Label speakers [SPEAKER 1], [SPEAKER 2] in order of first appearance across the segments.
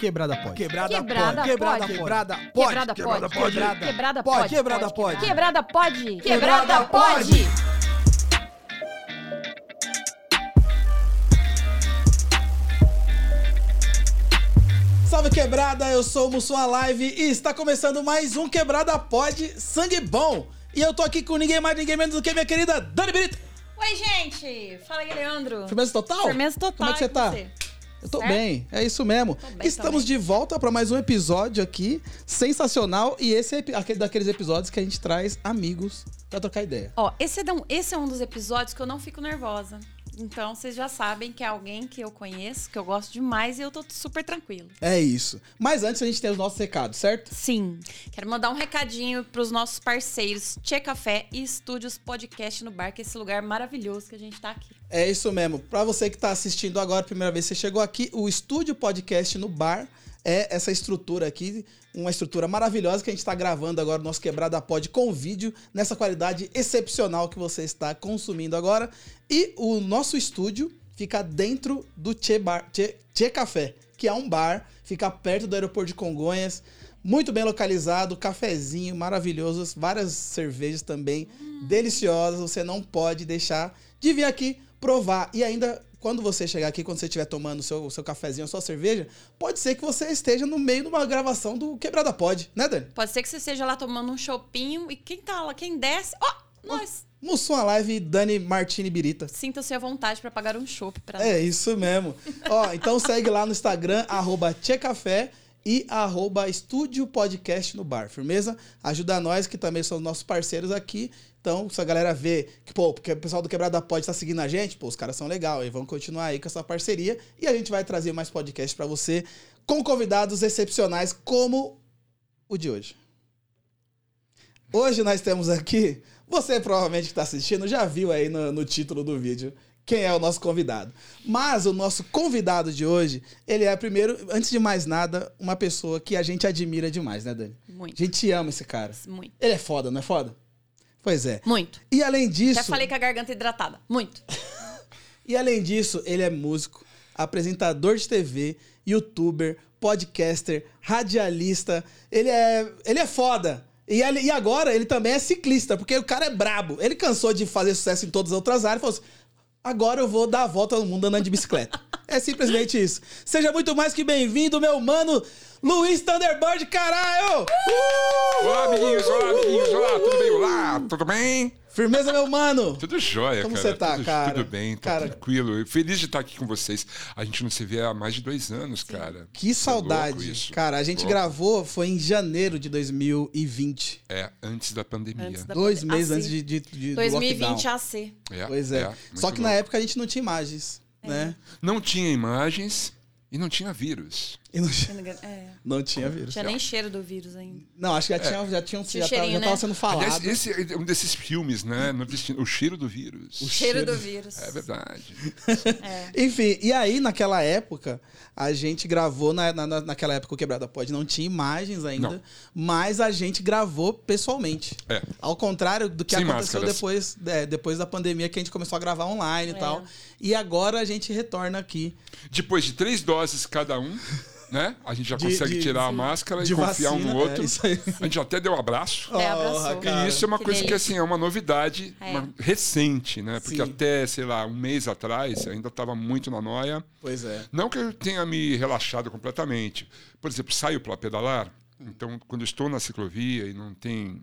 [SPEAKER 1] Quebrada pode.
[SPEAKER 2] Quebrada,
[SPEAKER 3] Quebrada
[SPEAKER 2] pode. Quebrada Quebrada
[SPEAKER 3] pode.
[SPEAKER 2] pode.
[SPEAKER 3] Quebrada pode.
[SPEAKER 2] Quebrada
[SPEAKER 3] Quebrada
[SPEAKER 2] pode.
[SPEAKER 3] pode.
[SPEAKER 2] Quebrada pode.
[SPEAKER 3] Quebrada pode.
[SPEAKER 2] Quebrada pode. Salve quebrada, eu sou o Mussum Live e está começando mais um Quebrada Pode Sangue Bom. E eu tô aqui com ninguém mais, ninguém menos do que minha querida Dani Brito.
[SPEAKER 3] Oi, gente. Fala aí, Leandro.
[SPEAKER 2] Firmeza total?
[SPEAKER 3] Firmeza total.
[SPEAKER 2] Como é que
[SPEAKER 3] e
[SPEAKER 2] você
[SPEAKER 3] com
[SPEAKER 2] tá? Eu tô
[SPEAKER 3] Certo?
[SPEAKER 2] bem, é isso mesmo.
[SPEAKER 3] bem
[SPEAKER 2] Estamos de volta para mais um episódio aqui, sensacional. E esse é epi- aquele daqueles episódios que a gente traz amigos pra trocar ideia.
[SPEAKER 3] Ó, esse é, de um, esse é um dos episódios que eu não fico nervosa. Então, vocês já sabem que é alguém que eu conheço, que eu gosto demais e eu tô super tranquilo.
[SPEAKER 2] É isso. Mas antes a gente tem os nossos recados, certo?
[SPEAKER 3] Sim. Quero mandar um recadinho pros nossos parceiros Tchê Café e Estúdios Podcast no Bar, que é esse lugar maravilhoso que a gente tá aqui.
[SPEAKER 2] É isso mesmo. Para você que está assistindo agora, primeira vez que você chegou aqui, o Estúdio Podcast no Bar é essa estrutura aqui, uma estrutura maravilhosa que a gente está gravando agora o nosso Quebrada Pod com vídeo, nessa qualidade excepcional que você está consumindo agora. E o nosso estúdio fica dentro do Che, Bar, che, Che Café, que é um bar, fica perto do aeroporto de Congonhas, muito bem localizado, cafezinho maravilhoso, várias cervejas também deliciosas. Você não pode deixar de vir aqui provar. E ainda, quando você chegar aqui, quando você estiver tomando o seu, o seu cafezinho, a sua cerveja, pode ser que você esteja no meio de uma gravação do Quebrada Pod, né, Dani?
[SPEAKER 3] Pode ser que você esteja lá tomando um chopinho e quem tá lá, quem desce, ó, nós.
[SPEAKER 2] Mussum a live Dani Martini Birita.
[SPEAKER 3] Sinta-se à vontade pra pagar um chopp pra nós.
[SPEAKER 2] É isso mesmo. Ó, então segue lá no Instagram, arroba Tchecafé e arroba Estúdio Podcast no Bar. Firmeza? Ajuda nós, que também são nossos parceiros aqui. Então, se a galera vê que, pô, porque o pessoal do Quebrada Pod tá seguindo a gente, pô, os caras são legal e vão continuar aí com essa parceria. E a gente vai trazer mais podcast pra você com convidados excepcionais como o de hoje. Hoje nós temos aqui, você provavelmente que está assistindo já viu aí no, no título do vídeo quem é o nosso convidado. Mas o nosso convidado de hoje, ele é, primeiro, antes de mais nada, uma pessoa que a gente admira demais, né, Dani? A
[SPEAKER 3] Muito,
[SPEAKER 2] gente ama esse cara.
[SPEAKER 3] muito,
[SPEAKER 2] Ele é foda, não é foda? Pois é.
[SPEAKER 3] muito.
[SPEAKER 2] E além disso.
[SPEAKER 3] Já falei com a garganta é hidratada. Muito.
[SPEAKER 2] E além disso, ele é músico, apresentador de TV, youtuber, podcaster, radialista. Ele é, ele é foda. E, ele- e agora ele também é ciclista, porque o cara é brabo. Ele cansou de fazer sucesso em todas as outras áreas e falou assim: agora eu vou dar a volta no mundo andando de bicicleta. é simplesmente isso. Seja muito mais que bem-vindo, meu mano, Luiz Thunderbird, caralho!
[SPEAKER 4] Olá, amiguinhos, olá, amiguinhos, olá, tudo bem? Olá, tudo bem?
[SPEAKER 2] Firmeza, meu mano!
[SPEAKER 4] Tudo jóia,
[SPEAKER 2] Como
[SPEAKER 4] cara.
[SPEAKER 2] você tá,
[SPEAKER 4] tudo,
[SPEAKER 2] cara?
[SPEAKER 4] Tudo bem, tá
[SPEAKER 2] Cara-
[SPEAKER 4] tranquilo. Eu Feliz de estar aqui com vocês. A gente não se vê há mais de dois anos, cara.
[SPEAKER 2] Que
[SPEAKER 4] Isso é louco
[SPEAKER 2] saudade.
[SPEAKER 4] isso.
[SPEAKER 2] Cara, a gente
[SPEAKER 4] Louco.
[SPEAKER 2] gravou foi em janeiro de 2020.
[SPEAKER 4] É, antes da pandemia.
[SPEAKER 3] Antes da-
[SPEAKER 2] Dois meses
[SPEAKER 3] Assim.
[SPEAKER 2] antes de, de, de do
[SPEAKER 3] 2020
[SPEAKER 2] lockdown.
[SPEAKER 3] AC.
[SPEAKER 4] É,
[SPEAKER 2] Pois é.
[SPEAKER 4] muito
[SPEAKER 2] Só que na
[SPEAKER 4] louco.
[SPEAKER 2] época a gente não tinha imagens,
[SPEAKER 3] É.
[SPEAKER 2] né?
[SPEAKER 4] Não tinha imagens e não tinha vírus.
[SPEAKER 2] E não, tinha-
[SPEAKER 3] É,
[SPEAKER 2] não tinha vírus.
[SPEAKER 3] tinha nem cheiro do vírus ainda.
[SPEAKER 2] Não, acho que já tinha, já tinha, um-
[SPEAKER 3] Tinha
[SPEAKER 2] já, tava,
[SPEAKER 3] cheirinho,
[SPEAKER 2] já tava
[SPEAKER 3] né?
[SPEAKER 2] sendo falado.
[SPEAKER 4] É. Aliás, esse é um desses filmes, né? nordestino, O cheiro do vírus.
[SPEAKER 3] Cheiro do vírus.
[SPEAKER 4] É verdade.
[SPEAKER 3] É.
[SPEAKER 2] Enfim, e aí naquela época, a gente gravou, na, na- na- naquela época o Quebrada Pode não tinha imagens ainda,
[SPEAKER 4] Não.
[SPEAKER 2] mas a gente gravou pessoalmente.
[SPEAKER 4] É.
[SPEAKER 2] Ao contrário do que
[SPEAKER 4] Sem
[SPEAKER 2] aconteceu
[SPEAKER 4] máscaras.
[SPEAKER 2] depois, é, depois da pandemia, que a gente começou a gravar online e
[SPEAKER 3] É.
[SPEAKER 2] tal. E agora a gente retorna aqui.
[SPEAKER 4] Depois de três doses cada um, né? A gente já
[SPEAKER 2] De-
[SPEAKER 4] consegue
[SPEAKER 2] de-
[SPEAKER 4] tirar a máscara
[SPEAKER 2] de
[SPEAKER 4] e confiar um
[SPEAKER 2] vacina,
[SPEAKER 4] no
[SPEAKER 2] é,
[SPEAKER 4] outro.
[SPEAKER 2] isso aí.
[SPEAKER 4] a gente até deu um abraço.
[SPEAKER 3] É,
[SPEAKER 2] Oh,
[SPEAKER 3] abraçou.
[SPEAKER 2] cara.
[SPEAKER 4] E isso é uma
[SPEAKER 3] Que
[SPEAKER 4] coisa que,
[SPEAKER 3] delícia.
[SPEAKER 4] assim, é uma novidade
[SPEAKER 3] É.
[SPEAKER 4] uma- recente, né? Porque
[SPEAKER 2] Sim.
[SPEAKER 4] até, sei lá, um mês atrás, eu ainda estava muito na noia.
[SPEAKER 2] Pois é.
[SPEAKER 4] Não que eu tenha me relaxado completamente. Por exemplo, saio para pedalar, então, quando estou na ciclovia e não tem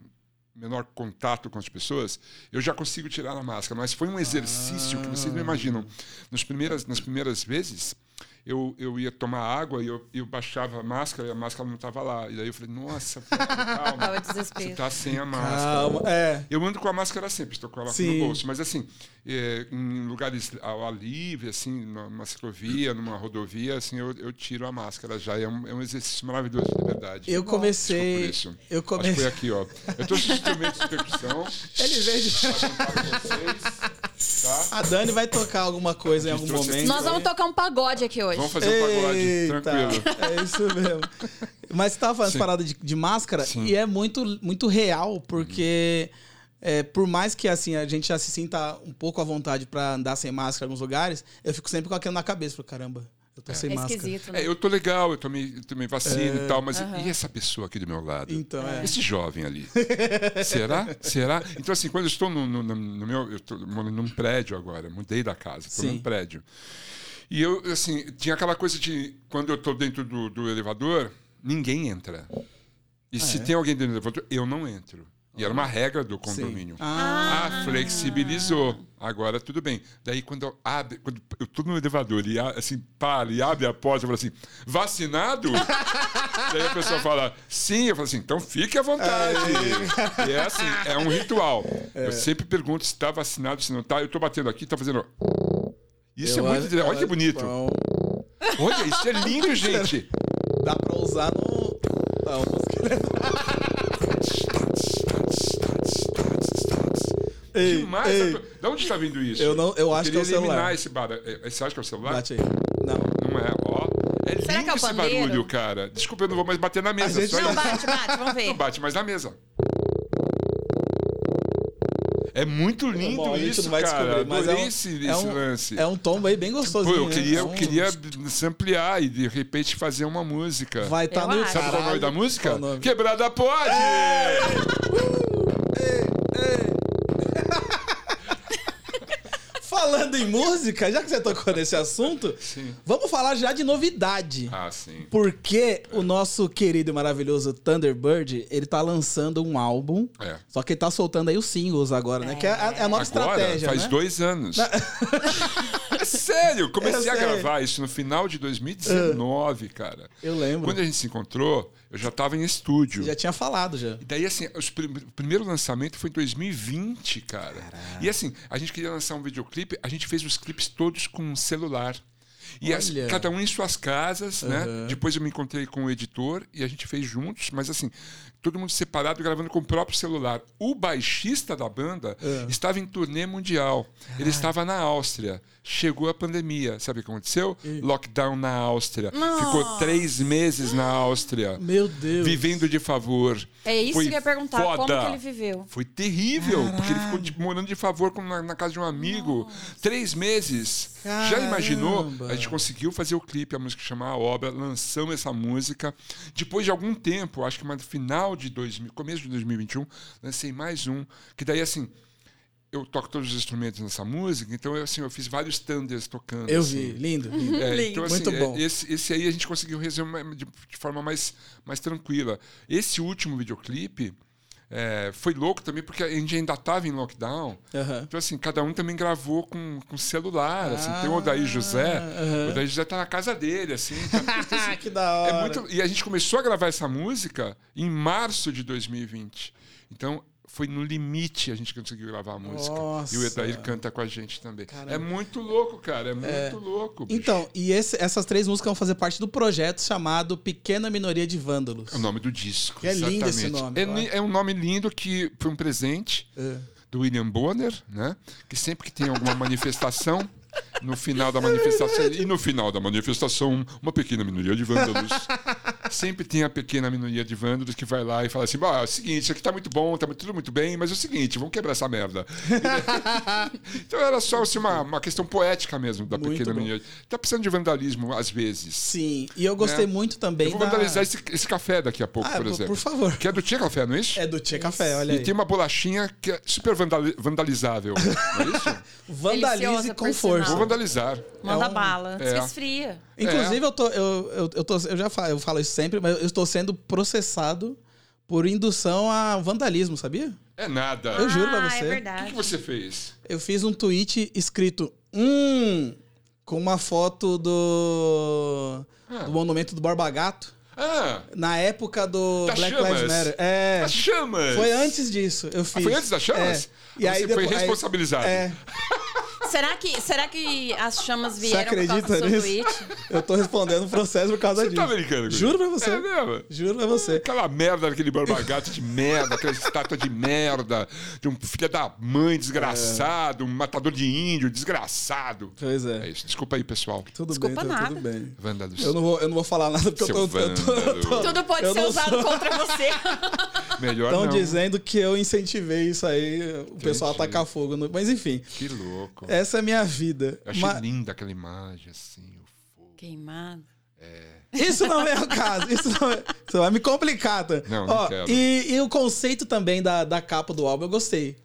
[SPEAKER 4] menor contato com as pessoas, eu já consigo tirar a máscara. Mas foi um exercício que vocês não imaginam. Nas primeiras, nas primeiras vezes, eu, eu ia tomar água e eu, eu baixava a máscara e a máscara não estava lá. E daí eu falei, nossa, calma.
[SPEAKER 3] Tava desespero.
[SPEAKER 4] Você tá sem a máscara.
[SPEAKER 2] Calma. É.
[SPEAKER 4] Eu ando com a máscara sempre, estou com ela
[SPEAKER 2] Sim.
[SPEAKER 4] no bolso. Mas assim, é, em lugares ao ar livre, assim, numa ciclovia, numa rodovia, assim, eu, eu tiro a máscara já. É um, é um exercício maravilhoso, de verdade.
[SPEAKER 2] Eu comecei.
[SPEAKER 4] Desculpa isso.
[SPEAKER 2] Eu
[SPEAKER 4] Acho que foi
[SPEAKER 2] comecei.
[SPEAKER 4] aqui, ó. Eu tô com os instrumentos de percussão.
[SPEAKER 2] Ele veio de...
[SPEAKER 4] vocês, tá?
[SPEAKER 2] A Dani vai tocar alguma coisa em algum
[SPEAKER 4] trouxe
[SPEAKER 2] momento.
[SPEAKER 3] Nós vamos tocar um pagode aqui hoje.
[SPEAKER 4] tá Vamos fazer um pagode,
[SPEAKER 2] Eita,
[SPEAKER 4] tranquilo.
[SPEAKER 2] É isso mesmo. Mas você tava falando essa
[SPEAKER 4] Sim.
[SPEAKER 2] parada de, de máscara
[SPEAKER 4] Sim.
[SPEAKER 2] e é muito, muito real, porque é, por mais que assim a gente já se sinta um pouco à vontade pra andar sem máscara em alguns lugares, eu fico sempre com aquilo na cabeça. Falo, caramba, Eu tô sem
[SPEAKER 3] É
[SPEAKER 2] máscara.
[SPEAKER 3] esquisito, né?
[SPEAKER 4] É, eu tô legal, eu tomei, tomei vacina e tal, mas
[SPEAKER 3] Aham.
[SPEAKER 4] e essa pessoa aqui do meu lado?
[SPEAKER 2] É. Então, é.
[SPEAKER 4] Esse jovem ali. Será? Será? Então, assim, quando eu estou no, no- no- no meu. Eu tô morando num prédio agora, mudei da casa, estou
[SPEAKER 2] Sim.
[SPEAKER 4] num prédio. E eu, assim, tinha aquela coisa de. Quando eu estou dentro do, do elevador, ninguém entra. E se
[SPEAKER 2] é? Ah.
[SPEAKER 4] tem alguém dentro do elevador, eu não entro. E era uma regra do condomínio.
[SPEAKER 2] Sim. Ah,
[SPEAKER 4] Ah, flexibilizou. Agora tudo bem. Daí quando eu abre, quando eu tô no elevador e a- assim, para e abre a porta, eu falo assim, vacinado? Daí a pessoa fala, sim, eu falo assim, então fique à vontade. E é assim, é um ritual. Eu sempre pergunto se tá vacinado, se não tá. Eu tô batendo aqui, tá fazendo. ó. Isso
[SPEAKER 2] eu
[SPEAKER 4] é muito.
[SPEAKER 2] acho-
[SPEAKER 4] Olha que bonito.
[SPEAKER 2] Bom,
[SPEAKER 4] Olha, isso é lindo, gente.
[SPEAKER 2] dá pra usar no. tá, Não, música.
[SPEAKER 4] Que
[SPEAKER 2] Ei,
[SPEAKER 4] mais?
[SPEAKER 2] ei,
[SPEAKER 4] Da onde está vindo isso?
[SPEAKER 2] Eu não- eu acho que é o
[SPEAKER 4] queria eliminar
[SPEAKER 2] celular.
[SPEAKER 4] Esse bar... eh, Você acha que é o celular?
[SPEAKER 2] Bate aí. Não.
[SPEAKER 4] Não é, ó. É lindo
[SPEAKER 3] Será que é o
[SPEAKER 4] esse
[SPEAKER 3] pandeiro?
[SPEAKER 4] barulho, cara. Desculpa, eu não vou mais bater na mesa.
[SPEAKER 2] A gente
[SPEAKER 4] só
[SPEAKER 2] não
[SPEAKER 4] isso.
[SPEAKER 3] Bate, bate, vamos ver.
[SPEAKER 4] Não bate mais na mesa. É muito lindo
[SPEAKER 2] Bom, a gente
[SPEAKER 4] isso,
[SPEAKER 2] não vai
[SPEAKER 4] cara.
[SPEAKER 2] descobrir, mas é
[SPEAKER 4] Adorei
[SPEAKER 2] um,
[SPEAKER 4] esse,
[SPEAKER 2] é,
[SPEAKER 4] esse
[SPEAKER 2] um,
[SPEAKER 4] lance.
[SPEAKER 2] é um tombo aí bem
[SPEAKER 4] Pô,
[SPEAKER 2] gostosinho.
[SPEAKER 4] eu queria,
[SPEAKER 2] né?
[SPEAKER 4] eu
[SPEAKER 2] Um-
[SPEAKER 4] queria se ampliar e de repente fazer uma música.
[SPEAKER 2] Vai estar
[SPEAKER 3] Eu
[SPEAKER 2] no
[SPEAKER 3] acho.
[SPEAKER 4] Sabe qual é o nome
[SPEAKER 2] Caralho,
[SPEAKER 4] da
[SPEAKER 2] qual
[SPEAKER 4] música?
[SPEAKER 2] o nome? É!
[SPEAKER 4] Quebrada pode!
[SPEAKER 2] Falando em música, já que você tocou nesse assunto,
[SPEAKER 4] Sim.
[SPEAKER 2] vamos falar já de novidade.
[SPEAKER 4] Ah, sim.
[SPEAKER 2] Porque o nosso querido e maravilhoso Thunderbird, ele tá lançando um álbum.
[SPEAKER 4] É.
[SPEAKER 2] Só que ele tá soltando aí os singles agora, né? Que é a, é a nova
[SPEAKER 4] Agora,
[SPEAKER 2] estratégia,
[SPEAKER 4] faz
[SPEAKER 2] né?
[SPEAKER 4] dois anos. É sério, comecei
[SPEAKER 2] Eu
[SPEAKER 4] a
[SPEAKER 2] sei.
[SPEAKER 4] gravar isso no final de 2019, cara.
[SPEAKER 2] Eu lembro.
[SPEAKER 4] Quando a gente se encontrou, eu já estava em estúdio.
[SPEAKER 2] Já tinha falado já.
[SPEAKER 4] E daí, assim, os prim- o primeiro lançamento foi em 2020, cara. E assim, a gente queria lançar um videoclipe, a gente fez os clipes todos com um celular. E as-
[SPEAKER 2] Olha.
[SPEAKER 4] cada um em suas casas, né? Depois eu me encontrei com o editor e a gente fez juntos, mas assim, todo mundo separado, gravando com o próprio celular. O baixista da banda
[SPEAKER 2] Ah.
[SPEAKER 4] estava em turnê mundial. Ele estava na Áustria. Chegou a pandemia. Sabe o que aconteceu? Lockdown na Áustria. Ficou três meses na Áustria.
[SPEAKER 2] Meu Deus.
[SPEAKER 4] Vivendo de favor.
[SPEAKER 3] É isso
[SPEAKER 4] Foi
[SPEAKER 3] que eu ia perguntar, como
[SPEAKER 4] foda.
[SPEAKER 3] que ele viveu?
[SPEAKER 4] Foi terrível, porque ele ficou tipo, morando de favor com- na, na casa de um amigo. Três meses. Já imaginou?
[SPEAKER 2] Caramba.
[SPEAKER 4] A gente conseguiu fazer o clipe, a música chamar a obra, lançamos essa música. Depois de algum tempo, acho que no final de 2000, começo de 2021, lancei mais um, que daí assim. Eu toco todos os instrumentos nessa música, então eu, assim, eu fiz vários thunders tocando.
[SPEAKER 2] Eu
[SPEAKER 4] assim.
[SPEAKER 2] vi, lindo, lindo.
[SPEAKER 4] É, então, assim,
[SPEAKER 2] Muito
[SPEAKER 4] é,
[SPEAKER 2] bom.
[SPEAKER 4] Esse, esse aí a gente conseguiu resumir de, de forma mais, mais tranquila. Esse último videoclipe é, foi louco também, porque a gente ainda estava em lockdown.
[SPEAKER 2] Aham.
[SPEAKER 4] Então, assim, cada um também gravou com, com celular. assim. Tem o Odair José.
[SPEAKER 2] Ah,
[SPEAKER 4] O Odair José tá na casa dele, assim. tá-
[SPEAKER 2] que da
[SPEAKER 4] é
[SPEAKER 2] hora.
[SPEAKER 4] muito- e a gente começou a gravar essa música em março de 2020. Então. Foi no limite a gente conseguiu gravar a música. E o
[SPEAKER 2] Nossa.
[SPEAKER 4] Edair canta com a gente também.
[SPEAKER 2] Caramba.
[SPEAKER 4] É muito louco, cara. É muito louco. bicho.
[SPEAKER 2] Então, e esse- essas três músicas vão fazer parte do projeto chamado Pequena Minoria de Vândalos.
[SPEAKER 4] É o nome do disco.
[SPEAKER 2] Que é lindo
[SPEAKER 4] exatamente.
[SPEAKER 2] esse nome,
[SPEAKER 4] É,
[SPEAKER 2] eu
[SPEAKER 4] ni- é um nome lindo que foi um presente
[SPEAKER 2] É.
[SPEAKER 4] do William Bonner, né? Que sempre que tem alguma manifestação, no final
[SPEAKER 2] É
[SPEAKER 4] da manifestação. e no final da manifestação, uma pequena minoria de vândalos. sempre tem a pequena minoria de vândalos que vai lá e fala assim: "Bah, é o seguinte, isso aqui tá muito bom, tá tudo muito bem, mas é o seguinte, vamos quebrar essa merda. então era só assim, uma, uma questão poética mesmo da
[SPEAKER 2] Muito
[SPEAKER 4] pequena
[SPEAKER 2] bom.
[SPEAKER 4] minoria. Tá precisando de vandalismo às vezes.
[SPEAKER 2] Sim, e eu gostei
[SPEAKER 4] Né?
[SPEAKER 2] muito também
[SPEAKER 4] Eu vou
[SPEAKER 2] da-
[SPEAKER 4] vandalizar esse, esse café daqui a pouco,
[SPEAKER 2] Ah,
[SPEAKER 4] por
[SPEAKER 2] por-
[SPEAKER 4] exemplo.
[SPEAKER 2] por favor.
[SPEAKER 4] Que é do Tia Café, não é isso?
[SPEAKER 2] É do Tchê Café, olha
[SPEAKER 4] E
[SPEAKER 2] aí.
[SPEAKER 4] tem uma bolachinha que é super vandali- vandalizável. Não é isso?
[SPEAKER 2] Vandalize
[SPEAKER 3] Deliciosa,
[SPEAKER 2] com
[SPEAKER 3] por
[SPEAKER 2] força.
[SPEAKER 4] Vou
[SPEAKER 3] sinal.
[SPEAKER 4] vandalizar.
[SPEAKER 3] Manda
[SPEAKER 2] É um-
[SPEAKER 3] bala.
[SPEAKER 4] é.
[SPEAKER 3] Se esfria.
[SPEAKER 2] Inclusive, eu, tô, eu, eu, eu, tô, eu já falo, eu falo isso sempre, mas eu estou sendo processado por indução a vandalismo, sabia?
[SPEAKER 4] É nada.
[SPEAKER 2] Eu juro pra
[SPEAKER 3] Ah,
[SPEAKER 2] você.
[SPEAKER 3] é
[SPEAKER 4] O
[SPEAKER 3] verdade.
[SPEAKER 4] que, que você fez?
[SPEAKER 2] Eu fiz um tweet escrito Hum! Com uma foto do. do monumento do Borba Gato.
[SPEAKER 4] Ah,
[SPEAKER 2] Na época do
[SPEAKER 4] Das
[SPEAKER 2] Black
[SPEAKER 4] chamas.
[SPEAKER 2] Lives Matter. É.
[SPEAKER 4] as chamas. Ah,
[SPEAKER 2] Foi antes disso. Eu fiz.
[SPEAKER 4] foi antes das chamas?
[SPEAKER 2] É. E
[SPEAKER 4] Ah,
[SPEAKER 2] aí
[SPEAKER 4] você foi
[SPEAKER 2] depois- aí-
[SPEAKER 4] responsabilizado.
[SPEAKER 2] É.
[SPEAKER 3] Será que, será que as chamas
[SPEAKER 2] Você
[SPEAKER 3] vieram por
[SPEAKER 2] acredita
[SPEAKER 3] causa do seu
[SPEAKER 2] nisso?
[SPEAKER 3] tweet?
[SPEAKER 2] Eu tô respondendo o processo por causa
[SPEAKER 4] Você
[SPEAKER 2] disso.
[SPEAKER 4] tá brincando?
[SPEAKER 2] Juro pra você.
[SPEAKER 4] É mesmo?
[SPEAKER 2] Juro pra você.
[SPEAKER 4] Aquela merda daquele barbagato de merda, aquela estátua de merda, de um filho da mãe desgraçado, um matador de índio desgraçado.
[SPEAKER 2] Pois
[SPEAKER 4] É
[SPEAKER 2] é.
[SPEAKER 4] isso. Desculpa aí, pessoal.
[SPEAKER 2] Tudo
[SPEAKER 3] Desculpa
[SPEAKER 2] bem, tá
[SPEAKER 3] nada.
[SPEAKER 2] tudo bem.
[SPEAKER 4] Vândalos.
[SPEAKER 2] Eu não vou, eu não vou falar nada porque
[SPEAKER 4] Seu
[SPEAKER 2] eu tô. eu tô-
[SPEAKER 4] vândalo.
[SPEAKER 2] tô-
[SPEAKER 3] Tudo pode
[SPEAKER 2] eu
[SPEAKER 3] ser
[SPEAKER 2] não
[SPEAKER 3] usado
[SPEAKER 2] sou-
[SPEAKER 3] contra você.
[SPEAKER 4] Melhor
[SPEAKER 2] Estão
[SPEAKER 4] não.
[SPEAKER 2] dizendo que eu incentivei isso aí, o pessoal
[SPEAKER 4] Entendi.
[SPEAKER 2] atacar fogo. no- Mas enfim,
[SPEAKER 4] Que louco.
[SPEAKER 2] essa é a minha vida.
[SPEAKER 4] Eu achei
[SPEAKER 2] Ma-
[SPEAKER 4] linda aquela imagem, assim, o fogo.
[SPEAKER 3] Queimado.
[SPEAKER 2] Isso não é o caso. Isso, não é- isso vai me complicar. Tá?
[SPEAKER 4] Não, não
[SPEAKER 2] Ó,
[SPEAKER 4] quero.
[SPEAKER 2] e, e o conceito também da, da capa do álbum, eu gostei.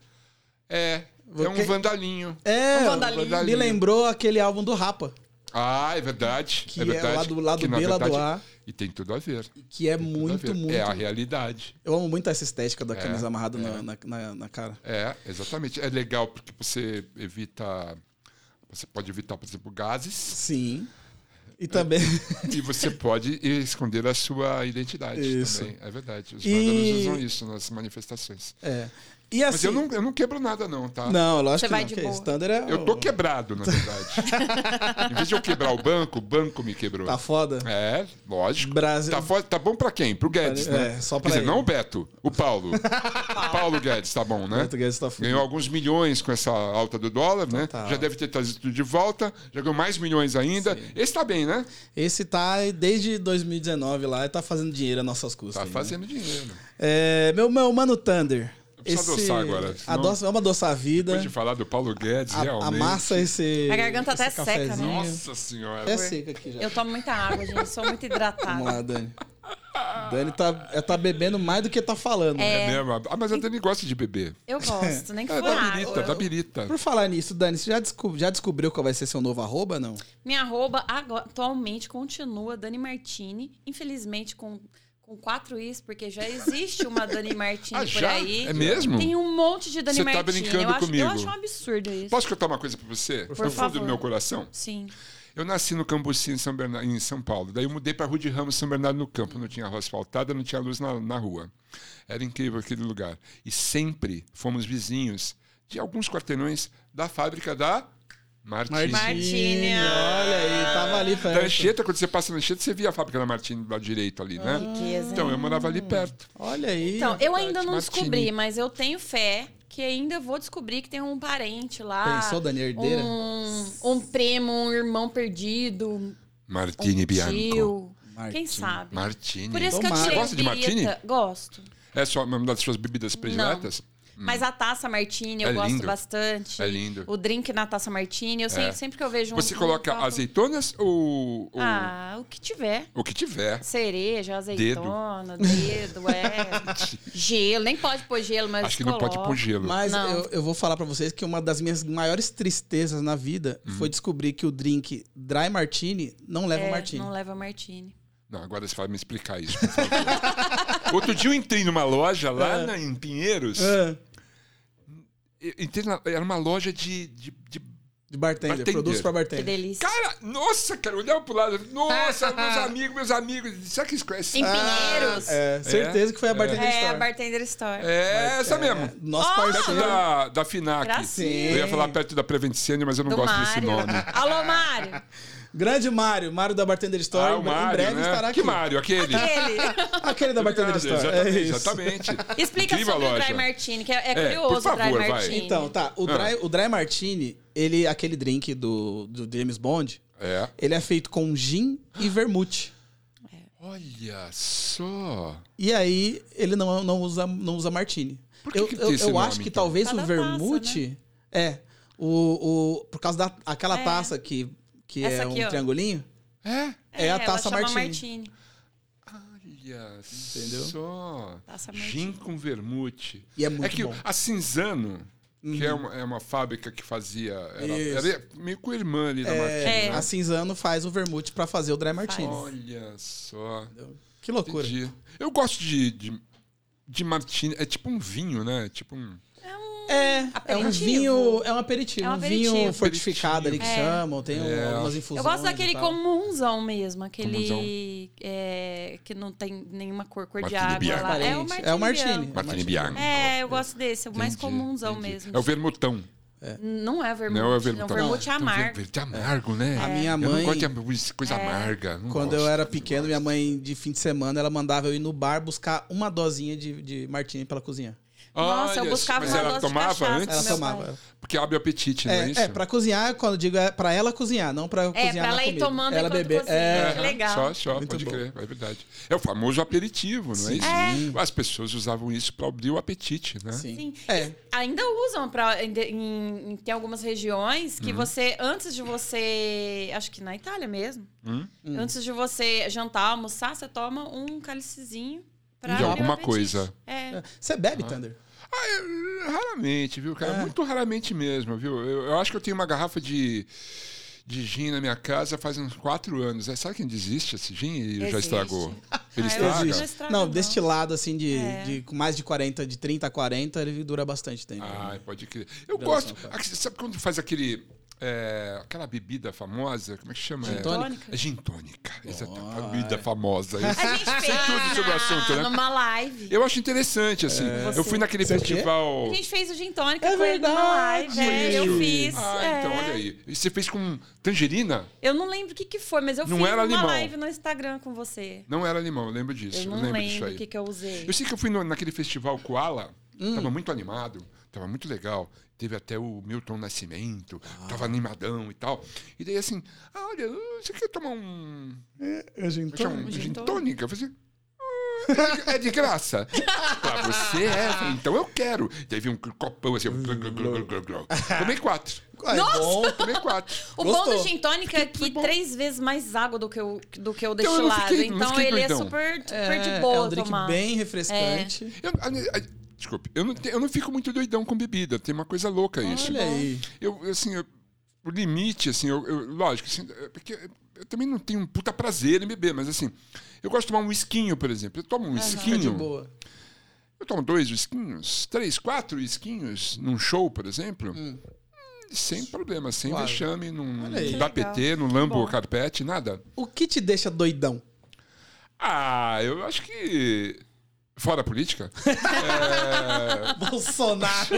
[SPEAKER 4] É, é um
[SPEAKER 2] Porque-
[SPEAKER 4] vandalinho.
[SPEAKER 2] É,
[SPEAKER 3] Um vandalinho.
[SPEAKER 2] me lembrou aquele álbum do Rapa,
[SPEAKER 4] Ah, é verdade.
[SPEAKER 2] Que
[SPEAKER 4] é
[SPEAKER 2] é
[SPEAKER 4] verdade.
[SPEAKER 2] lado- lado
[SPEAKER 4] na
[SPEAKER 2] B, lado
[SPEAKER 4] verdade- E tem tudo a ver.
[SPEAKER 2] que é
[SPEAKER 4] Tem tudo a
[SPEAKER 2] muito,
[SPEAKER 4] ver.
[SPEAKER 2] muito.
[SPEAKER 4] É a realidade.
[SPEAKER 2] Eu amo muito essa estética da camisa amarrada na-
[SPEAKER 4] é.
[SPEAKER 2] na, na- na cara.
[SPEAKER 4] É, exatamente. É legal porque você evita. Você pode evitar, por exemplo, gases
[SPEAKER 2] Sim. E também.
[SPEAKER 4] e você pode esconder a sua identidade
[SPEAKER 2] Isso.
[SPEAKER 4] também. É verdade. Os
[SPEAKER 2] E-
[SPEAKER 4] vândalos usam isso nas manifestações.
[SPEAKER 2] É. E assim.
[SPEAKER 4] Mas eu não, eu não quebro nada, não, tá?
[SPEAKER 2] Não, lógico
[SPEAKER 3] Você
[SPEAKER 2] que
[SPEAKER 3] vai
[SPEAKER 2] não.
[SPEAKER 3] de
[SPEAKER 2] que
[SPEAKER 3] boa.
[SPEAKER 2] isso. Thunder é.
[SPEAKER 4] Eu tô quebrado, na verdade. em vez de eu quebrar o banco, o banco me quebrou.
[SPEAKER 2] Tá foda?
[SPEAKER 4] É, lógico.
[SPEAKER 2] Brasil-
[SPEAKER 4] Tá, fo- tá bom pra quem? Pro Guedes, né?
[SPEAKER 2] É, só pra
[SPEAKER 4] Quer dizer,
[SPEAKER 2] ele.
[SPEAKER 4] não o Beto, o Paulo. o Paulo Guedes, tá bom, né?
[SPEAKER 2] Beto Guedes Então tá fudido.
[SPEAKER 4] Ganhou alguns milhões com essa alta do dólar, né?
[SPEAKER 2] Total.
[SPEAKER 4] Já deve ter trazido tudo de volta. Já ganhou mais milhões ainda. Esse tá bem, né?
[SPEAKER 2] Esse tá desde 2019 lá e tá fazendo dinheiro a nossas custas.
[SPEAKER 4] Tá
[SPEAKER 2] né?
[SPEAKER 4] fazendo dinheiro.
[SPEAKER 2] É, meu, meu mano Thunder.
[SPEAKER 4] preciso adoçar agora, senão-
[SPEAKER 2] Adoça, vamos adoçar a vida.
[SPEAKER 4] Depois de falar do Paulo Guedes,
[SPEAKER 2] A,
[SPEAKER 4] realmente.
[SPEAKER 2] amassa esse.
[SPEAKER 3] A garganta
[SPEAKER 2] esse
[SPEAKER 3] até seca, né?
[SPEAKER 2] cafezinho.
[SPEAKER 4] Nossa senhora.
[SPEAKER 2] É seca aqui já.
[SPEAKER 3] Eu tomo muita água, gente. Sou muito
[SPEAKER 2] Vamos
[SPEAKER 3] hidratada.
[SPEAKER 2] lá, Dani. Dani tá, ela tá bebendo mais do que tá falando.
[SPEAKER 4] É mesmo? Ah, mas a Dani gosta de beber.
[SPEAKER 3] Eu gosto, nem que
[SPEAKER 4] É
[SPEAKER 3] for
[SPEAKER 4] da birita, da
[SPEAKER 3] água.
[SPEAKER 4] birita.
[SPEAKER 2] Por falar nisso, Dani, você já, descob- já descobriu qual vai ser seu novo arroba, não?
[SPEAKER 3] Minha arroba agora- atualmente continua Dani Martini. Infelizmente, com, com quatro is, porque já existe uma Dani Martini
[SPEAKER 4] Ah,
[SPEAKER 3] por
[SPEAKER 4] já?
[SPEAKER 3] aí.
[SPEAKER 4] É mesmo?
[SPEAKER 3] Tem um monte de Dani
[SPEAKER 4] Você tá
[SPEAKER 3] Martini.
[SPEAKER 4] brincando
[SPEAKER 3] eu, acho,
[SPEAKER 4] comigo.
[SPEAKER 3] eu acho um absurdo isso.
[SPEAKER 4] Posso contar uma coisa pra você? no fundo
[SPEAKER 3] favor.
[SPEAKER 4] do meu coração?
[SPEAKER 3] Sim.
[SPEAKER 4] Eu nasci no Cambuci, em São, Berna- em São Paulo. Daí eu mudei para Rua de Ramos, São Bernardo no Campo. Não tinha rua asfaltada, não tinha luz na, na rua. Era incrível aquele lugar. E sempre fomos vizinhos de alguns quarteirões da fábrica da Martins.
[SPEAKER 3] Martini.
[SPEAKER 2] Olha aí, tava ali
[SPEAKER 4] Da
[SPEAKER 2] perto.
[SPEAKER 4] Anchieta, quando você passa na Anchieta, você via a fábrica da Martins lá direito ali, né?
[SPEAKER 3] Riqueza.
[SPEAKER 4] Então, eu morava ali perto.
[SPEAKER 2] Olha aí.
[SPEAKER 3] Então, eu ainda não
[SPEAKER 4] Martini.
[SPEAKER 3] descobri, mas eu tenho fé que ainda vou descobrir que tem um parente lá.
[SPEAKER 2] Pensou, Dani, herdeira?
[SPEAKER 3] Um, um primo, um irmão perdido, um
[SPEAKER 4] Martini Bianco.
[SPEAKER 3] tio.
[SPEAKER 2] Martini.
[SPEAKER 3] Quem sabe?
[SPEAKER 4] Martini.
[SPEAKER 3] Por isso que eu
[SPEAKER 2] Tomara.
[SPEAKER 3] tirei
[SPEAKER 4] Você gosta de
[SPEAKER 3] birita.
[SPEAKER 4] Martini?
[SPEAKER 3] Gosto.
[SPEAKER 4] É só uma das suas bebidas prediletas?
[SPEAKER 3] Mas a taça martini eu
[SPEAKER 4] É
[SPEAKER 3] gosto
[SPEAKER 4] lindo.
[SPEAKER 3] bastante.
[SPEAKER 4] É lindo. É.
[SPEAKER 3] O drink na taça martini, eu sei, sempre que eu vejo um...
[SPEAKER 4] Tipo, Você
[SPEAKER 3] um
[SPEAKER 4] coloca
[SPEAKER 3] copo-
[SPEAKER 4] azeitonas ou, ou
[SPEAKER 3] Ah, o que tiver.
[SPEAKER 4] o que tiver?
[SPEAKER 3] Cereja, azeitona, dedo, é. gelo, nem pode pôr gelo, mas
[SPEAKER 4] Acho que não pode
[SPEAKER 3] coloca.
[SPEAKER 4] pôr gelo.
[SPEAKER 2] Mas
[SPEAKER 3] Não.
[SPEAKER 2] eu, eu vou falar pra vocês que uma das minhas maiores tristezas na vida
[SPEAKER 4] Hum.
[SPEAKER 2] foi descobrir que o drink Dry Martini não leva
[SPEAKER 3] É,
[SPEAKER 2] martini.
[SPEAKER 3] não leva martini.
[SPEAKER 4] Não, agora você vai me explicar isso. por favor. Outro dia eu entrei numa loja lá na- em Pinheiros.
[SPEAKER 2] Ah,
[SPEAKER 4] Eu entrei na- era uma loja de, de- de-
[SPEAKER 2] de bartender,
[SPEAKER 4] Bartender.
[SPEAKER 2] produtos pra
[SPEAKER 3] Que
[SPEAKER 2] bartender.
[SPEAKER 3] delícia.
[SPEAKER 4] Cara, nossa, cara, eu olhava pro lado. Nossa, meus amigos, meus amigos. Será que eles
[SPEAKER 3] Em
[SPEAKER 4] conhecem?
[SPEAKER 3] Pinheiros. é,
[SPEAKER 2] É, certeza que foi a É, bartender
[SPEAKER 3] a
[SPEAKER 2] Store.
[SPEAKER 3] Bartender Store.
[SPEAKER 4] É essa mesmo.
[SPEAKER 2] Nosso
[SPEAKER 4] Perto
[SPEAKER 2] parceiro.
[SPEAKER 4] da, da FINAC.
[SPEAKER 3] Gracinha.
[SPEAKER 4] Eu ia falar perto da Preventicene, mas eu não
[SPEAKER 3] Do
[SPEAKER 4] gosto
[SPEAKER 3] Mário.
[SPEAKER 4] desse nome.
[SPEAKER 3] Alô, Mário.
[SPEAKER 2] Grande Mário, Mário da Bartender Store.
[SPEAKER 4] Ah, o Mário,
[SPEAKER 2] em breve
[SPEAKER 4] né?
[SPEAKER 2] estará aqui.
[SPEAKER 4] Que Mário? Aquele?
[SPEAKER 3] Ele.
[SPEAKER 2] Aquele da Bartender
[SPEAKER 4] Obrigado,
[SPEAKER 2] Store.
[SPEAKER 4] Exatamente.
[SPEAKER 2] é isso.
[SPEAKER 4] exatamente.
[SPEAKER 3] Explica
[SPEAKER 4] Incrível
[SPEAKER 3] sobre
[SPEAKER 4] a
[SPEAKER 3] o Dry
[SPEAKER 4] loja.
[SPEAKER 3] Martini, que é, é
[SPEAKER 4] por
[SPEAKER 3] curioso o
[SPEAKER 4] favor,
[SPEAKER 3] Dry
[SPEAKER 4] vai.
[SPEAKER 3] Martini.
[SPEAKER 2] Então, tá. O
[SPEAKER 4] Ah.
[SPEAKER 2] dry, o dry Martini, ele, aquele drink do, do James Bond,
[SPEAKER 4] É.
[SPEAKER 2] ele é feito com gin e vermute.
[SPEAKER 4] Olha só.
[SPEAKER 2] E aí, ele não, não, usa, não usa martini.
[SPEAKER 4] Por que
[SPEAKER 2] eu
[SPEAKER 4] que tem
[SPEAKER 2] eu,
[SPEAKER 4] esse
[SPEAKER 2] eu
[SPEAKER 4] nome,
[SPEAKER 2] acho que
[SPEAKER 4] então?
[SPEAKER 2] talvez o
[SPEAKER 3] Por causa da taça, né?
[SPEAKER 2] vermute. É. O, o, por causa daquela taça que, que
[SPEAKER 3] É. Essa
[SPEAKER 2] é
[SPEAKER 3] aqui,
[SPEAKER 2] um
[SPEAKER 3] ó.
[SPEAKER 2] triangulinho.
[SPEAKER 4] É?
[SPEAKER 2] É a
[SPEAKER 3] ela
[SPEAKER 2] taça
[SPEAKER 3] chama
[SPEAKER 2] Martini.
[SPEAKER 4] Olha
[SPEAKER 2] Entendeu?
[SPEAKER 4] só.
[SPEAKER 3] Taça
[SPEAKER 4] Gin com vermute.
[SPEAKER 2] E é muito
[SPEAKER 4] é que
[SPEAKER 2] bom. Uhum.
[SPEAKER 4] a Cinzano, que é uma, é uma fábrica que fazia... Era,
[SPEAKER 2] Isso.
[SPEAKER 4] era meio com irmã ali da
[SPEAKER 3] É.
[SPEAKER 4] Martini.
[SPEAKER 2] A Cinzano faz o vermute pra fazer o dry martini.
[SPEAKER 4] Olha só.
[SPEAKER 2] Que loucura.
[SPEAKER 4] Entendi. Eu gosto de, de, de Martini. É tipo um vinho, né? É Tipo um...
[SPEAKER 2] É, é um
[SPEAKER 3] Aperitivo.
[SPEAKER 2] vinho, é um aperitivo,
[SPEAKER 3] É um
[SPEAKER 2] um vinho
[SPEAKER 3] aperitivo.
[SPEAKER 2] fortificado ali que
[SPEAKER 3] É.
[SPEAKER 2] chamam, tem um-
[SPEAKER 4] É.
[SPEAKER 2] algumas infusões.
[SPEAKER 3] Eu gosto
[SPEAKER 2] e
[SPEAKER 3] daquele
[SPEAKER 2] tal.
[SPEAKER 3] comunzão mesmo, aquele
[SPEAKER 4] Comunzão.
[SPEAKER 3] é, que não tem nenhuma cor, cor de
[SPEAKER 4] Martini
[SPEAKER 3] água
[SPEAKER 4] Bianco.
[SPEAKER 3] lá. É o
[SPEAKER 2] Transparente.
[SPEAKER 3] Martini.
[SPEAKER 2] É o Martini.
[SPEAKER 3] Bianco.
[SPEAKER 4] Martini
[SPEAKER 2] Martini
[SPEAKER 4] Bianco.
[SPEAKER 3] É, eu gosto desse, é o mais
[SPEAKER 4] Entendi,
[SPEAKER 3] comunzão
[SPEAKER 4] entendi.
[SPEAKER 3] mesmo.
[SPEAKER 4] É o vermutão.
[SPEAKER 3] Não é vermute.
[SPEAKER 4] Não é o vermutão.
[SPEAKER 3] vermute é
[SPEAKER 4] Então, ver-
[SPEAKER 3] amargo. É.
[SPEAKER 4] Verde amargo, né?
[SPEAKER 2] A minha
[SPEAKER 4] Eu não
[SPEAKER 2] mãe-
[SPEAKER 4] gosto de am- coisa amarga. não
[SPEAKER 2] Quando
[SPEAKER 4] gosto.
[SPEAKER 2] eu era pequeno, minha mãe, de fim de semana, ela mandava eu ir no bar buscar uma dosinha de, de martini pra ela cozinhar.
[SPEAKER 3] Nossa, eu
[SPEAKER 4] Olha,
[SPEAKER 3] buscava
[SPEAKER 4] mas
[SPEAKER 3] uma
[SPEAKER 4] ela
[SPEAKER 3] dose de
[SPEAKER 4] tomava
[SPEAKER 3] cachaça
[SPEAKER 4] antes?
[SPEAKER 3] pro
[SPEAKER 2] Ela
[SPEAKER 3] meu
[SPEAKER 2] tomava.
[SPEAKER 3] pai.
[SPEAKER 4] Porque abre o apetite, não é isso?
[SPEAKER 2] É, é, pra cozinhar, quando eu digo é pra ela cozinhar, não pra eu
[SPEAKER 3] É,
[SPEAKER 2] cozinhar
[SPEAKER 3] pra
[SPEAKER 2] na
[SPEAKER 3] ela ir
[SPEAKER 2] comida.
[SPEAKER 3] tomando
[SPEAKER 2] ela
[SPEAKER 3] enquanto
[SPEAKER 2] beber.
[SPEAKER 3] cozinha.
[SPEAKER 2] É,
[SPEAKER 3] Que legal.
[SPEAKER 4] Só, só,
[SPEAKER 2] Muito
[SPEAKER 4] pode
[SPEAKER 2] bom.
[SPEAKER 4] crer, é verdade. É o famoso aperitivo, não
[SPEAKER 2] Sim.
[SPEAKER 4] é isso? As pessoas usavam isso para abrir o apetite, né?
[SPEAKER 2] sim.
[SPEAKER 3] Sim.
[SPEAKER 2] É,
[SPEAKER 3] Ainda usam pra, em, em- tem algumas regiões
[SPEAKER 4] Uhum.
[SPEAKER 3] que você, antes de você. Acho que na Itália mesmo.
[SPEAKER 4] Hum?
[SPEAKER 3] Antes de você jantar, almoçar, você toma um cálicezinho pra.
[SPEAKER 4] De
[SPEAKER 3] abrir o
[SPEAKER 4] alguma
[SPEAKER 3] apetite.
[SPEAKER 4] coisa.
[SPEAKER 3] É.
[SPEAKER 2] você bebe, Thunder?
[SPEAKER 4] Ah, é, raramente, viu, cara?
[SPEAKER 2] É.
[SPEAKER 4] Muito raramente mesmo, viu? Eu, eu acho que eu tenho uma garrafa de, de gin na minha casa faz uns quatro anos. É, sabe quem desiste esse gin? E já
[SPEAKER 3] Existe.
[SPEAKER 4] estragou. Ele
[SPEAKER 3] Ah, eu
[SPEAKER 4] estraga?
[SPEAKER 3] Existe.
[SPEAKER 2] Não,
[SPEAKER 3] estraga, não.
[SPEAKER 2] deste lado, assim, de,
[SPEAKER 3] É.
[SPEAKER 2] de- com mais de 40, de 30 a 40, ele dura bastante tempo.
[SPEAKER 4] Ah, pode crer. Eu
[SPEAKER 2] Bela
[SPEAKER 4] gosto.
[SPEAKER 2] sopa.
[SPEAKER 4] Aqui, sabe quando faz aquele. é, aquela bebida famosa, como é que chama?
[SPEAKER 2] Gin
[SPEAKER 4] É,
[SPEAKER 2] tônica?
[SPEAKER 4] É gin tônica. Essa
[SPEAKER 2] Boa.
[SPEAKER 4] bebida famosa. isso.
[SPEAKER 3] A gente fez
[SPEAKER 4] tudo sobre o assunto, né?
[SPEAKER 3] numa live.
[SPEAKER 4] Eu acho interessante, assim.
[SPEAKER 3] É.
[SPEAKER 4] Eu fui naquele
[SPEAKER 2] Você
[SPEAKER 4] festival.
[SPEAKER 3] A gente fez o gin tônica
[SPEAKER 2] É
[SPEAKER 3] com ele numa
[SPEAKER 2] verdade.
[SPEAKER 3] live. é, eu fiz.
[SPEAKER 4] Ah,
[SPEAKER 3] é.
[SPEAKER 4] então olha aí. E você fez com tangerina?
[SPEAKER 3] Eu não lembro o que, que foi, mas eu
[SPEAKER 4] Não
[SPEAKER 3] fiz
[SPEAKER 4] era
[SPEAKER 3] uma
[SPEAKER 4] limão.
[SPEAKER 3] live no Instagram com você.
[SPEAKER 4] Não era limão, eu lembro
[SPEAKER 3] Eu
[SPEAKER 4] disso.
[SPEAKER 3] não
[SPEAKER 4] lembro disso
[SPEAKER 3] lembro
[SPEAKER 4] aí.
[SPEAKER 3] o que, que Hum. eu usei.
[SPEAKER 4] Eu sei que eu fui no- naquele festival Koala, tava muito animado, tava muito legal. Teve até o Milton Nascimento,
[SPEAKER 3] Ah.
[SPEAKER 4] tava animadão e tal. E daí assim, ah, olha, você quer tomar um.
[SPEAKER 2] É, gin
[SPEAKER 4] Como é que chama?
[SPEAKER 2] tônica.
[SPEAKER 4] Um
[SPEAKER 3] gin
[SPEAKER 4] gin
[SPEAKER 3] tônica.
[SPEAKER 4] tônica? Eu falei assim. "Ah, é de- É de graça. pra você é, Eu falei, então eu quero. Daí vi um copão assim, eu glu, glu, glu, glu, glu, glu. tomei quatro.
[SPEAKER 2] Ah, é
[SPEAKER 3] Nossa!
[SPEAKER 2] bom.
[SPEAKER 4] Tomei quatro.
[SPEAKER 3] O
[SPEAKER 2] Gostou.
[SPEAKER 3] bom do gin tônica é
[SPEAKER 4] Foi
[SPEAKER 3] que
[SPEAKER 4] bom.
[SPEAKER 3] três vezes mais água do que o, do que o
[SPEAKER 4] Então eu não
[SPEAKER 3] destilado.
[SPEAKER 4] fiquei- não
[SPEAKER 3] então
[SPEAKER 4] fiquei
[SPEAKER 3] ele é
[SPEAKER 4] doidão.
[SPEAKER 3] super, super
[SPEAKER 2] É,
[SPEAKER 3] de boa É.
[SPEAKER 2] é um drink
[SPEAKER 3] tomar.
[SPEAKER 2] bem refrescante.
[SPEAKER 4] Eu- a- a- desculpe, eu não, te- eu não fico muito doidão com bebida, tem uma coisa louca isso.
[SPEAKER 2] Olha aí.
[SPEAKER 4] Eu, assim, eu- o limite, assim, eu, eu- lógico, assim, é porque eu também não tenho um puta prazer em beber, mas assim, eu gosto de tomar um esquinho, por exemplo. Eu tomo um
[SPEAKER 2] Ah, Fica Tá de
[SPEAKER 4] esquinho,
[SPEAKER 2] boa.
[SPEAKER 4] eu tomo Então, dois esquinhos, três, quatro esquinhos num show, por exemplo. hum, Sem problema, sem
[SPEAKER 2] Claro.
[SPEAKER 4] vexame, não, não
[SPEAKER 2] Olha aí.
[SPEAKER 4] dá
[SPEAKER 3] Que legal.
[SPEAKER 4] PT, não lambo
[SPEAKER 3] Bom.
[SPEAKER 4] o carpete, nada.
[SPEAKER 2] O que te deixa doidão?
[SPEAKER 4] Ah, eu acho que. Fora a política?
[SPEAKER 2] Bolsonaro.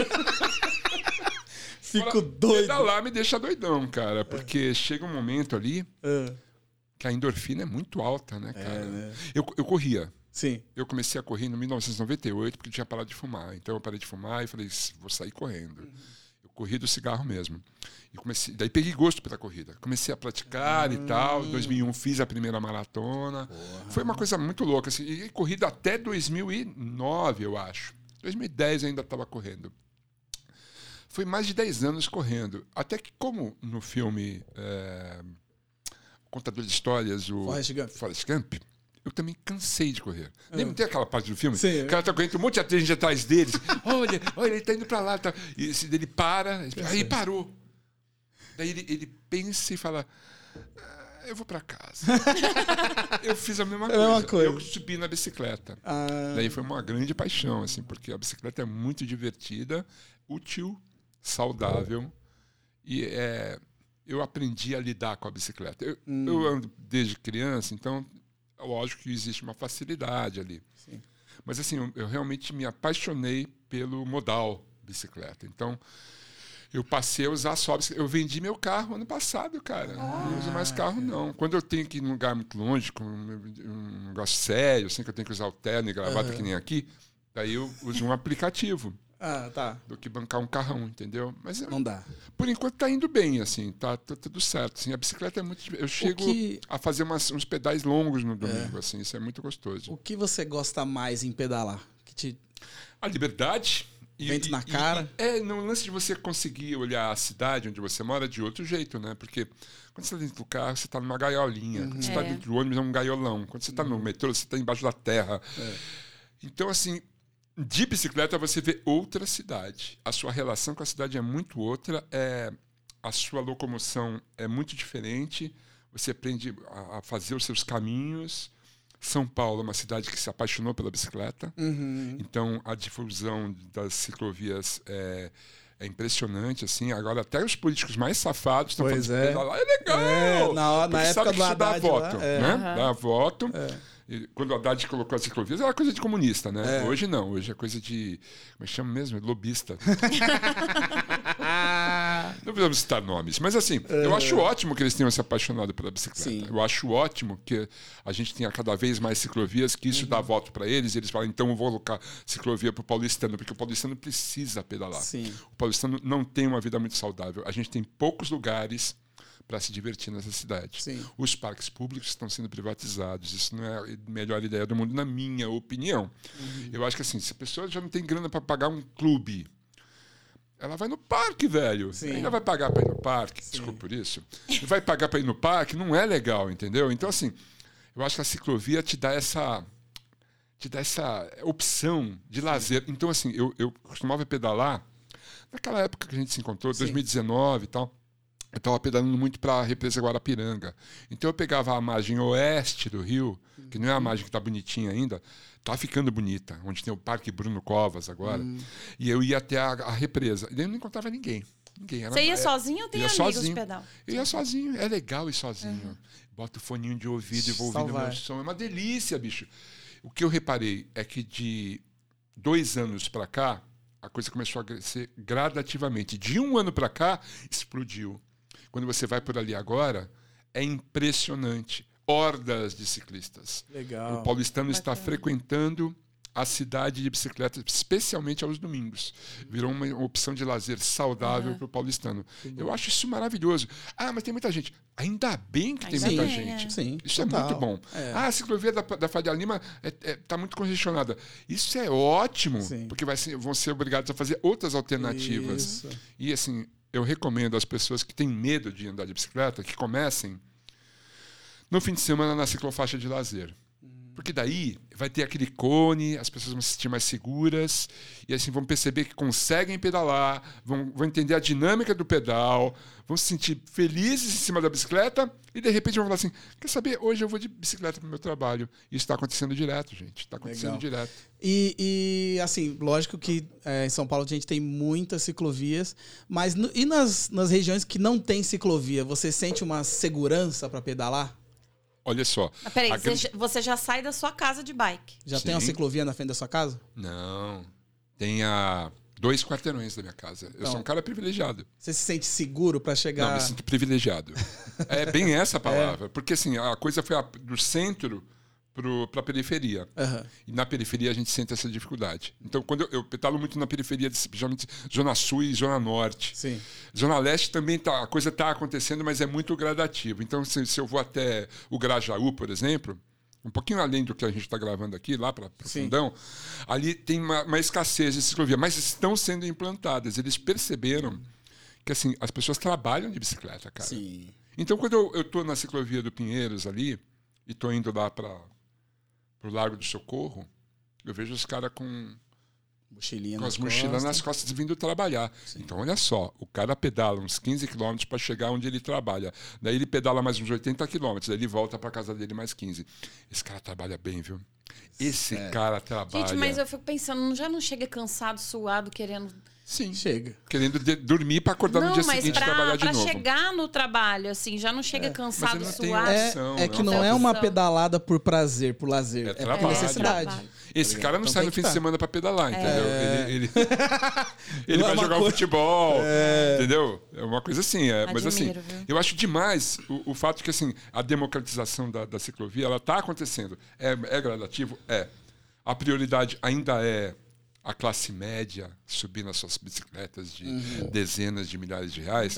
[SPEAKER 2] Fico
[SPEAKER 4] Fora-
[SPEAKER 2] doido. É.
[SPEAKER 4] Pedalar me um. deixa doidão, cara, porque chega um momento ali
[SPEAKER 2] Ah,
[SPEAKER 4] que a endorfina é muito alta, né, cara?
[SPEAKER 2] né?
[SPEAKER 4] Eu, eu corria.
[SPEAKER 2] sim.
[SPEAKER 4] Eu comecei a correr em 1998 porque eu tinha parado de fumar. Então eu parei de fumar e falei, "S- vou sair
[SPEAKER 2] Uhum.
[SPEAKER 4] correndo. Eu corri do cigarro mesmo. E comecei, daí peguei gosto pela corrida. Comecei a praticar e
[SPEAKER 2] Hum.
[SPEAKER 4] tal. Em 2001 fiz a primeira maratona. Foi uma coisa muito louca. Assim, e corrida até 2009, eu acho. 2010 eu ainda estava correndo. Foi mais de 10 anos correndo. Até que, como no filme eh, Contador de Histórias, o
[SPEAKER 2] Forrest Gump.
[SPEAKER 4] Forrest Gump, eu também cansei de correr. Lembra, tem aquela parte do filme?
[SPEAKER 2] Sim.
[SPEAKER 4] O cara tá correndo, um monte de atriz atrás dele. olha, olha, ele tá indo pra lá. Tá. E esse- ele para, aí parou. Daí ele, ele pensa e fala... "Ah, Eu vou pra casa. eu fiz a mesma
[SPEAKER 2] É a mesma
[SPEAKER 4] coisa.
[SPEAKER 2] coisa.
[SPEAKER 4] Eu subi na bicicleta.
[SPEAKER 2] Ah,
[SPEAKER 4] Daí foi uma grande paixão, assim, porque a bicicleta é muito divertida, útil, saudável. E é, eu aprendi a lidar com a bicicleta. Eu,
[SPEAKER 2] Hum.
[SPEAKER 4] eu ando desde criança, então é lógico que existe uma facilidade ali.
[SPEAKER 2] Sim.
[SPEAKER 4] Mas assim, eu, eu realmente me apaixonei pelo modal bicicleta. Então, eu passei a usar só bicicleta. Eu vendi meu carro ano passado, cara. não uso mais carro, não. Quando eu tenho que ir num lugar muito longe, com um um negócio sério, assim, que eu tenho que usar o terno e gravata que nem aqui, daí eu uso um aplicativo
[SPEAKER 2] ah, tá.
[SPEAKER 4] do que bancar um carrão, entendeu? Mas eu-
[SPEAKER 2] Não dá.
[SPEAKER 4] por enquanto tá indo bem, assim, tá, tá tudo certo. Assim, a bicicleta é muito. divertida. Eu chego
[SPEAKER 2] que-
[SPEAKER 4] a fazer umas- uns pedais longos no domingo, assim, isso é muito gostoso.
[SPEAKER 2] O que você gosta mais em pedalar? Que te...
[SPEAKER 4] A liberdade. e-
[SPEAKER 2] Vento
[SPEAKER 4] e-
[SPEAKER 2] na
[SPEAKER 4] e-
[SPEAKER 2] cara.
[SPEAKER 4] e- é, no lance de você conseguir olhar a cidade onde você mora de outro jeito, né? Porque quando você está dentro do carro, você está numa gaiolinha.
[SPEAKER 2] Uhum.
[SPEAKER 4] Quando você está
[SPEAKER 3] É.
[SPEAKER 4] dentro do ônibus, é um gaiolão. Quando você está no metrô, você está embaixo da terra.
[SPEAKER 2] É.
[SPEAKER 4] Então, assim, de bicicleta você vê outra cidade. A sua relação com a cidade é muito outra. É, a sua locomoção é muito diferente. Você aprende a, a fazer os seus caminhos. São Paulo é uma cidade que se apaixonou pela bicicleta.
[SPEAKER 2] Uhum.
[SPEAKER 4] Então, a difusão das ciclovias é, é impressionante. assim. Agora, até os políticos mais safados estão
[SPEAKER 2] Pois
[SPEAKER 4] fazendo
[SPEAKER 2] é.
[SPEAKER 4] pedalar. É legal!
[SPEAKER 2] É, na- na
[SPEAKER 4] Porque
[SPEAKER 2] época
[SPEAKER 4] sabe
[SPEAKER 2] do
[SPEAKER 4] que isso dá
[SPEAKER 2] Haddad lá,
[SPEAKER 4] voto,
[SPEAKER 2] é.
[SPEAKER 4] né?
[SPEAKER 3] Aham.
[SPEAKER 4] Dá voto. E quando o Haddad colocou as ciclovias, era coisa de comunista, né? Hoje não, é hoje é coisa de. Como é que chama mesmo? Lobista. Não precisamos citar nomes, mas assim, eu acho ótimo que eles tenham se apaixonado pela bicicleta.
[SPEAKER 2] É. Sim.
[SPEAKER 4] Eu acho ótimo que a gente tenha cada vez mais ciclovias, que isso
[SPEAKER 2] Uhum.
[SPEAKER 4] dá voto para eles, e eles falam, então eu vou colocar ciclovia para o paulistano, porque o paulistano precisa pedalar.
[SPEAKER 2] Sim.
[SPEAKER 4] O paulistano não tem uma vida muito saudável. A gente tem poucos lugares para se divertir nessa cidade.
[SPEAKER 2] Sim.
[SPEAKER 4] Os parques públicos estão sendo privatizados. Isso não é a melhor ideia do mundo, na minha opinião.
[SPEAKER 2] Uhum.
[SPEAKER 4] Eu acho que assim, se a pessoa já não tem grana para pagar um clube, ela vai no parque, velho.
[SPEAKER 2] Sim.
[SPEAKER 4] Ainda vai pagar para ir no parque, desculpa por isso. E vai pagar para ir no parque, não é legal, entendeu? Então, assim, eu acho que a ciclovia te dá essa. Te dá essa opção de lazer. Então, assim, eu, eu costumava pedalar naquela época que a gente se encontrou, 2019 e tal. Eu estava pedalando muito para a represa Guarapiranga. Então eu pegava a margem oeste do rio, que não é a margem que está bonitinha ainda, está ficando bonita, onde tem o Parque Bruno Covas agora. E eu ia até a, a represa. E daí eu não encontrava ninguém. Ninguém. Era-
[SPEAKER 3] Você ia
[SPEAKER 4] é-
[SPEAKER 3] sozinho ou tem
[SPEAKER 4] ia
[SPEAKER 3] amigos
[SPEAKER 4] sozinho.
[SPEAKER 3] de pedal?
[SPEAKER 4] Eu ia sozinho. É legal ir sozinho. Bota o foninho de ouvido e vou ouvindo
[SPEAKER 2] Salvar.
[SPEAKER 4] meu som. É uma delícia, bicho. O que eu reparei é que de dois anos pra cá, a coisa começou a crescer gradativamente. De um ano pra cá, explodiu. Quando você vai por ali agora, é impressionante. Hordas de ciclistas. O
[SPEAKER 2] Legal.
[SPEAKER 4] paulistano está frequentando a cidade de bicicleta, especialmente aos domingos. Virou uma opção de lazer saudável
[SPEAKER 3] É.
[SPEAKER 4] para o paulistano. Eu acho isso maravilhoso. Ah, mas tem muita gente. Ainda bem que tem
[SPEAKER 3] Ainda
[SPEAKER 4] muita
[SPEAKER 3] bem,
[SPEAKER 4] gente.
[SPEAKER 3] é.
[SPEAKER 2] Sim,
[SPEAKER 4] Isso
[SPEAKER 2] total.
[SPEAKER 4] é muito bom.
[SPEAKER 2] É.
[SPEAKER 4] Ah, a ciclovia da, da Faria Lima está muito congestionada. Isso é ótimo,
[SPEAKER 2] Sim.
[SPEAKER 4] porque vai ser- vão ser obrigados a fazer outras alternativas.
[SPEAKER 2] Isso.
[SPEAKER 4] E assim, eu recomendo às pessoas que têm medo de andar de bicicleta que comecem no fim de semana na ciclofaixa de lazer. Porque daí vai ter aquele cone, as pessoas vão se sentir mais seguras e assim vão perceber que conseguem pedalar, vão, vão entender a dinâmica do pedal, vão se sentir felizes em cima da bicicleta e de repente vão falar assim: quer saber, hoje eu vou de bicicleta para o meu trabalho. Isso está acontecendo direto, gente. Está acontecendo
[SPEAKER 2] Legal.
[SPEAKER 4] direto.
[SPEAKER 2] E, e, assim, lógico que é, em São Paulo a gente tem muitas ciclovias, mas no- e nas, nas regiões que não tem ciclovia, você sente uma segurança para pedalar?
[SPEAKER 4] Olha só.
[SPEAKER 3] Mas Ah, peraí,
[SPEAKER 4] a
[SPEAKER 3] você,
[SPEAKER 4] grande-
[SPEAKER 3] já- você já sai da sua casa de bike.
[SPEAKER 2] Já tem uma
[SPEAKER 4] Sim.
[SPEAKER 2] ciclovia na frente da sua casa?
[SPEAKER 4] Não. Tem a dois quarteirões da minha casa. Eu
[SPEAKER 2] Então.
[SPEAKER 4] sou um cara privilegiado.
[SPEAKER 2] Você se sente seguro para
[SPEAKER 4] Não,
[SPEAKER 2] chegar?
[SPEAKER 4] me sinto privilegiado. É bem essa a palavra. Porque assim, a coisa foi a- do centro para a periferia.
[SPEAKER 2] Aham.
[SPEAKER 4] E na periferia a gente sente essa dificuldade. Então, quando eu, eu pedalo muito na periferia, principalmente Zona Sul e Zona Norte.
[SPEAKER 2] Sim.
[SPEAKER 4] Zona Leste também tá, a coisa está acontecendo, mas é muito gradativo. Então, se, se eu vou até o Grajaú, por exemplo, um pouquinho além do que a gente está gravando aqui, lá para o
[SPEAKER 2] Sim.
[SPEAKER 4] fundão, ali tem uma, uma escassez de ciclovia, mas estão sendo implantadas. Eles perceberam que assim as pessoas trabalham de bicicleta, cara.
[SPEAKER 2] Sim.
[SPEAKER 4] Então, quando eu, eu tô na ciclovia do Pinheiros ali, e tô indo lá para o Largo do Socorro, eu vejo os caras com
[SPEAKER 2] Mochilinha
[SPEAKER 4] com as
[SPEAKER 2] nas
[SPEAKER 4] mochilas
[SPEAKER 2] costas.
[SPEAKER 4] nas costas vindo trabalhar. Então, olha só, o cara pedala uns 15 quilômetros para chegar onde ele trabalha. Daí ele pedala mais uns 80 quilômetros, daí ele volta para casa dele mais 15. Esse cara trabalha bem, viu? Esse cara trabalha.
[SPEAKER 3] É. Gente, mas eu fico pensando, já não chega cansado, suado, querendo.
[SPEAKER 4] Sim,
[SPEAKER 2] Chega.
[SPEAKER 4] querendo de- dormir para acordar Então, no
[SPEAKER 3] Não,
[SPEAKER 4] dia
[SPEAKER 3] mas
[SPEAKER 4] seguinte e
[SPEAKER 3] pra,
[SPEAKER 4] trabalhar de
[SPEAKER 3] pra
[SPEAKER 4] novo.
[SPEAKER 3] chegar no trabalho, assim, já não chega cansado,
[SPEAKER 4] ele não tem
[SPEAKER 3] suado.
[SPEAKER 4] essa-
[SPEAKER 2] É,
[SPEAKER 4] Opção,
[SPEAKER 2] é
[SPEAKER 4] né?
[SPEAKER 2] que não é uma
[SPEAKER 3] Opção.
[SPEAKER 2] pedalada por prazer, por lazer.
[SPEAKER 4] É
[SPEAKER 2] É, por
[SPEAKER 4] trabalho.
[SPEAKER 2] necessidade.
[SPEAKER 3] Trabalho.
[SPEAKER 4] Esse cara não
[SPEAKER 2] Então
[SPEAKER 4] sai
[SPEAKER 2] tem
[SPEAKER 4] no
[SPEAKER 2] que
[SPEAKER 4] fim
[SPEAKER 2] tá.
[SPEAKER 4] de semana para pedalar, entendeu? Ele, ele- ele
[SPEAKER 2] Não é
[SPEAKER 4] vai
[SPEAKER 2] uma
[SPEAKER 4] jogar
[SPEAKER 2] coisa-
[SPEAKER 4] futebol, entendeu? É uma coisa assim. é, mas assim,
[SPEAKER 3] Admiro, viu?
[SPEAKER 4] eu acho demais o, o fato que assim, a democratização da, da ciclovia ela está acontecendo. É, é gradativo? É. A prioridade ainda é a classe média subir nas suas bicicletas de
[SPEAKER 2] Uhum.
[SPEAKER 4] dezenas de milhares de reais.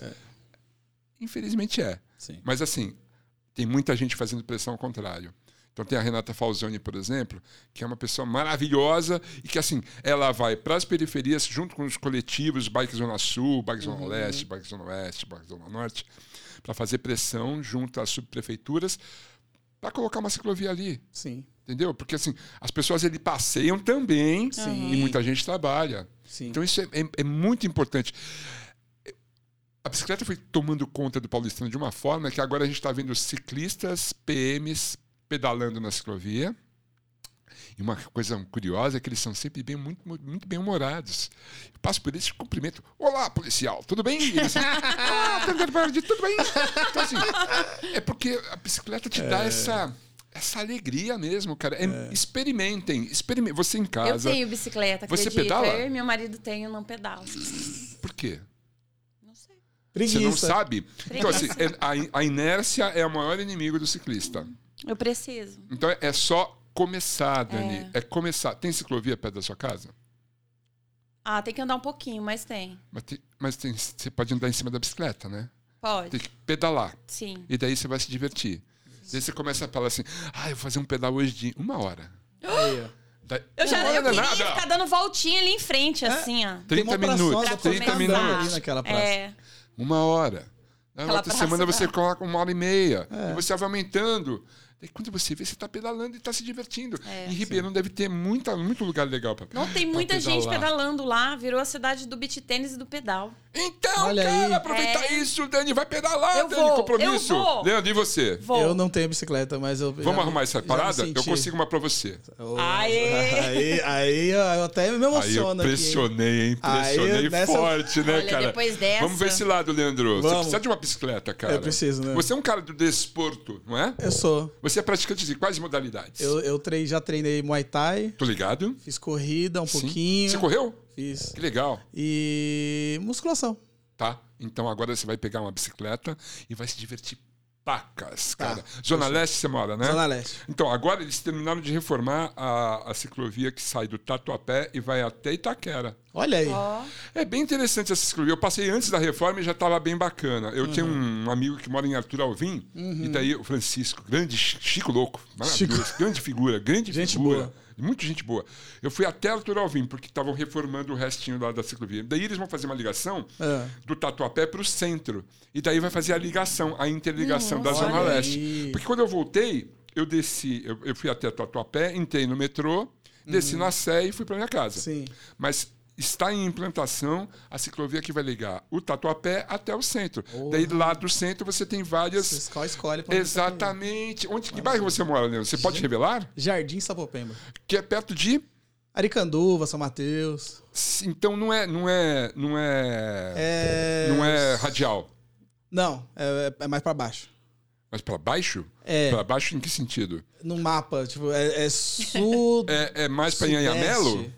[SPEAKER 4] Infelizmente é.
[SPEAKER 2] Sim.
[SPEAKER 4] Mas assim, tem muita gente fazendo pressão ao contrário. Então tem a Renata Falzoni, por exemplo, que é uma pessoa maravilhosa e que assim, ela vai para as periferias junto com os coletivos Bike Zona Sul, Bike Zona
[SPEAKER 2] Uhum.
[SPEAKER 4] Leste, Bike Zona Oeste, Bike Zona Norte, para fazer pressão junto às subprefeituras para colocar uma ciclovia ali,
[SPEAKER 2] Sim.
[SPEAKER 4] entendeu? Porque assim, as pessoas ele passeiam também
[SPEAKER 2] Sim.
[SPEAKER 4] e muita gente trabalha.
[SPEAKER 2] Sim.
[SPEAKER 4] Então isso é, é- é muito importante. A bicicleta foi tomando conta do paulistano de uma forma que agora a gente está vendo ciclistas, PMs pedalando na ciclovia. E uma coisa curiosa é que eles são sempre bem, muito, muito bem humorados. Eu passo por eles e cumprimento. Olá, policial, tudo bem? E eles, ah, Thunder Bird, tudo bem? Então, assim, é porque a bicicleta te dá essa, essa alegria mesmo, cara. É, Experimentem, experimentem. Você em
[SPEAKER 3] Eu
[SPEAKER 4] casa.
[SPEAKER 3] tenho bicicleta,
[SPEAKER 4] Você
[SPEAKER 3] acredita?
[SPEAKER 4] pedala?
[SPEAKER 3] Eu e meu marido tenho, não pedalo.
[SPEAKER 4] Por quê?
[SPEAKER 3] Não sei.
[SPEAKER 4] Você não
[SPEAKER 2] Preguiça.
[SPEAKER 4] sabe. Então, assim, é- a, a inércia é o maior inimigo do ciclista.
[SPEAKER 3] Eu preciso.
[SPEAKER 4] Então, é só começar, Dani. É, começar. Tem ciclovia perto da sua casa?
[SPEAKER 3] Ah, tem que andar um pouquinho, mas tem.
[SPEAKER 4] Mas, tem- mas tem- você pode andar em cima da bicicleta, né? Tem
[SPEAKER 3] Pode.
[SPEAKER 4] que pedalar.
[SPEAKER 3] Sim.
[SPEAKER 4] E daí você vai se divertir. Daí você começa a falar assim: ah, eu vou fazer um pedal hoje de uma hora.
[SPEAKER 2] Aí, ó.
[SPEAKER 4] Daí-
[SPEAKER 3] Eu já
[SPEAKER 4] uma hora é
[SPEAKER 3] eu queria
[SPEAKER 4] nada.
[SPEAKER 3] ficar dando voltinha ali em frente, assim, ó.
[SPEAKER 2] Tem
[SPEAKER 4] 30
[SPEAKER 2] uma praçosa
[SPEAKER 4] minutos,
[SPEAKER 3] pra
[SPEAKER 4] 30
[SPEAKER 3] começar.
[SPEAKER 4] minutos.
[SPEAKER 2] ali naquela praça.
[SPEAKER 3] É.
[SPEAKER 4] uma hora. Na
[SPEAKER 3] Aquela
[SPEAKER 4] outra
[SPEAKER 3] praça,
[SPEAKER 4] semana
[SPEAKER 3] né?
[SPEAKER 4] você coloca uma hora e meia. E você vai aumentando. E quando você vê, você está pedalando e está se divertindo.
[SPEAKER 3] É.
[SPEAKER 4] em Ribeirão deve ter muita, muito lugar legal para
[SPEAKER 3] Não tem muita gente pedalando lá. Virou a cidade do beat tênis e do pedal.
[SPEAKER 4] Então,
[SPEAKER 2] Olha
[SPEAKER 4] cara,
[SPEAKER 2] aí.
[SPEAKER 4] aproveitar
[SPEAKER 3] É.
[SPEAKER 4] isso, Dani. Vai pedalar,
[SPEAKER 3] Eu
[SPEAKER 4] Dani.
[SPEAKER 3] vou,
[SPEAKER 4] compromisso.
[SPEAKER 3] eu vou.
[SPEAKER 4] Leandro, e você?
[SPEAKER 3] Vou.
[SPEAKER 2] Eu não tenho bicicleta, mas eu.
[SPEAKER 4] Vamos
[SPEAKER 2] já-
[SPEAKER 4] arrumar essa
[SPEAKER 2] já me
[SPEAKER 4] parada? Eu
[SPEAKER 2] senti.
[SPEAKER 4] consigo uma para você.
[SPEAKER 2] Oh,
[SPEAKER 3] Aê!
[SPEAKER 2] Aí, aí eu eu até me
[SPEAKER 4] Aí eu
[SPEAKER 2] emociono aqui.
[SPEAKER 4] pressionei, hein?
[SPEAKER 2] Aí,
[SPEAKER 4] Pressionei
[SPEAKER 2] nessa-
[SPEAKER 4] forte, né,
[SPEAKER 3] Olha,
[SPEAKER 4] cara?
[SPEAKER 3] depois dessa-
[SPEAKER 4] Vamos ver esse lado, Leandro. Você
[SPEAKER 2] Vamos.
[SPEAKER 4] precisa de uma bicicleta, cara.
[SPEAKER 2] Eu preciso, né?
[SPEAKER 4] Você é um cara do desporto, não é?
[SPEAKER 2] Eu sou.
[SPEAKER 4] Você é praticante de quais modalidades?
[SPEAKER 2] Eu, eu trei- já treinei Muay Thai,
[SPEAKER 4] Tô ligado.
[SPEAKER 2] fiz corrida um
[SPEAKER 4] Sim.
[SPEAKER 2] pouquinho.
[SPEAKER 4] Você correu?
[SPEAKER 2] Fiz.
[SPEAKER 4] Que legal.
[SPEAKER 2] E musculação.
[SPEAKER 4] Tá? Então agora você vai pegar uma bicicleta e vai se divertir pacas, cara. Zona Leste você mora, né?
[SPEAKER 2] Tá. Zona Leste.
[SPEAKER 4] Então, agora eles terminaram de reformar a, a ciclovia que sai do Tatuapé e vai até Itaquera.
[SPEAKER 2] Olha aí.
[SPEAKER 3] Ó.
[SPEAKER 4] É bem interessante essa ciclovia. Eu passei antes da reforma e já estava bem bacana. Eu tinha
[SPEAKER 2] Uhum.
[SPEAKER 4] um amigo que mora em Arthur Alvim, e daí o Francisco, grande Chi- Chico Louco, maravilhoso, grande figura, grande
[SPEAKER 2] Gente
[SPEAKER 4] figura.
[SPEAKER 2] boa.
[SPEAKER 4] Muito gente boa. Eu fui até Arthur Alvim, porque estavam reformando o restinho lá da ciclovia. Daí eles vão fazer uma ligação
[SPEAKER 2] Ah.
[SPEAKER 4] do Tatuapé para o centro. E daí vai fazer a ligação, a interligação da Zona
[SPEAKER 2] olha
[SPEAKER 4] Leste.
[SPEAKER 2] aí.
[SPEAKER 4] Porque quando eu voltei, eu desci, eu, eu fui até Tatuapé, entrei no metrô, desci
[SPEAKER 2] Uhum.
[SPEAKER 4] na Sé e fui para minha casa.
[SPEAKER 2] Sim.
[SPEAKER 4] Mas está em implantação a ciclovia que vai ligar o Tatuapé até o centro. Daí lá do centro você tem várias.
[SPEAKER 2] Você só escolhe pra onde é você quer ir.
[SPEAKER 4] Exatamente. Onde que
[SPEAKER 2] é.
[SPEAKER 4] bairro você mora, Leandro? Você pode revelar?
[SPEAKER 2] Jardim Sapopemba.
[SPEAKER 4] Que é perto de.
[SPEAKER 2] Aricanduva, São Mateus.
[SPEAKER 4] Então não é. Não é. Não é.
[SPEAKER 2] É.
[SPEAKER 4] Não é radial.
[SPEAKER 2] Não, é, é mais pra baixo.
[SPEAKER 4] Mas para baixo?
[SPEAKER 2] É.
[SPEAKER 4] Para baixo em que sentido?
[SPEAKER 2] No mapa, tipo, é, é sul.
[SPEAKER 4] É, é mais para
[SPEAKER 2] sudeste.
[SPEAKER 4] Anhamelo?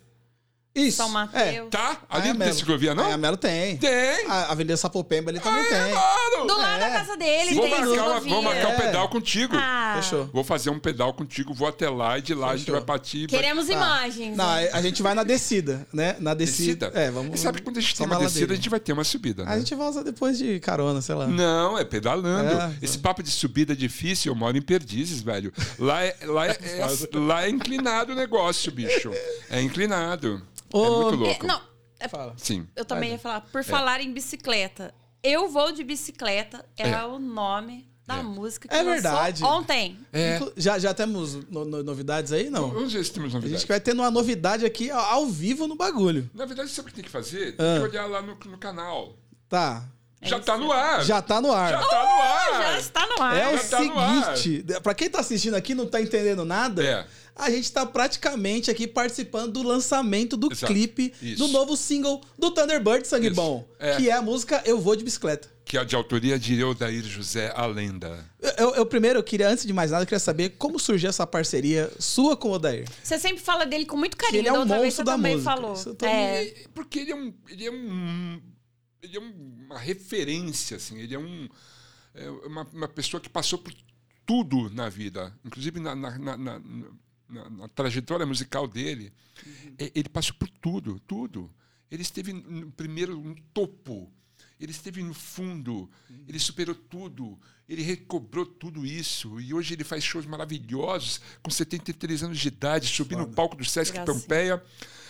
[SPEAKER 2] Isso.
[SPEAKER 3] São Mateus.
[SPEAKER 4] Tá? Ali não tem
[SPEAKER 2] Anhamelo.
[SPEAKER 4] ciclovia, não?
[SPEAKER 2] É, a Melo tem.
[SPEAKER 4] Tem! Ah,
[SPEAKER 2] A Avenida Sapopemba ele também tem.
[SPEAKER 4] Claro!
[SPEAKER 3] Do lado
[SPEAKER 2] É.
[SPEAKER 3] da casa dele
[SPEAKER 4] Vou
[SPEAKER 3] tem
[SPEAKER 4] marcar, uma-
[SPEAKER 3] ciclovia.
[SPEAKER 4] vou marcar um
[SPEAKER 2] É.
[SPEAKER 4] pedal contigo.
[SPEAKER 3] Ah,
[SPEAKER 2] Fechou.
[SPEAKER 4] Vou fazer um pedal contigo, vou até lá e de lá a gente
[SPEAKER 2] Fechou.
[SPEAKER 4] vai partir. vai-
[SPEAKER 3] Queremos imagens.
[SPEAKER 2] Tá.
[SPEAKER 3] É,
[SPEAKER 2] Não, é
[SPEAKER 3] hein?
[SPEAKER 2] a a gente vai na descida, né? Na descida.
[SPEAKER 4] Descida?
[SPEAKER 2] É, vamos.
[SPEAKER 4] Você sabe que quando a gente
[SPEAKER 2] só
[SPEAKER 4] tem
[SPEAKER 2] na
[SPEAKER 4] uma descida,
[SPEAKER 2] ladeira.
[SPEAKER 4] a gente vai ter uma subida, né?
[SPEAKER 2] A gente vai usar depois de carona, sei lá.
[SPEAKER 4] Não, é pedalando.
[SPEAKER 2] É,
[SPEAKER 4] Esse papo de subida é difícil, eu moro em Perdizes, velho. Lá é, lá é, é- lá é inclinado o negócio, bicho. É inclinado. é
[SPEAKER 2] Ô,
[SPEAKER 4] muito
[SPEAKER 3] É,
[SPEAKER 4] louco.
[SPEAKER 3] não, é-
[SPEAKER 2] Fala.
[SPEAKER 4] Sim.
[SPEAKER 3] eu também ia falar.
[SPEAKER 2] É.
[SPEAKER 3] Por falar em bicicleta, Eu Vou de Bicicleta é,
[SPEAKER 4] É.
[SPEAKER 3] o nome da
[SPEAKER 4] É.
[SPEAKER 3] música que
[SPEAKER 2] É
[SPEAKER 3] lançou
[SPEAKER 2] verdade.
[SPEAKER 3] ontem.
[SPEAKER 4] É. Hum.
[SPEAKER 2] Inclu- Já, já temos no- no- novidades aí? Não.
[SPEAKER 4] Vamos ver se temos
[SPEAKER 2] A
[SPEAKER 4] novidades.
[SPEAKER 2] gente vai tendo uma novidade aqui ao- ao vivo no bagulho.
[SPEAKER 4] Na verdade, sabe o que tem que fazer? Tem
[SPEAKER 2] Ah.
[SPEAKER 4] que olhar lá no, no canal.
[SPEAKER 2] Tá.
[SPEAKER 4] já tá no ar.
[SPEAKER 2] Já tá no ar.
[SPEAKER 4] Já tá no ar.
[SPEAKER 3] Já está no ar.
[SPEAKER 2] É o
[SPEAKER 4] já tá no ar.
[SPEAKER 2] seguinte, pra quem tá assistindo aqui e não tá entendendo nada,
[SPEAKER 4] É.
[SPEAKER 2] a gente tá praticamente aqui participando do lançamento do
[SPEAKER 4] Exato.
[SPEAKER 2] clipe
[SPEAKER 4] Isso.
[SPEAKER 2] do novo single do Thunderbird Sangue
[SPEAKER 4] Isso.
[SPEAKER 2] Bom,
[SPEAKER 4] É.
[SPEAKER 2] que é a música Eu Vou de Bicicleta.
[SPEAKER 4] Que é de autoria de Eudair José, a lenda.
[SPEAKER 2] Eu, eu- eu primeiro eu queria, antes de mais nada, eu queria saber como surgiu essa parceria sua com o Odair.
[SPEAKER 3] Você sempre fala dele com muito
[SPEAKER 2] Que
[SPEAKER 3] carinho.
[SPEAKER 2] ele é
[SPEAKER 3] da
[SPEAKER 2] um
[SPEAKER 3] outra vez
[SPEAKER 2] monstro
[SPEAKER 3] você
[SPEAKER 2] da
[SPEAKER 3] também
[SPEAKER 2] música.
[SPEAKER 3] falou.
[SPEAKER 2] Isso eu tô-
[SPEAKER 3] É.
[SPEAKER 4] E- Porque ele é um. Ele é um. Ele é uma referência, assim. Ele é um. é uma, uma pessoa que passou por tudo na vida. Inclusive na, na- na- na- na- na trajetória musical dele.
[SPEAKER 3] Uhum.
[SPEAKER 4] E- Ele passou por tudo, tudo. Ele esteve no primeiro no topo. Ele esteve no fundo,
[SPEAKER 3] Uhum.
[SPEAKER 4] ele superou tudo, ele recobrou tudo isso. E hoje ele faz shows maravilhosos, com 73 anos de idade, subindo no palco do Sesc
[SPEAKER 3] Gracinha.
[SPEAKER 4] Pompeia.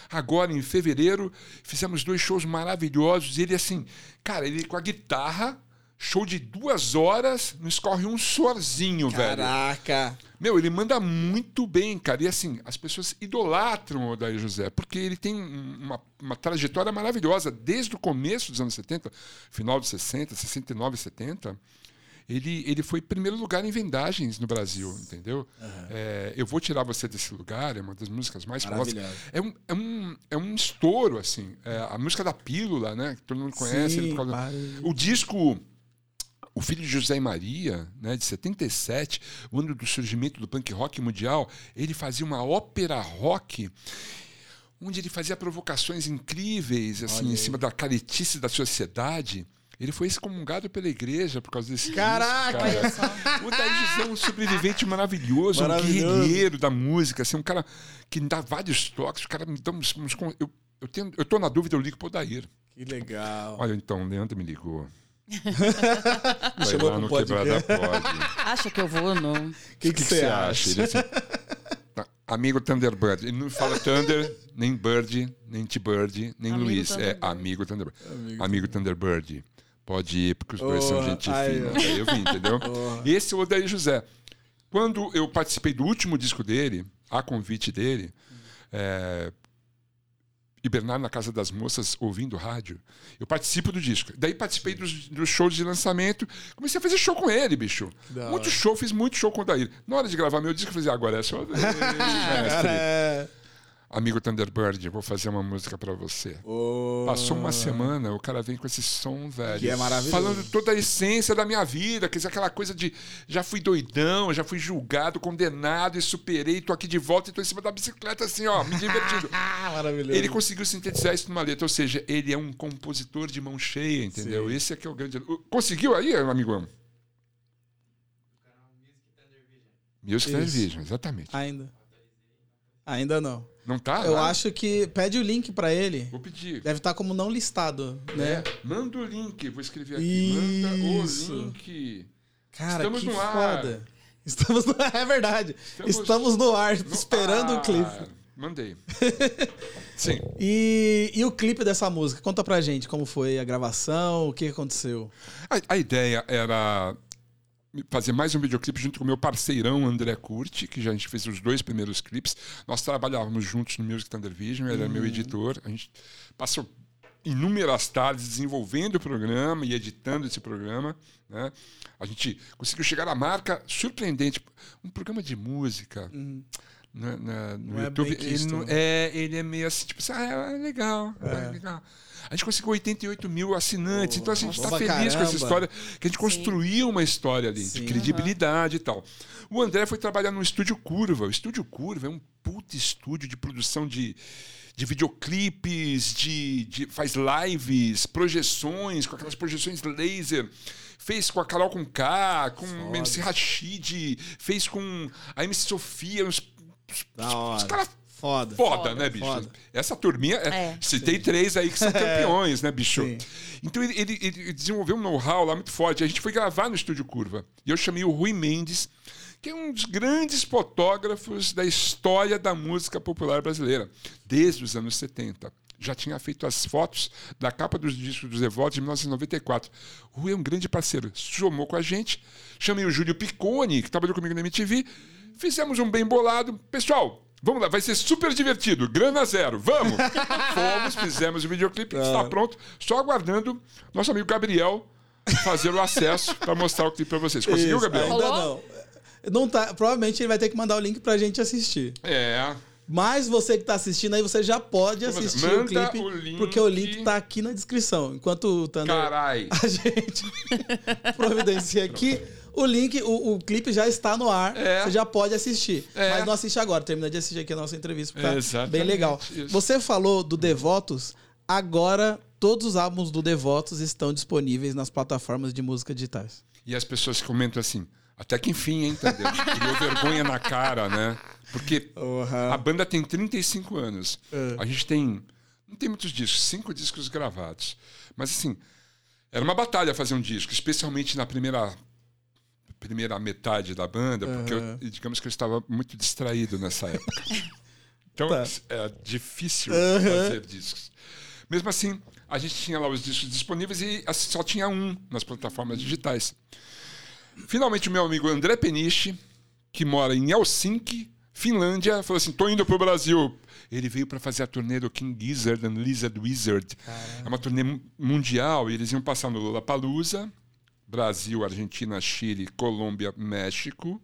[SPEAKER 4] Agora, em fevereiro, fizemos dois shows maravilhosos. E ele, assim, cara, ele com a guitarra, show de duas horas, não escorre um sorzinho, velho.
[SPEAKER 2] Caraca!
[SPEAKER 4] Meu, ele manda muito bem, cara. E assim, as pessoas idolatram o Odair José, porque ele tem um- uma, uma trajetória maravilhosa. Desde o começo dos anos 70, final dos 60, 69, 70, ele, ele foi primeiro lugar em vendagens no Brasil, entendeu? É, Eu Vou Tirar Você Desse Lugar é uma das músicas mais famosas.
[SPEAKER 2] Maravilhosa.
[SPEAKER 4] É um, é, um, é um estouro, assim. É a música da Pílula, né? Que todo mundo conhece.
[SPEAKER 2] Sim,
[SPEAKER 4] ele por causa-
[SPEAKER 2] maravilha.
[SPEAKER 4] O disco... O filho de José e Maria, né, de 77, o ano do surgimento do punk rock mundial, ele fazia uma ópera rock onde ele fazia provocações incríveis assim em cima da caretice da sociedade. Ele foi excomungado pela igreja por causa desse
[SPEAKER 2] Caraca!
[SPEAKER 4] disco, cara. O Tarcísio é um sobrevivente maravilhoso,
[SPEAKER 2] Maravilhoso.
[SPEAKER 4] um guerrilheiro da música, assim, um cara que me dá vários toques, o cara me dá uns... uns con- eu, eu, tenho, eu tô na dúvida, eu ligo pro Daír.
[SPEAKER 2] Que legal.
[SPEAKER 4] Olha, então, o Leandro me ligou. Vai
[SPEAKER 2] chamou
[SPEAKER 4] lá
[SPEAKER 2] pro né?
[SPEAKER 4] no
[SPEAKER 2] podcast.
[SPEAKER 4] Quebrada Pode.
[SPEAKER 3] Acha que eu vou ou não?
[SPEAKER 2] O que,
[SPEAKER 4] O
[SPEAKER 2] que você acha?
[SPEAKER 4] Ele assim, tá, amigo Thunderbird. Ele não fala Thunder, nem Bird, nem T-Bird, nem
[SPEAKER 3] Amigo
[SPEAKER 4] Luiz. É
[SPEAKER 3] Thunderbird.
[SPEAKER 4] amigo Thunderbird.
[SPEAKER 2] Amigo
[SPEAKER 4] Amigo, Thunderbird. Pode ir, porque os dois
[SPEAKER 2] Oh,
[SPEAKER 4] são gente
[SPEAKER 2] aí,
[SPEAKER 4] fina.
[SPEAKER 2] ó.
[SPEAKER 4] Daí eu vim, entendeu? Esse é o Odair José. Quando eu participei do último disco dele, a convite dele, é, hibernar na Casa das Moças ouvindo rádio, eu participo do disco. Daí participei dos, dos shows de lançamento, comecei a fazer show com ele, bicho.
[SPEAKER 2] Da hora.
[SPEAKER 4] Muito show, fiz muito show com o Daír. Na hora de gravar meu disco, eu falei, "Ah, agora é só.
[SPEAKER 2] Cara, é...
[SPEAKER 4] Amigo Thunderbird, eu vou fazer uma música pra você.
[SPEAKER 2] Ô,
[SPEAKER 4] Passou uma semana, o cara vem com esse som, velho.
[SPEAKER 2] Que é maravilhoso.
[SPEAKER 4] Falando toda a essência da minha vida, quer dizer, aquela coisa de já fui doidão, já fui julgado, condenado e superei, tô aqui de volta e tô em cima da bicicleta, assim, ó, me divertindo.
[SPEAKER 2] Ah, maravilhoso.
[SPEAKER 4] Ele conseguiu sintetizar isso numa letra, ou seja, ele é um compositor de mão cheia, entendeu?
[SPEAKER 2] Sim.
[SPEAKER 4] Esse é que é o grande. Conseguiu aí, amigão? Music
[SPEAKER 2] Isso.
[SPEAKER 4] Television, exatamente.
[SPEAKER 2] Ainda. Ainda não.
[SPEAKER 4] Não tá?
[SPEAKER 2] Ah, Eu
[SPEAKER 4] lá?
[SPEAKER 2] acho que. Pede o link pra ele.
[SPEAKER 4] Vou pedir.
[SPEAKER 2] Deve estar como não listado, né?
[SPEAKER 4] É, manda o link, vou escrever aqui. Manda
[SPEAKER 2] Isso.
[SPEAKER 4] o link.
[SPEAKER 2] Cara,
[SPEAKER 4] Estamos
[SPEAKER 2] que
[SPEAKER 4] no ar.
[SPEAKER 2] foda. Estamos no ar. É verdade. Estamos,
[SPEAKER 4] Estamos
[SPEAKER 2] no ar,
[SPEAKER 4] No
[SPEAKER 2] esperando o
[SPEAKER 4] ar.
[SPEAKER 2] clipe.
[SPEAKER 4] Ah, Mandei. Sim.
[SPEAKER 2] E, e o clipe dessa música? Conta pra gente como foi a gravação, o que aconteceu.
[SPEAKER 4] A, a ideia era fazer mais um videoclipe junto com meu parceirão André Curti, que já a gente fez os dois primeiros clipes. Nós trabalhávamos juntos no Music Thunder Vision, ele
[SPEAKER 2] Hum.
[SPEAKER 4] era meu editor. A gente passou inúmeras tardes desenvolvendo o programa e editando esse programa. Né? A gente conseguiu chegar à marca surpreendente. Um programa de música na- na- no
[SPEAKER 2] Hum. Não é
[SPEAKER 4] YouTube.
[SPEAKER 2] bem que
[SPEAKER 4] ele,
[SPEAKER 2] isso, né?
[SPEAKER 4] não, é, ele é meio assim, tipo assim, ah, é legal, é legal. A gente conseguiu 88 mil assinantes, então a gente está
[SPEAKER 2] Nossa,
[SPEAKER 4] feliz com
[SPEAKER 2] caramba.
[SPEAKER 4] essa história, que a gente construiu uma história ali,
[SPEAKER 2] Sim.
[SPEAKER 4] de credibilidade e tal. O André foi trabalhar no Estúdio Curva. O Estúdio Curva é um puto estúdio de produção de, de videoclipes, de, de- faz lives, projeções, com aquelas projeções laser. Fez com a Carol com K, com o MC Rashid, fez com a MC Sofia, uns,
[SPEAKER 2] Da
[SPEAKER 4] os
[SPEAKER 2] hora.
[SPEAKER 4] caras
[SPEAKER 2] Foda.
[SPEAKER 4] Foda, né, bicho?
[SPEAKER 2] foda. É.
[SPEAKER 4] Essa turminha. É,
[SPEAKER 3] É.
[SPEAKER 4] citei três aí que são campeões, né, bicho?
[SPEAKER 2] Sim.
[SPEAKER 4] Então ele, ele- ele desenvolveu um know-how lá muito forte. A gente foi gravar no Estúdio Curva. E eu chamei o Rui Mendes, que é um dos grandes fotógrafos da história da música popular brasileira, desde os anos 70. Já tinha feito as fotos da capa dos discos dos Evotes de 1994. O Rui é um grande parceiro. Somou com a gente. Chamei o Júlio Piccone, que trabalhou comigo na MTV. Fizemos um bem bolado. Pessoal, Vamos lá, vai ser super divertido. Grana zero, vamos! Fomos, fizemos o videoclipe, está pronto. Só aguardando nosso amigo Gabriel fazer o acesso para mostrar o clipe para vocês. Conseguiu,
[SPEAKER 2] Isso,
[SPEAKER 4] Gabriel?
[SPEAKER 2] Ainda não.
[SPEAKER 3] Rolou?
[SPEAKER 2] Não tá, provavelmente ele vai ter que mandar o link pra gente assistir.
[SPEAKER 4] É.
[SPEAKER 2] Mas você que tá assistindo aí, você já pode
[SPEAKER 4] Vamos lá,
[SPEAKER 2] assistir o
[SPEAKER 4] manda
[SPEAKER 2] clipe,
[SPEAKER 4] o link.
[SPEAKER 2] porque o link tá aqui na descrição. Enquanto o Thunder
[SPEAKER 4] É. Carai.
[SPEAKER 2] a gente providencia aqui. O link, o, o clipe já está no ar,
[SPEAKER 4] É.
[SPEAKER 2] você já pode assistir.
[SPEAKER 4] É.
[SPEAKER 2] Mas não assiste agora, termina de assistir aqui a nossa entrevista, porque tá
[SPEAKER 4] Exatamente,
[SPEAKER 2] bem legal.
[SPEAKER 4] isso.
[SPEAKER 2] Você falou do Devotos, agora todos os álbuns do Devotos estão disponíveis nas plataformas de música digitais.
[SPEAKER 4] E as pessoas comentam assim, até que enfim, hein, entendeu? Criou vergonha na cara, né? Porque
[SPEAKER 2] É.
[SPEAKER 4] a banda tem 35 anos. A gente tem. Não tem muitos discos, cinco discos gravados. Mas assim, era uma batalha fazer um disco, especialmente na primeira. Primeira metade da banda, porque eu- digamos que eu estava muito distraído nessa época. Então
[SPEAKER 2] Tá.
[SPEAKER 4] é difícil fazer discos. Mesmo assim, a gente tinha lá os discos disponíveis e assim, só tinha um nas plataformas digitais. Finalmente, o meu amigo André Peniche, que mora em Helsinki, Finlândia, falou assim: tô indo pro Brasil. Ele veio para fazer a turnê do King Gizzard and Lizard Wizard. É uma turnê mu- mundial e eles iam passar no Lollapalooza, Brasil, Argentina, Chile, Colômbia, México.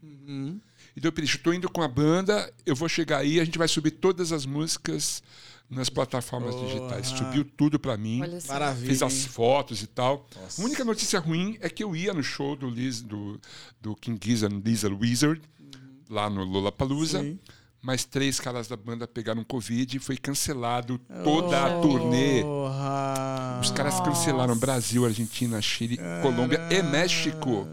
[SPEAKER 4] Então, Peniche, tô indo com a banda, eu vou chegar aí, a gente vai subir todas as músicas nas plataformas digitais. Subiu tudo para mim.
[SPEAKER 3] Olha só.
[SPEAKER 2] Maravilha.
[SPEAKER 4] Fiz as
[SPEAKER 2] hein?
[SPEAKER 4] fotos e tal. A única notícia ruim é que eu ia no show do, Liz, do, do King Gizzard and Lizard Wizard, lá no Lollapalooza.
[SPEAKER 2] Uhum. Sim.
[SPEAKER 4] mas três caras da banda pegaram Covid e foi cancelado toda
[SPEAKER 2] Oh.
[SPEAKER 4] a turnê.
[SPEAKER 2] Porra.
[SPEAKER 4] Os caras
[SPEAKER 3] Nossa.
[SPEAKER 4] cancelaram Brasil, Argentina, Chile, Colômbia e México.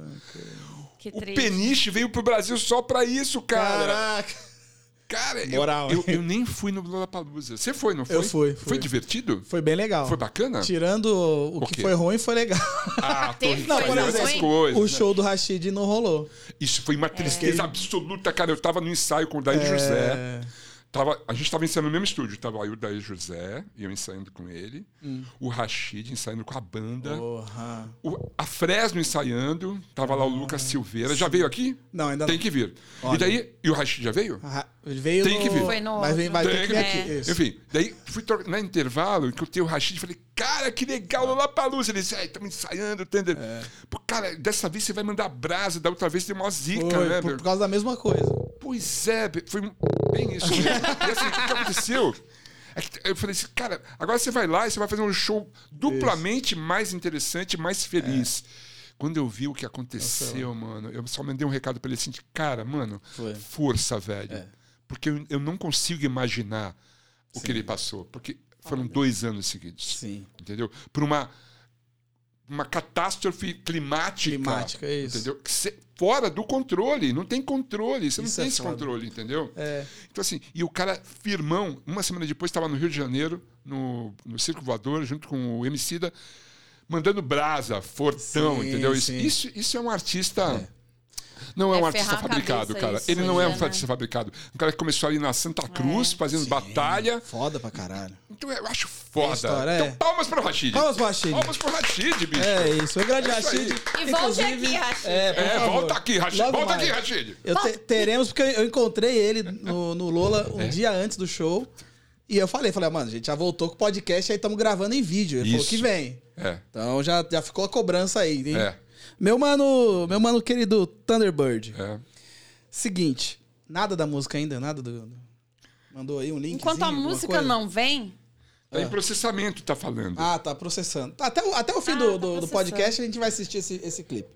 [SPEAKER 3] Que
[SPEAKER 4] O
[SPEAKER 3] triste.
[SPEAKER 4] Peniche veio pro Brasil só pra isso, cara.
[SPEAKER 2] Caraca.
[SPEAKER 4] Cara, eu,
[SPEAKER 2] Moral,
[SPEAKER 4] eu,
[SPEAKER 2] hein?
[SPEAKER 4] eu nem fui no Lollapalooza. Você foi, não foi?
[SPEAKER 2] Eu fui, fui.
[SPEAKER 4] Foi divertido?
[SPEAKER 2] Foi bem legal.
[SPEAKER 4] Foi bacana?
[SPEAKER 2] Tirando o,
[SPEAKER 4] O
[SPEAKER 2] que
[SPEAKER 4] quê?
[SPEAKER 2] foi ruim, foi legal.
[SPEAKER 4] Ah, tô
[SPEAKER 3] Teve coisa
[SPEAKER 4] falando
[SPEAKER 2] ruim?
[SPEAKER 4] essas coisas.
[SPEAKER 2] o
[SPEAKER 4] né?
[SPEAKER 2] show do Rashid não rolou.
[SPEAKER 4] Isso foi uma tristeza absoluta, cara. Eu tava no ensaio com o
[SPEAKER 2] É.
[SPEAKER 4] Daí José. Tava, a gente tava ensaiando no mesmo estúdio. Tava aí o Daí José, e eu ensaiando com ele.
[SPEAKER 2] Hum.
[SPEAKER 4] O Rashid ensaiando com a banda.
[SPEAKER 2] Oh. Porra.
[SPEAKER 4] O- a Fresno ensaiando. Tava lá o Lucas Silveira. Já veio aqui?
[SPEAKER 2] Ah, Não, ainda
[SPEAKER 4] Tem
[SPEAKER 2] não.
[SPEAKER 4] que vir. E daí, e o Rashid já veio?
[SPEAKER 2] Ah, Veio
[SPEAKER 4] Tem que
[SPEAKER 2] no-
[SPEAKER 4] vir.
[SPEAKER 3] Foi no
[SPEAKER 2] Mas vem, vai
[SPEAKER 4] Tem
[SPEAKER 2] ter Ah, que
[SPEAKER 4] que
[SPEAKER 2] vir
[SPEAKER 3] vir.
[SPEAKER 2] aqui.
[SPEAKER 3] É.
[SPEAKER 2] Isso.
[SPEAKER 4] Enfim, daí fui tor- na intervalo, encontrei o Rashid e falei, cara, que legal,
[SPEAKER 2] Ah.
[SPEAKER 4] Lollapalooza. Ele disse, estamos ensaiando, Thunder.
[SPEAKER 2] É.
[SPEAKER 4] Pô, cara, dessa vez você vai mandar brasa, da outra vez tem uma zica,
[SPEAKER 2] Foi,
[SPEAKER 4] né?
[SPEAKER 2] por,
[SPEAKER 4] meu?
[SPEAKER 2] por causa da mesma coisa.
[SPEAKER 4] Pois é, be- foi um- bem isso mesmo. e assim, o que que aconteceu? É que eu falei assim, cara, agora você vai lá e você vai fazer um show duplamente mais interessante, mais feliz. Quando eu vi o que aconteceu, mano, eu só mandei um recado pra ele assim, de, cara, mano,
[SPEAKER 2] Foi.
[SPEAKER 4] força, velho. Porque eu, eu não consigo imaginar o que ele passou. Porque foram dois anos seguidos.
[SPEAKER 2] Sim.
[SPEAKER 4] Entendeu? Por uma, uma catástrofe climática.
[SPEAKER 2] Climática, é isso.
[SPEAKER 4] Entendeu? Que cê- fora do controle. Não tem controle. Você não
[SPEAKER 2] Isso
[SPEAKER 4] tem
[SPEAKER 2] é
[SPEAKER 4] esse
[SPEAKER 2] foda.
[SPEAKER 4] controle, entendeu?
[SPEAKER 2] É.
[SPEAKER 4] Então, assim, e o cara, firmão, uma semana depois estava no Rio de Janeiro, no, no Circo Voador, junto com o Emicida, mandando brasa, fortão,
[SPEAKER 2] Sim,
[SPEAKER 4] entendeu? Isso,
[SPEAKER 2] sim.
[SPEAKER 4] isso, isso é um artista. Não é,
[SPEAKER 3] É
[SPEAKER 4] um artista
[SPEAKER 3] ferrar a
[SPEAKER 4] fabricado,
[SPEAKER 3] cabeça
[SPEAKER 4] cara.
[SPEAKER 3] isso,
[SPEAKER 4] Ele não é um
[SPEAKER 3] hoje, né?
[SPEAKER 4] artista fabricado. Um cara que começou ali na Santa
[SPEAKER 3] É,
[SPEAKER 4] Cruz, fazendo batalha.
[SPEAKER 2] Foda pra caralho.
[SPEAKER 4] Então eu acho foda.
[SPEAKER 2] história, é.
[SPEAKER 4] Então palmas pro Rashid.
[SPEAKER 2] Palmas pro Rashid.
[SPEAKER 4] Palmas pro Rashid, bicho.
[SPEAKER 2] É isso. O grande
[SPEAKER 4] É isso
[SPEAKER 2] Rashid.
[SPEAKER 3] aí. E volte
[SPEAKER 2] inclusive-
[SPEAKER 3] aqui, Rashid.
[SPEAKER 2] É, por
[SPEAKER 4] É,
[SPEAKER 2] favor.
[SPEAKER 4] volta aqui, Rashid.
[SPEAKER 2] Logo
[SPEAKER 4] volta
[SPEAKER 2] mais.
[SPEAKER 4] aqui, Rashid.
[SPEAKER 2] Eu te- teremos, porque eu encontrei ele no, no Lola
[SPEAKER 4] É.
[SPEAKER 2] um dia antes do show. E eu falei, falei, mano, a gente já voltou com o podcast, aí estamos gravando em vídeo. Ele falou
[SPEAKER 4] Isso.
[SPEAKER 2] que vem.
[SPEAKER 4] É.
[SPEAKER 2] Então já, já ficou a cobrança aí, hein?
[SPEAKER 4] É.
[SPEAKER 2] Meu mano, meu mano querido Thunderbird.
[SPEAKER 4] é.
[SPEAKER 2] Seguinte, nada da música ainda, nada do. Mandou aí um link.
[SPEAKER 3] Enquanto a música não vem,
[SPEAKER 4] Tá em processamento, tá falando.
[SPEAKER 2] Ah, tá processando. Tá, Até o, até o fim
[SPEAKER 3] Ah,
[SPEAKER 2] do,
[SPEAKER 3] tá
[SPEAKER 2] do- do
[SPEAKER 3] processando.
[SPEAKER 2] podcast a gente vai assistir esse, esse clipe.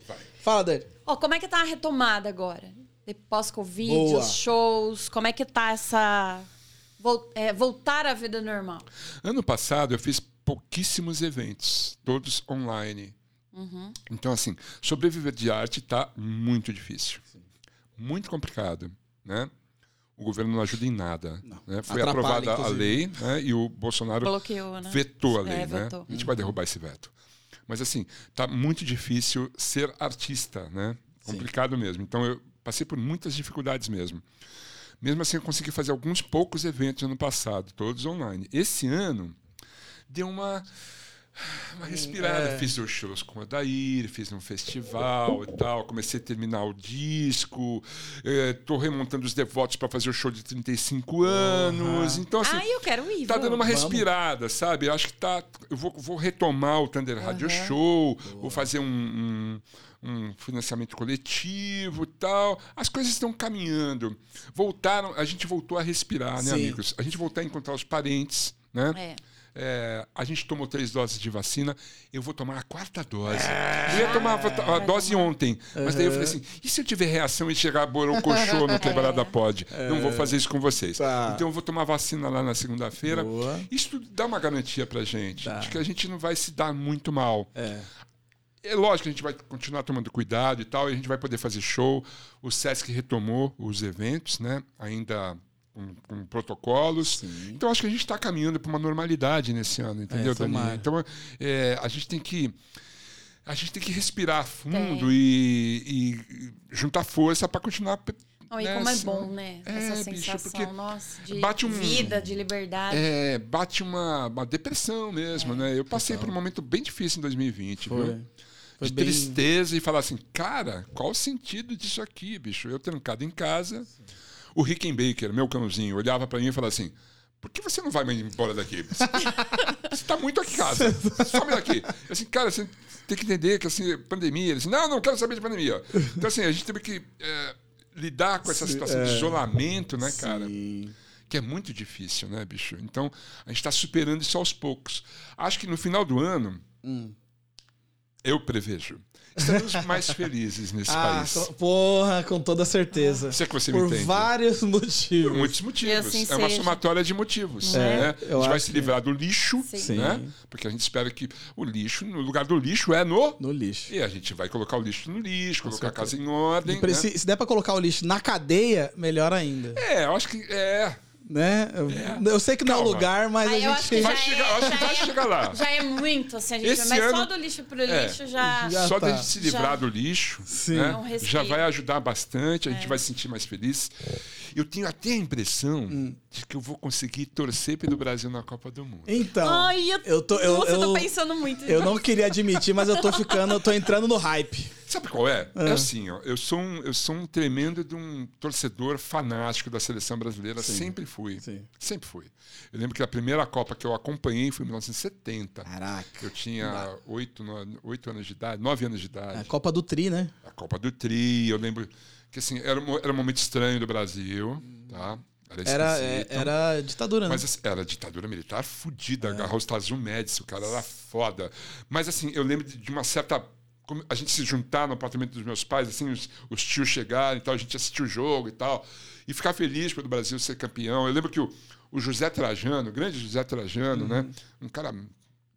[SPEAKER 2] Fala, Dani.
[SPEAKER 3] ó, como é que tá a retomada agora? De Pós-Covid,
[SPEAKER 2] Boa.
[SPEAKER 3] os shows, como é que tá essa... vol- é, voltar à vida normal?
[SPEAKER 4] Ano passado eu fiz pouquíssimos eventos, todos online. Então, assim, sobreviver de arte tá muito difícil. Muito complicado, né? O governo não ajuda em nada. né? Foi
[SPEAKER 2] Atrapalha,
[SPEAKER 4] aprovada a
[SPEAKER 2] inclusive.
[SPEAKER 4] lei né? e o Bolsonaro
[SPEAKER 3] Bloqueou, né?
[SPEAKER 4] vetou a
[SPEAKER 3] É,
[SPEAKER 4] lei, né?
[SPEAKER 3] vetou.
[SPEAKER 4] A gente vai derrubar esse veto. Mas assim, tá muito difícil ser artista, né? Complicado mesmo. Então eu passei por muitas dificuldades mesmo. Mesmo assim, eu consegui fazer alguns poucos eventos ano passado, todos online. Esse ano deu uma uma respirada.
[SPEAKER 3] é.
[SPEAKER 4] Fiz os shows com o Adair, fiz um festival e tal. Comecei a terminar o disco. Estou remontando os devotos para fazer o show de 35 anos. Então, assim,
[SPEAKER 3] ah, eu quero ir.
[SPEAKER 4] Tá
[SPEAKER 3] vamos.
[SPEAKER 4] dando uma respirada, sabe? Eu acho que tá. Eu vou, vou retomar o Thunder Radio Show, vou fazer um, um- um financiamento coletivo e tal. As coisas estão caminhando. Voltaram, a gente voltou a respirar, né,
[SPEAKER 2] Sim.
[SPEAKER 4] amigos? A gente voltou a encontrar os parentes, né?
[SPEAKER 3] É.
[SPEAKER 4] É, a gente tomou três doses de vacina, eu vou tomar a quarta dose.
[SPEAKER 2] É.
[SPEAKER 4] Eu ia tomar a, va- a dose ontem, mas daí eu falei assim: e se eu tiver reação e chegar a Borocochô no Quebrada Pode? Não vou fazer isso com vocês.
[SPEAKER 2] É. Tá.
[SPEAKER 4] Então eu vou tomar a vacina lá na segunda-feira.
[SPEAKER 2] Boa.
[SPEAKER 4] Isso tudo dá uma garantia pra gente, de que a gente não vai se dar muito mal. É. lógico que a gente vai continuar tomando cuidado e tal, e a gente vai poder fazer show. O Sesc retomou os eventos, né? Ainda com, com protocolos. Então acho que a gente está caminhando para uma normalidade nesse ano, entendeu, Danilo?
[SPEAKER 2] tomara.
[SPEAKER 4] Então é, a gente tem que a gente tem que respirar fundo
[SPEAKER 3] Tem.
[SPEAKER 4] e, e juntar força para continuar. pe-
[SPEAKER 3] Não, e como é
[SPEAKER 4] nessa-
[SPEAKER 3] bom, né?
[SPEAKER 4] É,
[SPEAKER 3] Essa
[SPEAKER 4] bicho,
[SPEAKER 3] sensação,
[SPEAKER 4] porque
[SPEAKER 3] nossa, de
[SPEAKER 4] bate um-
[SPEAKER 3] vida, de liberdade.
[SPEAKER 4] É, bate uma, uma depressão mesmo,
[SPEAKER 3] É.
[SPEAKER 4] né? Eu passei por um momento bem difícil em 2020,
[SPEAKER 2] Foi.
[SPEAKER 4] viu?
[SPEAKER 2] Foi
[SPEAKER 4] de
[SPEAKER 2] bem.
[SPEAKER 4] tristeza e falar assim, cara, qual o sentido disso aqui, bicho? Eu trancado em casa, o Rickenbacker, meu cãozinho, olhava pra mim e falava assim, por que você não vai mais embora daqui? Você tá muito aqui em casa, some daqui. Eu assim, cara, você tem que entender que assim, pandemia. Ele assim, não, não quero saber de pandemia. Então assim, a gente teve que eh, lidar com essa situação
[SPEAKER 2] é.
[SPEAKER 4] de isolamento, né, cara?
[SPEAKER 2] Sim.
[SPEAKER 4] que é muito difícil, né, bicho? Então,
[SPEAKER 2] Hum.
[SPEAKER 4] a gente está superando isso aos poucos. Acho que no final do ano, eu prevejo. Estaremos mais felizes nesse
[SPEAKER 2] Ah,
[SPEAKER 4] país.
[SPEAKER 2] com- porra, com toda certeza.
[SPEAKER 4] Se é que você me
[SPEAKER 2] Por
[SPEAKER 4] entende.
[SPEAKER 2] vários
[SPEAKER 4] Por
[SPEAKER 2] motivos.
[SPEAKER 4] muitos motivos.
[SPEAKER 3] assim
[SPEAKER 4] é uma
[SPEAKER 3] seja.
[SPEAKER 4] somatória de motivos.
[SPEAKER 2] Não é?
[SPEAKER 4] né?
[SPEAKER 2] Eu
[SPEAKER 4] A gente vai
[SPEAKER 2] acho
[SPEAKER 4] se
[SPEAKER 2] que-
[SPEAKER 4] livrar do lixo,
[SPEAKER 3] Sim.
[SPEAKER 2] Sim.
[SPEAKER 4] né? Porque a gente espera que o lixo, no lugar do lixo, é no.
[SPEAKER 2] No lixo.
[SPEAKER 4] E a gente vai colocar o lixo no lixo, colocar a
[SPEAKER 2] certeza.
[SPEAKER 4] casa em ordem.
[SPEAKER 2] Pre-
[SPEAKER 4] né?
[SPEAKER 2] Se, se der pra colocar o lixo na cadeia, melhor ainda.
[SPEAKER 4] É, eu acho que. É.
[SPEAKER 2] Né? Eu, eu sei que não é o
[SPEAKER 4] Calma.
[SPEAKER 2] lugar, mas
[SPEAKER 3] Aí Ah, eu
[SPEAKER 2] a
[SPEAKER 3] acho que
[SPEAKER 2] gente.
[SPEAKER 3] já
[SPEAKER 4] Vai chegar- eu acho que vai chegar lá.
[SPEAKER 3] Já é muito, assim, a gente.
[SPEAKER 4] Esse
[SPEAKER 3] mas só
[SPEAKER 4] ano-
[SPEAKER 3] do lixo pro
[SPEAKER 4] É.
[SPEAKER 3] lixo já.
[SPEAKER 2] Já-
[SPEAKER 4] Só
[SPEAKER 2] tá.
[SPEAKER 4] da gente se livrar
[SPEAKER 3] Já-
[SPEAKER 4] do lixo
[SPEAKER 2] Sim.
[SPEAKER 4] né,
[SPEAKER 2] É
[SPEAKER 3] um respiro.
[SPEAKER 4] já vai ajudar bastante, a gente vai se sentir mais feliz. Eu tenho até a impressão
[SPEAKER 2] Hum.
[SPEAKER 4] de que eu vou conseguir torcer pelo Brasil na Copa do Mundo.
[SPEAKER 2] Então.
[SPEAKER 3] Ai, eu,
[SPEAKER 2] eu tô. Eu,
[SPEAKER 3] nossa, eu tô
[SPEAKER 2] eu,
[SPEAKER 3] pensando muito.
[SPEAKER 2] eu não queria admitir, mas eu tô ficando, eu tô entrando no hype.
[SPEAKER 4] Sabe qual é? É, assim, ó, eu, sou um, eu sou um tremendo de um torcedor fanático da seleção brasileira, sempre fui.
[SPEAKER 2] Sim.
[SPEAKER 4] Sempre fui. Eu lembro que a primeira Copa que eu acompanhei foi em 1970.
[SPEAKER 2] Caraca.
[SPEAKER 4] Eu tinha oito no- oito anos de idade, nove anos de
[SPEAKER 2] É a
[SPEAKER 4] idade.
[SPEAKER 2] Copa do Tri, né?
[SPEAKER 4] A Copa do Tri, eu lembro que assim, era, um mo- era um momento estranho do Brasil, tá? Era,
[SPEAKER 2] Era, é,
[SPEAKER 4] esquisito.
[SPEAKER 2] era ditadura, né?
[SPEAKER 4] Mas assim, era ditadura militar fudida, agarrou os Estados Unidos, o cara era foda. Mas assim, eu lembro de de uma certa. como A gente se juntar no apartamento dos meus pais, assim, os, os tios chegarem e tal, a gente assistiu o jogo e tal. E ficar feliz pelo Brasil ser campeão. Eu lembro que o, o José Trajano, o grande José Trajano, né? Um cara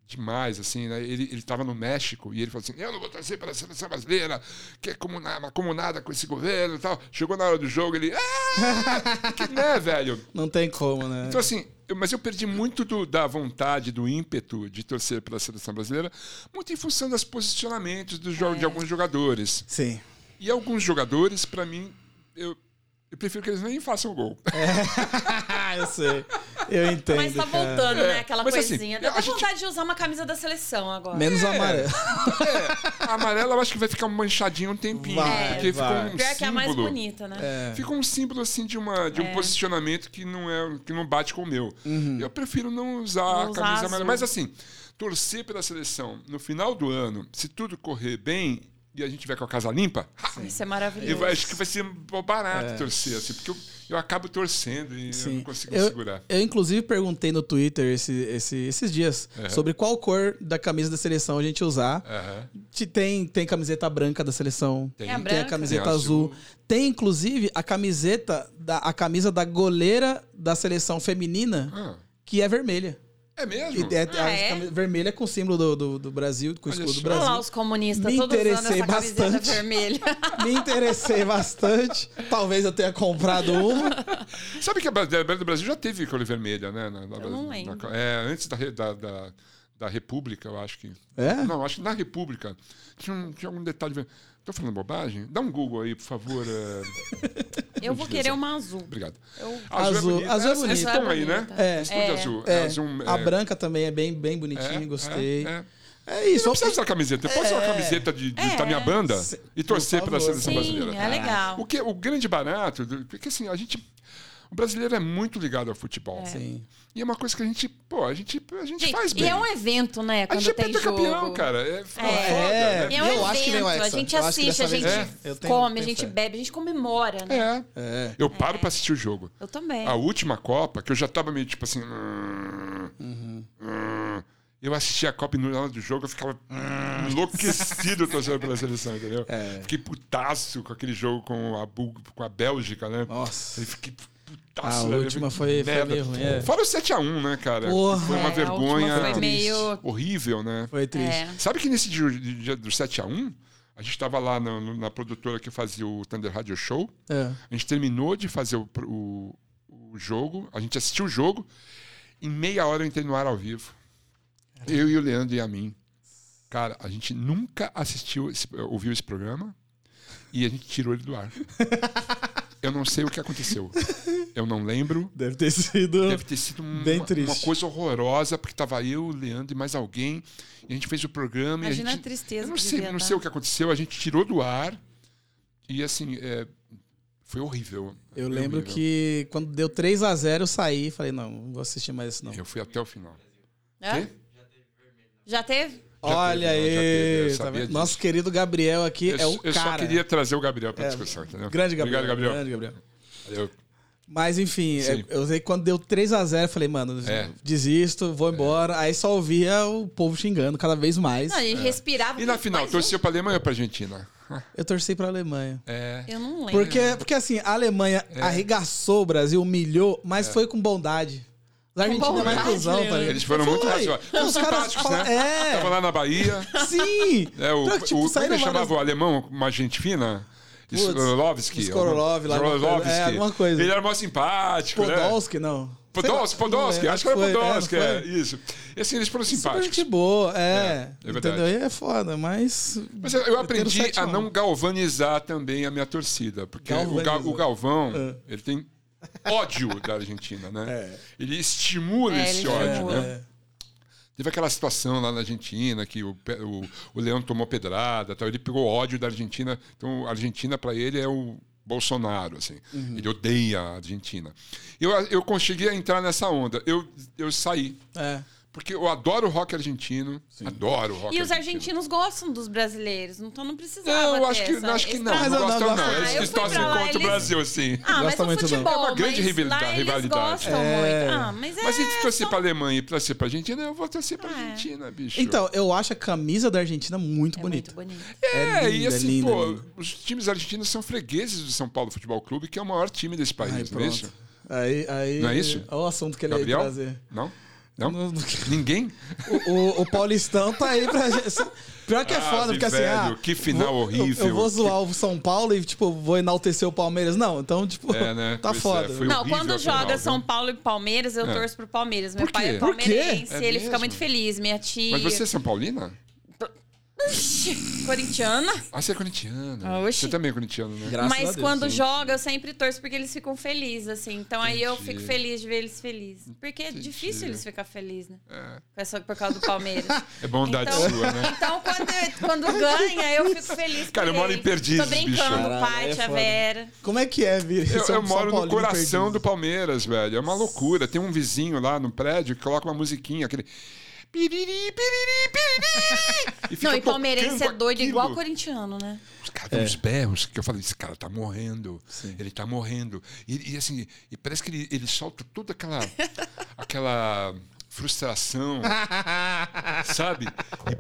[SPEAKER 4] demais, assim, né? Ele ele estava no México e ele falou assim: Eu não vou torcer para a seleção brasileira, que é comunar, uma comunada com esse governo e tal. Chegou na hora do jogo, ele. Ah! Que né, velho?
[SPEAKER 2] Não tem como, né?
[SPEAKER 4] Então, assim, eu- mas eu perdi muito do- da vontade, do ímpeto de torcer pela seleção brasileira, muito em função dos posicionamentos dos
[SPEAKER 3] É.
[SPEAKER 4] jo- de alguns jogadores.
[SPEAKER 2] Sim.
[SPEAKER 4] E alguns jogadores, pra mim, eu, eu prefiro que eles nem façam gol.
[SPEAKER 3] É.
[SPEAKER 2] eu sei. Eu entendo.
[SPEAKER 3] Mas tá
[SPEAKER 2] cara.
[SPEAKER 3] voltando, né? Aquela
[SPEAKER 4] Mas, assim,
[SPEAKER 3] coisinha. Dá
[SPEAKER 4] a
[SPEAKER 3] até
[SPEAKER 4] gente-
[SPEAKER 3] vontade de usar uma camisa da seleção agora.
[SPEAKER 2] Menos o
[SPEAKER 4] É,
[SPEAKER 2] amarelo.
[SPEAKER 4] A amarela, eu acho que vai ficar manchadinha um tempinho.
[SPEAKER 2] Vai,
[SPEAKER 4] porque
[SPEAKER 2] vai.
[SPEAKER 4] ficou um
[SPEAKER 3] Pior
[SPEAKER 4] símbolo.
[SPEAKER 3] que é a mais bonita, É. né?
[SPEAKER 2] É.
[SPEAKER 4] Fica um símbolo assim de, uma, de um posicionamento que não, é, que não bate com o meu. Eu prefiro não usar a
[SPEAKER 3] Uhum. Não usar
[SPEAKER 4] camisa
[SPEAKER 3] azul.
[SPEAKER 4] amarela. Mas assim, torcer pela seleção no final do ano, se tudo correr bem e a gente tiver com a casa limpa,
[SPEAKER 3] Isso é
[SPEAKER 4] Eu
[SPEAKER 3] maravilhoso.
[SPEAKER 4] acho que vai ser
[SPEAKER 2] É.
[SPEAKER 4] barato torcer, assim, porque eu, eu acabo torcendo e eu não consigo
[SPEAKER 2] eu,
[SPEAKER 4] segurar.
[SPEAKER 2] eu, inclusive, perguntei no Twitter esse- esse- esses dias sobre qual cor da camisa da seleção a gente usar.
[SPEAKER 4] Aham.
[SPEAKER 2] Te- Tem, tem camiseta branca da seleção.
[SPEAKER 4] Tem.
[SPEAKER 3] É a
[SPEAKER 2] Tem a
[SPEAKER 3] branca.
[SPEAKER 2] camiseta
[SPEAKER 4] Tem a
[SPEAKER 2] azul.
[SPEAKER 4] azul.
[SPEAKER 2] Tem, inclusive, a camiseta, da, a camisa da goleira da seleção feminina,
[SPEAKER 4] Ah,
[SPEAKER 2] que é vermelha.
[SPEAKER 4] é
[SPEAKER 2] E
[SPEAKER 4] mesmo?
[SPEAKER 2] é,
[SPEAKER 3] Ah, é?
[SPEAKER 2] a camisa vermelha com o símbolo do, do, do Brasil, com o
[SPEAKER 4] Olha
[SPEAKER 2] escudo do
[SPEAKER 4] só.
[SPEAKER 3] Olha
[SPEAKER 2] Brasil.
[SPEAKER 3] lá os comunistas,
[SPEAKER 2] Me
[SPEAKER 3] todos usando
[SPEAKER 2] interessei
[SPEAKER 3] essa camiseta
[SPEAKER 2] bastante.
[SPEAKER 3] vermelha.
[SPEAKER 2] Me interessei bastante. Talvez eu tenha comprado uma.
[SPEAKER 4] Sabe que a bandeira do Brasil já teve cor vermelha, né? Na, na,
[SPEAKER 3] Eu não
[SPEAKER 4] na-
[SPEAKER 3] lembro.
[SPEAKER 4] é, antes da, re- da, da, da República, eu acho que.
[SPEAKER 2] É?
[SPEAKER 4] Não, acho que na República tinha, um, tinha algum detalhe. ver- Tô falando bobagem? Dá um Google aí, por favor. é.
[SPEAKER 3] Eu vou querer
[SPEAKER 2] é
[SPEAKER 3] uma azul.
[SPEAKER 4] Obrigado.
[SPEAKER 3] Eu-
[SPEAKER 2] Azul-
[SPEAKER 4] bonita.
[SPEAKER 2] azul é
[SPEAKER 4] Essa- essa
[SPEAKER 3] bonita.
[SPEAKER 4] tão aí, né?
[SPEAKER 3] É.
[SPEAKER 4] Esse tom de
[SPEAKER 3] É.
[SPEAKER 4] azul.
[SPEAKER 2] É,
[SPEAKER 4] Azul,
[SPEAKER 2] a
[SPEAKER 4] é,
[SPEAKER 2] branca também é bem, bem bonitinha,
[SPEAKER 4] é,
[SPEAKER 2] gostei.
[SPEAKER 4] é,
[SPEAKER 2] É,
[SPEAKER 4] é.
[SPEAKER 2] isso.
[SPEAKER 4] Não precisa usar camiseta. Eu posso usar
[SPEAKER 2] É.
[SPEAKER 4] uma camiseta de, de-
[SPEAKER 3] É.
[SPEAKER 4] da minha banda
[SPEAKER 2] Se-
[SPEAKER 4] e torcer
[SPEAKER 2] por
[SPEAKER 4] pela
[SPEAKER 2] favor.
[SPEAKER 4] seleção
[SPEAKER 3] Sim,
[SPEAKER 4] brasileira.
[SPEAKER 3] é legal.
[SPEAKER 4] O, que, o grande barato, do- porque assim, a gente. O brasileiro é muito ligado ao futebol.
[SPEAKER 2] Sim.
[SPEAKER 4] E é uma coisa que a gente, pô, a gente, a gente
[SPEAKER 3] Gente,
[SPEAKER 4] faz
[SPEAKER 3] e
[SPEAKER 4] bem.
[SPEAKER 3] é um evento, né?
[SPEAKER 4] a
[SPEAKER 3] Quando
[SPEAKER 4] gente é
[SPEAKER 3] tem jogo.
[SPEAKER 4] pentacampeão, cara. É, foda,
[SPEAKER 2] É,
[SPEAKER 4] né?
[SPEAKER 3] E é um
[SPEAKER 2] Eu
[SPEAKER 3] evento,
[SPEAKER 2] acho que vem essa.
[SPEAKER 3] a gente
[SPEAKER 2] Eu acho que
[SPEAKER 3] assiste, a
[SPEAKER 2] dessa
[SPEAKER 3] gente
[SPEAKER 2] vez- É, eu tenho-
[SPEAKER 3] come,
[SPEAKER 2] tenho
[SPEAKER 3] a gente
[SPEAKER 2] fé.
[SPEAKER 3] bebe, a gente comemora, né?
[SPEAKER 4] É.
[SPEAKER 2] É.
[SPEAKER 4] Eu paro pra assistir o jogo.
[SPEAKER 3] Eu também.
[SPEAKER 4] A última Copa, que eu já tava meio tipo assim. "Hum, hum", eu assistia a Copa e no final do jogo eu ficava "Hum", enlouquecido torcendo pela seleção, entendeu?
[SPEAKER 2] É.
[SPEAKER 4] Fiquei putaço com aquele jogo com a, Bul- com a Bélgica, né?
[SPEAKER 2] Nossa. Ah,
[SPEAKER 4] Aí fiquei
[SPEAKER 2] A
[SPEAKER 4] putaço. né?
[SPEAKER 2] última foi- foi
[SPEAKER 4] Merda.
[SPEAKER 2] meio ruim, é.
[SPEAKER 4] Fora o 7x1, né, cara?
[SPEAKER 2] Porra.
[SPEAKER 4] foi
[SPEAKER 3] É, a
[SPEAKER 4] uma vergonha
[SPEAKER 3] última foi
[SPEAKER 2] triste.
[SPEAKER 3] meio.
[SPEAKER 4] horrível, né?
[SPEAKER 2] Foi triste.
[SPEAKER 3] É.
[SPEAKER 4] Sabe que nesse dia, dia do 7x1, a gente tava lá no- no- na produtora que fazia o Thunder Radio Show.
[SPEAKER 2] É.
[SPEAKER 4] A gente terminou de fazer o, pro- o, o jogo, a gente assistiu o jogo, em meia hora eu entrei no ar ao vivo. Eu e o Leandro e a mim. Cara, a gente nunca assistiu, esse- ouviu esse programa e a gente tirou ele do ar. Eu não sei o que aconteceu. Eu não lembro.
[SPEAKER 2] Deve ter sido.
[SPEAKER 4] Deve ter sido um-
[SPEAKER 2] Bem
[SPEAKER 4] uma,
[SPEAKER 2] triste.
[SPEAKER 4] uma coisa horrorosa, porque tava eu, o Leandro e mais alguém, e a gente fez o programa.
[SPEAKER 3] Imagina
[SPEAKER 4] e
[SPEAKER 3] a
[SPEAKER 4] a, gente,
[SPEAKER 3] tristeza né?
[SPEAKER 4] Eu não
[SPEAKER 3] que
[SPEAKER 4] sei,
[SPEAKER 3] devia
[SPEAKER 4] não
[SPEAKER 3] dar.
[SPEAKER 4] sei o que aconteceu, a gente tirou do ar e assim, é, foi horrível.
[SPEAKER 2] Eu
[SPEAKER 4] Foi
[SPEAKER 2] lembro
[SPEAKER 4] horrível.
[SPEAKER 2] que quando deu 3 a 0 eu saí e falei, não, não vou assistir mais isso não.
[SPEAKER 4] Eu fui até o final.
[SPEAKER 3] Hã?
[SPEAKER 4] Quê?
[SPEAKER 3] é. Já teve?
[SPEAKER 2] Olha
[SPEAKER 4] teve, já teve, eu
[SPEAKER 2] aí,
[SPEAKER 4] sabia
[SPEAKER 2] tá vendo?
[SPEAKER 4] disso.
[SPEAKER 2] nosso querido Gabriel aqui
[SPEAKER 4] Eu,
[SPEAKER 2] é o
[SPEAKER 4] eu
[SPEAKER 2] cara. É.
[SPEAKER 4] só queria trazer o Gabriel para discussão, entendeu?
[SPEAKER 2] Grande Gabriel.
[SPEAKER 4] Obrigado, Gabriel.
[SPEAKER 2] Grande Gabriel.
[SPEAKER 4] Valeu.
[SPEAKER 2] Mas enfim,
[SPEAKER 4] Sim.
[SPEAKER 2] eu eu sei que quando deu 3 a 0 eu falei, mano,
[SPEAKER 4] É.
[SPEAKER 2] desisto, vou embora. Aí só ouvia o povo xingando cada vez mais.
[SPEAKER 3] Não, a gente respirava.
[SPEAKER 4] é. E na final,
[SPEAKER 3] mais um-
[SPEAKER 4] torceu pra Alemanha ou pra Argentina?
[SPEAKER 2] Eu torci pra Alemanha.
[SPEAKER 4] É.
[SPEAKER 3] Eu não lembro.
[SPEAKER 2] Porque, porque assim, a Alemanha arregaçou o Brasil, humilhou, mas foi com bondade. A Argentina é mais
[SPEAKER 3] bondade, né?
[SPEAKER 2] cuzão, tá
[SPEAKER 3] Leandro.
[SPEAKER 2] ligado?
[SPEAKER 4] É. Eles foram muito
[SPEAKER 2] Foi. Então
[SPEAKER 4] racionais. Foram
[SPEAKER 2] Os caras
[SPEAKER 4] simpáticos,
[SPEAKER 2] falaram.
[SPEAKER 4] né? Tava
[SPEAKER 2] É,
[SPEAKER 4] lá na Bahia.
[SPEAKER 2] sim.
[SPEAKER 4] É, o,
[SPEAKER 2] Então,
[SPEAKER 4] o, como ele
[SPEAKER 2] várias-
[SPEAKER 4] chamava o alemão, uma gente fina?
[SPEAKER 2] Putz,
[SPEAKER 4] Skorolovski.
[SPEAKER 2] Skorolov, lá, alguma coisa.
[SPEAKER 4] Skorolovski.
[SPEAKER 2] É, alguma coisa.
[SPEAKER 4] Ele era mó simpático, né?
[SPEAKER 2] Podolski, não.
[SPEAKER 4] Podolski,
[SPEAKER 2] Sei lá, não
[SPEAKER 4] Podolski,
[SPEAKER 2] lembro,
[SPEAKER 4] acho que era
[SPEAKER 2] foi,
[SPEAKER 4] Podolski,
[SPEAKER 2] não
[SPEAKER 4] é,
[SPEAKER 2] foi?
[SPEAKER 4] isso. E assim, eles foram
[SPEAKER 2] Super
[SPEAKER 4] simpáticos.
[SPEAKER 2] gente boa, é.
[SPEAKER 4] É, é verdade.
[SPEAKER 2] entendeu? E é foda, mas.
[SPEAKER 4] Mas eu- eu
[SPEAKER 2] Meteram
[SPEAKER 4] aprendi
[SPEAKER 2] 7
[SPEAKER 4] a
[SPEAKER 2] a 1.
[SPEAKER 4] não galvanizar também a minha torcida, porque o, Ga- o
[SPEAKER 2] Galvanizar.
[SPEAKER 4] Galvão,
[SPEAKER 2] É.
[SPEAKER 4] ele tem ódio da Argentina, né? Ele estimula
[SPEAKER 3] É,
[SPEAKER 4] esse
[SPEAKER 3] ele
[SPEAKER 4] ódio,
[SPEAKER 3] estimula.
[SPEAKER 4] né? Teve aquela situação lá na Argentina que o, pe- o, o Leão tomou pedrada, tal, ele pegou ódio da Argentina. Então, a Argentina, para ele, é o Bolsonaro, assim. Ele odeia a Argentina. Eu, eu consegui entrar nessa onda. Eu, eu saí.
[SPEAKER 2] É.
[SPEAKER 4] Porque eu adoro o rock argentino. Adoro o rock
[SPEAKER 3] E os
[SPEAKER 4] argentino.
[SPEAKER 3] argentinos gostam dos brasileiros, então não precisava.
[SPEAKER 4] Não, eu acho
[SPEAKER 3] ter
[SPEAKER 4] que,
[SPEAKER 3] essa-
[SPEAKER 4] acho que
[SPEAKER 3] esse
[SPEAKER 4] não.
[SPEAKER 2] Mas
[SPEAKER 4] Não
[SPEAKER 2] eu
[SPEAKER 3] trabalho.
[SPEAKER 2] não
[SPEAKER 4] gostam,
[SPEAKER 2] gosto.
[SPEAKER 4] não.
[SPEAKER 2] Ah,
[SPEAKER 4] Eles
[SPEAKER 3] eu fui pra
[SPEAKER 4] torcem
[SPEAKER 3] lá,
[SPEAKER 4] contra o
[SPEAKER 3] eles-
[SPEAKER 4] Brasil, assim. sim.
[SPEAKER 3] Ah, mas
[SPEAKER 2] Gosta
[SPEAKER 3] o
[SPEAKER 2] muito, não.
[SPEAKER 3] futebol.
[SPEAKER 4] É uma grande
[SPEAKER 3] mas
[SPEAKER 4] rivalida-
[SPEAKER 3] lá Eles
[SPEAKER 4] rivalidade.
[SPEAKER 3] gostam
[SPEAKER 2] É.
[SPEAKER 3] muito. Ah, mas é.
[SPEAKER 4] Mas entre torcer
[SPEAKER 3] só-
[SPEAKER 4] pra Alemanha e torcer pra Argentina, eu vou torcer pra
[SPEAKER 3] Ah, é.
[SPEAKER 4] Argentina, bicho.
[SPEAKER 2] Então, eu acho a camisa da Argentina muito
[SPEAKER 3] É
[SPEAKER 2] bonita.
[SPEAKER 3] muito bonito.
[SPEAKER 4] É,
[SPEAKER 2] É
[SPEAKER 4] e
[SPEAKER 2] linda,
[SPEAKER 4] assim,
[SPEAKER 2] linda,
[SPEAKER 4] pô,
[SPEAKER 2] linda.
[SPEAKER 4] os times argentinos são fregueses do São Paulo Futebol Clube, que é o maior time desse país,
[SPEAKER 2] Aí,
[SPEAKER 4] não é isso?
[SPEAKER 2] pronto. Aí, aí,
[SPEAKER 4] Não é isso?
[SPEAKER 2] Olha o assunto que ele ia
[SPEAKER 4] Gabriel?
[SPEAKER 2] trazer.
[SPEAKER 4] Não? Não?
[SPEAKER 2] Não-
[SPEAKER 4] Ninguém?
[SPEAKER 2] O, o- o Paulistão tá aí pra gente. Pior que é
[SPEAKER 4] Ah,
[SPEAKER 2] foda, porque assim.
[SPEAKER 4] velho,
[SPEAKER 2] ah,
[SPEAKER 4] que final
[SPEAKER 2] vou- eu-
[SPEAKER 4] horrível.
[SPEAKER 2] Eu, vou zoar o São Paulo e, tipo, vou enaltecer o Palmeiras. Não, então, tipo,
[SPEAKER 4] É, né?
[SPEAKER 2] tá
[SPEAKER 4] Pois é,
[SPEAKER 2] foda.
[SPEAKER 4] foi-
[SPEAKER 3] Não,
[SPEAKER 4] horrível
[SPEAKER 3] quando
[SPEAKER 4] a
[SPEAKER 3] joga
[SPEAKER 4] final, viu?
[SPEAKER 3] São Paulo e Palmeiras, eu torço pro Palmeiras. Meu
[SPEAKER 4] Por
[SPEAKER 3] pai
[SPEAKER 4] quê?
[SPEAKER 3] é
[SPEAKER 4] Por
[SPEAKER 2] quê?
[SPEAKER 3] palmeirense,
[SPEAKER 4] É
[SPEAKER 3] ele
[SPEAKER 4] mesmo?
[SPEAKER 3] fica muito feliz. Minha tia.
[SPEAKER 4] Mas você é São Paulina?
[SPEAKER 3] Corintiana.
[SPEAKER 4] Ah, você é corintiana.
[SPEAKER 3] Ah, oxi.
[SPEAKER 4] Você também é corintiana, né?
[SPEAKER 2] Graças a
[SPEAKER 3] mas
[SPEAKER 2] Deus,
[SPEAKER 3] quando
[SPEAKER 2] gente.
[SPEAKER 3] joga, eu sempre torço porque eles ficam felizes, assim. Então aí eu
[SPEAKER 4] Entendi.
[SPEAKER 3] fico feliz de ver eles felizes. Porque é difícil eles ficar felizes, né? É. Só por causa do Palmeiras.
[SPEAKER 4] É bondade
[SPEAKER 3] Então-
[SPEAKER 4] sua, né?
[SPEAKER 3] Então, quando, quando ganha, eu fico feliz.
[SPEAKER 4] Cara,
[SPEAKER 3] por
[SPEAKER 4] eu moro em
[SPEAKER 3] eles.
[SPEAKER 4] Perdizes,
[SPEAKER 3] Tô brincando,
[SPEAKER 4] bicho.
[SPEAKER 2] Caralho, é
[SPEAKER 3] Pátia,
[SPEAKER 2] foda.
[SPEAKER 3] Vera.
[SPEAKER 2] Como é que é, Vira?
[SPEAKER 4] Eu,
[SPEAKER 2] São-
[SPEAKER 4] eu moro
[SPEAKER 2] São
[SPEAKER 4] no
[SPEAKER 2] Paulino
[SPEAKER 4] coração
[SPEAKER 2] perdido.
[SPEAKER 4] do Palmeiras, velho. É uma loucura. Tem um vizinho lá no prédio que coloca uma musiquinha, aquele. Piriri, piriri, piriri. E fica
[SPEAKER 3] Não, e palmeirense é
[SPEAKER 4] tocando
[SPEAKER 3] doido
[SPEAKER 4] aquilo.
[SPEAKER 3] igual corintiano, né?
[SPEAKER 4] Os caras dão uns berros que eu falei, esse cara tá morrendo. Ele tá morrendo. E, e assim, e parece que ele, ele solta toda aquela. aquela frustração, sabe?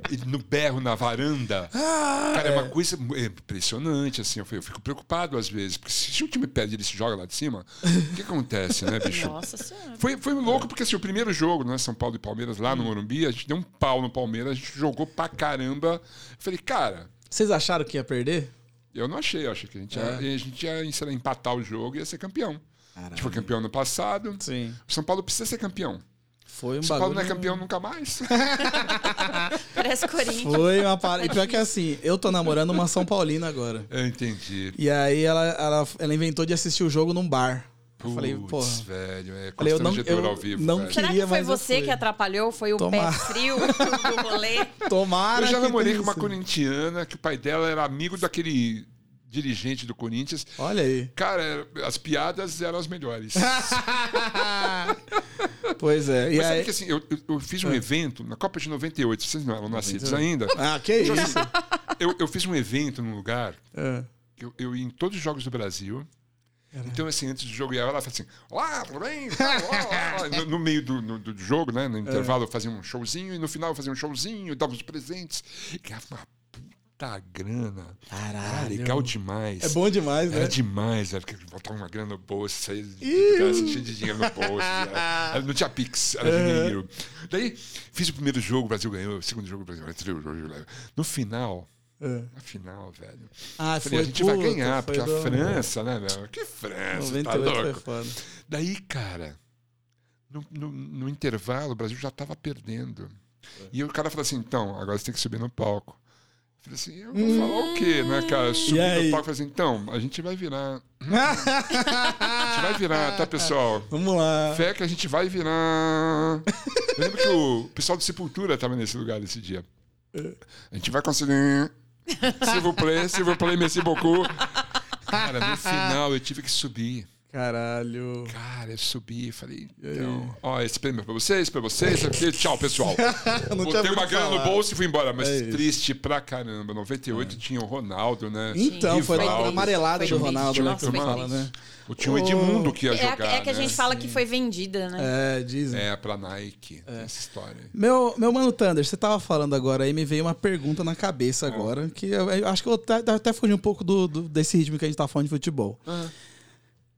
[SPEAKER 4] E- e no berro, na varanda. Cara, é uma coisa mu- é impressionante, assim. Eu fico eu fico preocupado às vezes, porque se se o time perde, ele se joga lá de cima, o que acontece, né, bicho?
[SPEAKER 3] Nossa senhora.
[SPEAKER 4] Foi, foi louco, porque assim, o primeiro jogo, né? São Paulo e Palmeiras, lá no Morumbi, a gente deu um pau no Palmeiras, a gente jogou pra caramba. Eu falei, cara,
[SPEAKER 2] Vocês acharam que ia perder?
[SPEAKER 4] eu não achei, eu achei que a gente,
[SPEAKER 2] É.
[SPEAKER 4] ia, a gente ia, sei lá, empatar o jogo e ia ser campeão. A
[SPEAKER 2] É.
[SPEAKER 4] gente foi campeão no passado.
[SPEAKER 2] Sim.
[SPEAKER 4] O São Paulo precisa ser campeão.
[SPEAKER 2] Foi um
[SPEAKER 4] O São Paulo
[SPEAKER 2] bagulho.
[SPEAKER 4] não é campeão nunca mais.
[SPEAKER 3] Parece Corinthians.
[SPEAKER 2] Foi uma parada. E pior que assim, eu tô namorando uma São Paulina agora.
[SPEAKER 4] Eu entendi.
[SPEAKER 2] E aí ela, ela, ela inventou de assistir o jogo num bar. Eu
[SPEAKER 4] Putz,
[SPEAKER 2] falei, porra.
[SPEAKER 4] velho, é
[SPEAKER 2] Falei, eu não-
[SPEAKER 4] constrangedor
[SPEAKER 2] eu
[SPEAKER 4] ao vivo.
[SPEAKER 2] não
[SPEAKER 4] velho.
[SPEAKER 2] queria-
[SPEAKER 3] Será que foi
[SPEAKER 2] mas eu
[SPEAKER 3] você
[SPEAKER 2] fui.
[SPEAKER 3] que atrapalhou? Foi o
[SPEAKER 2] Tomara.
[SPEAKER 3] pé frio do rolê?
[SPEAKER 2] Tomara.
[SPEAKER 4] Eu já
[SPEAKER 2] que
[SPEAKER 4] namorei
[SPEAKER 2] tenha
[SPEAKER 4] com uma
[SPEAKER 2] isso.
[SPEAKER 4] corintiana que o pai dela era amigo daquele dirigente do Corinthians.
[SPEAKER 2] Olha aí.
[SPEAKER 4] Cara, era- as piadas eram as melhores.
[SPEAKER 2] Pois é. E
[SPEAKER 4] Mas sabe
[SPEAKER 2] aí...
[SPEAKER 4] que assim, eu, eu- eu
[SPEAKER 2] É.
[SPEAKER 4] fiz um evento na Copa de 98, vocês não eram nascidos
[SPEAKER 2] 98.
[SPEAKER 4] ainda.
[SPEAKER 2] Ah, que isso?
[SPEAKER 4] Eu, eu fiz um evento num lugar
[SPEAKER 2] É.
[SPEAKER 4] que eu, eu ia em todos os jogos do Brasil. Então, assim, antes do jogo, eu ia lá e falava assim: Olá, tudo bem? Tá, ó, ó, ó." No, no meio do, no- do jogo, né? No
[SPEAKER 2] É.
[SPEAKER 4] intervalo, eu fazia um showzinho, e no final eu fazia um showzinho, eu dava os presentes, e ganhava uma puta grana. Era
[SPEAKER 2] Caralho.
[SPEAKER 4] legal demais.
[SPEAKER 2] É bom demais,
[SPEAKER 4] Era
[SPEAKER 2] né?
[SPEAKER 4] demais, era que botava uma grana no bolso, saía de- de- de- cheio de dinheiro no bolso. Era, era- não tinha Pix, era
[SPEAKER 2] É.
[SPEAKER 4] dinheiro. Daí fiz o primeiro jogo, o Brasil ganhou, o segundo jogo, o Brasil ganhou, o terceiro jogo, o Brasil ganhou. No final,
[SPEAKER 2] É.
[SPEAKER 4] na final, velho.
[SPEAKER 2] Ah,
[SPEAKER 4] Falei, a gente vai
[SPEAKER 2] puta,
[SPEAKER 4] ganhar,
[SPEAKER 2] foi
[SPEAKER 4] porque a
[SPEAKER 2] do-
[SPEAKER 4] França, né, meu? Que França, tá
[SPEAKER 2] 98 foi
[SPEAKER 4] louco.
[SPEAKER 2] foda.
[SPEAKER 4] Daí, cara, no, no- no intervalo, o Brasil já tava perdendo.
[SPEAKER 2] É.
[SPEAKER 4] E o cara falou assim, então, agora você tem que subir no palco. Eu falei assim, eu vou falar o quê, né, cara? Eu Subi
[SPEAKER 2] Hum. aí?
[SPEAKER 4] no palco e falei assim, então, a gente vai virar. a gente vai virar, tá, pessoal?
[SPEAKER 2] Vamos lá.
[SPEAKER 4] Fé que a gente vai virar. Eu lembro que o pessoal do Sepultura tava nesse lugar esse dia. A gente vai conseguir. Se vous plaît, se vous plaît, merci beaucoup. Cara, no final eu tive que subir.
[SPEAKER 1] Caralho.
[SPEAKER 4] Cara, eu subi e falei, então, ó, esse prêmio é pra vocês, pra vocês, aqui, tchau, pessoal.
[SPEAKER 1] Eu não tinha
[SPEAKER 4] Botei
[SPEAKER 1] ouvido
[SPEAKER 4] uma grana no
[SPEAKER 1] falar.
[SPEAKER 4] bolso e fui embora, mas
[SPEAKER 1] É isso.
[SPEAKER 4] triste pra caramba. 98 tinha o Ronaldo, né?
[SPEAKER 2] Então, foi
[SPEAKER 4] Rivaldo.
[SPEAKER 2] a amarelada
[SPEAKER 3] Foi
[SPEAKER 2] do Ronaldo, né?
[SPEAKER 3] triste,
[SPEAKER 2] Que você
[SPEAKER 3] nossa, foi
[SPEAKER 2] fala, né?
[SPEAKER 4] Eu tinha o Edmundo que
[SPEAKER 3] É,
[SPEAKER 4] ia
[SPEAKER 3] a-
[SPEAKER 4] jogar.
[SPEAKER 3] é que a
[SPEAKER 4] né?
[SPEAKER 3] gente fala que foi vendida, né?
[SPEAKER 1] É, dizem.
[SPEAKER 4] É, pra Nike, essa história.
[SPEAKER 2] Meu, meu mano Thunder, você tava falando agora aí, me veio uma pergunta na cabeça agora, que eu, eu acho que eu até, até fugir um pouco do, do- desse ritmo que a gente tá falando de futebol.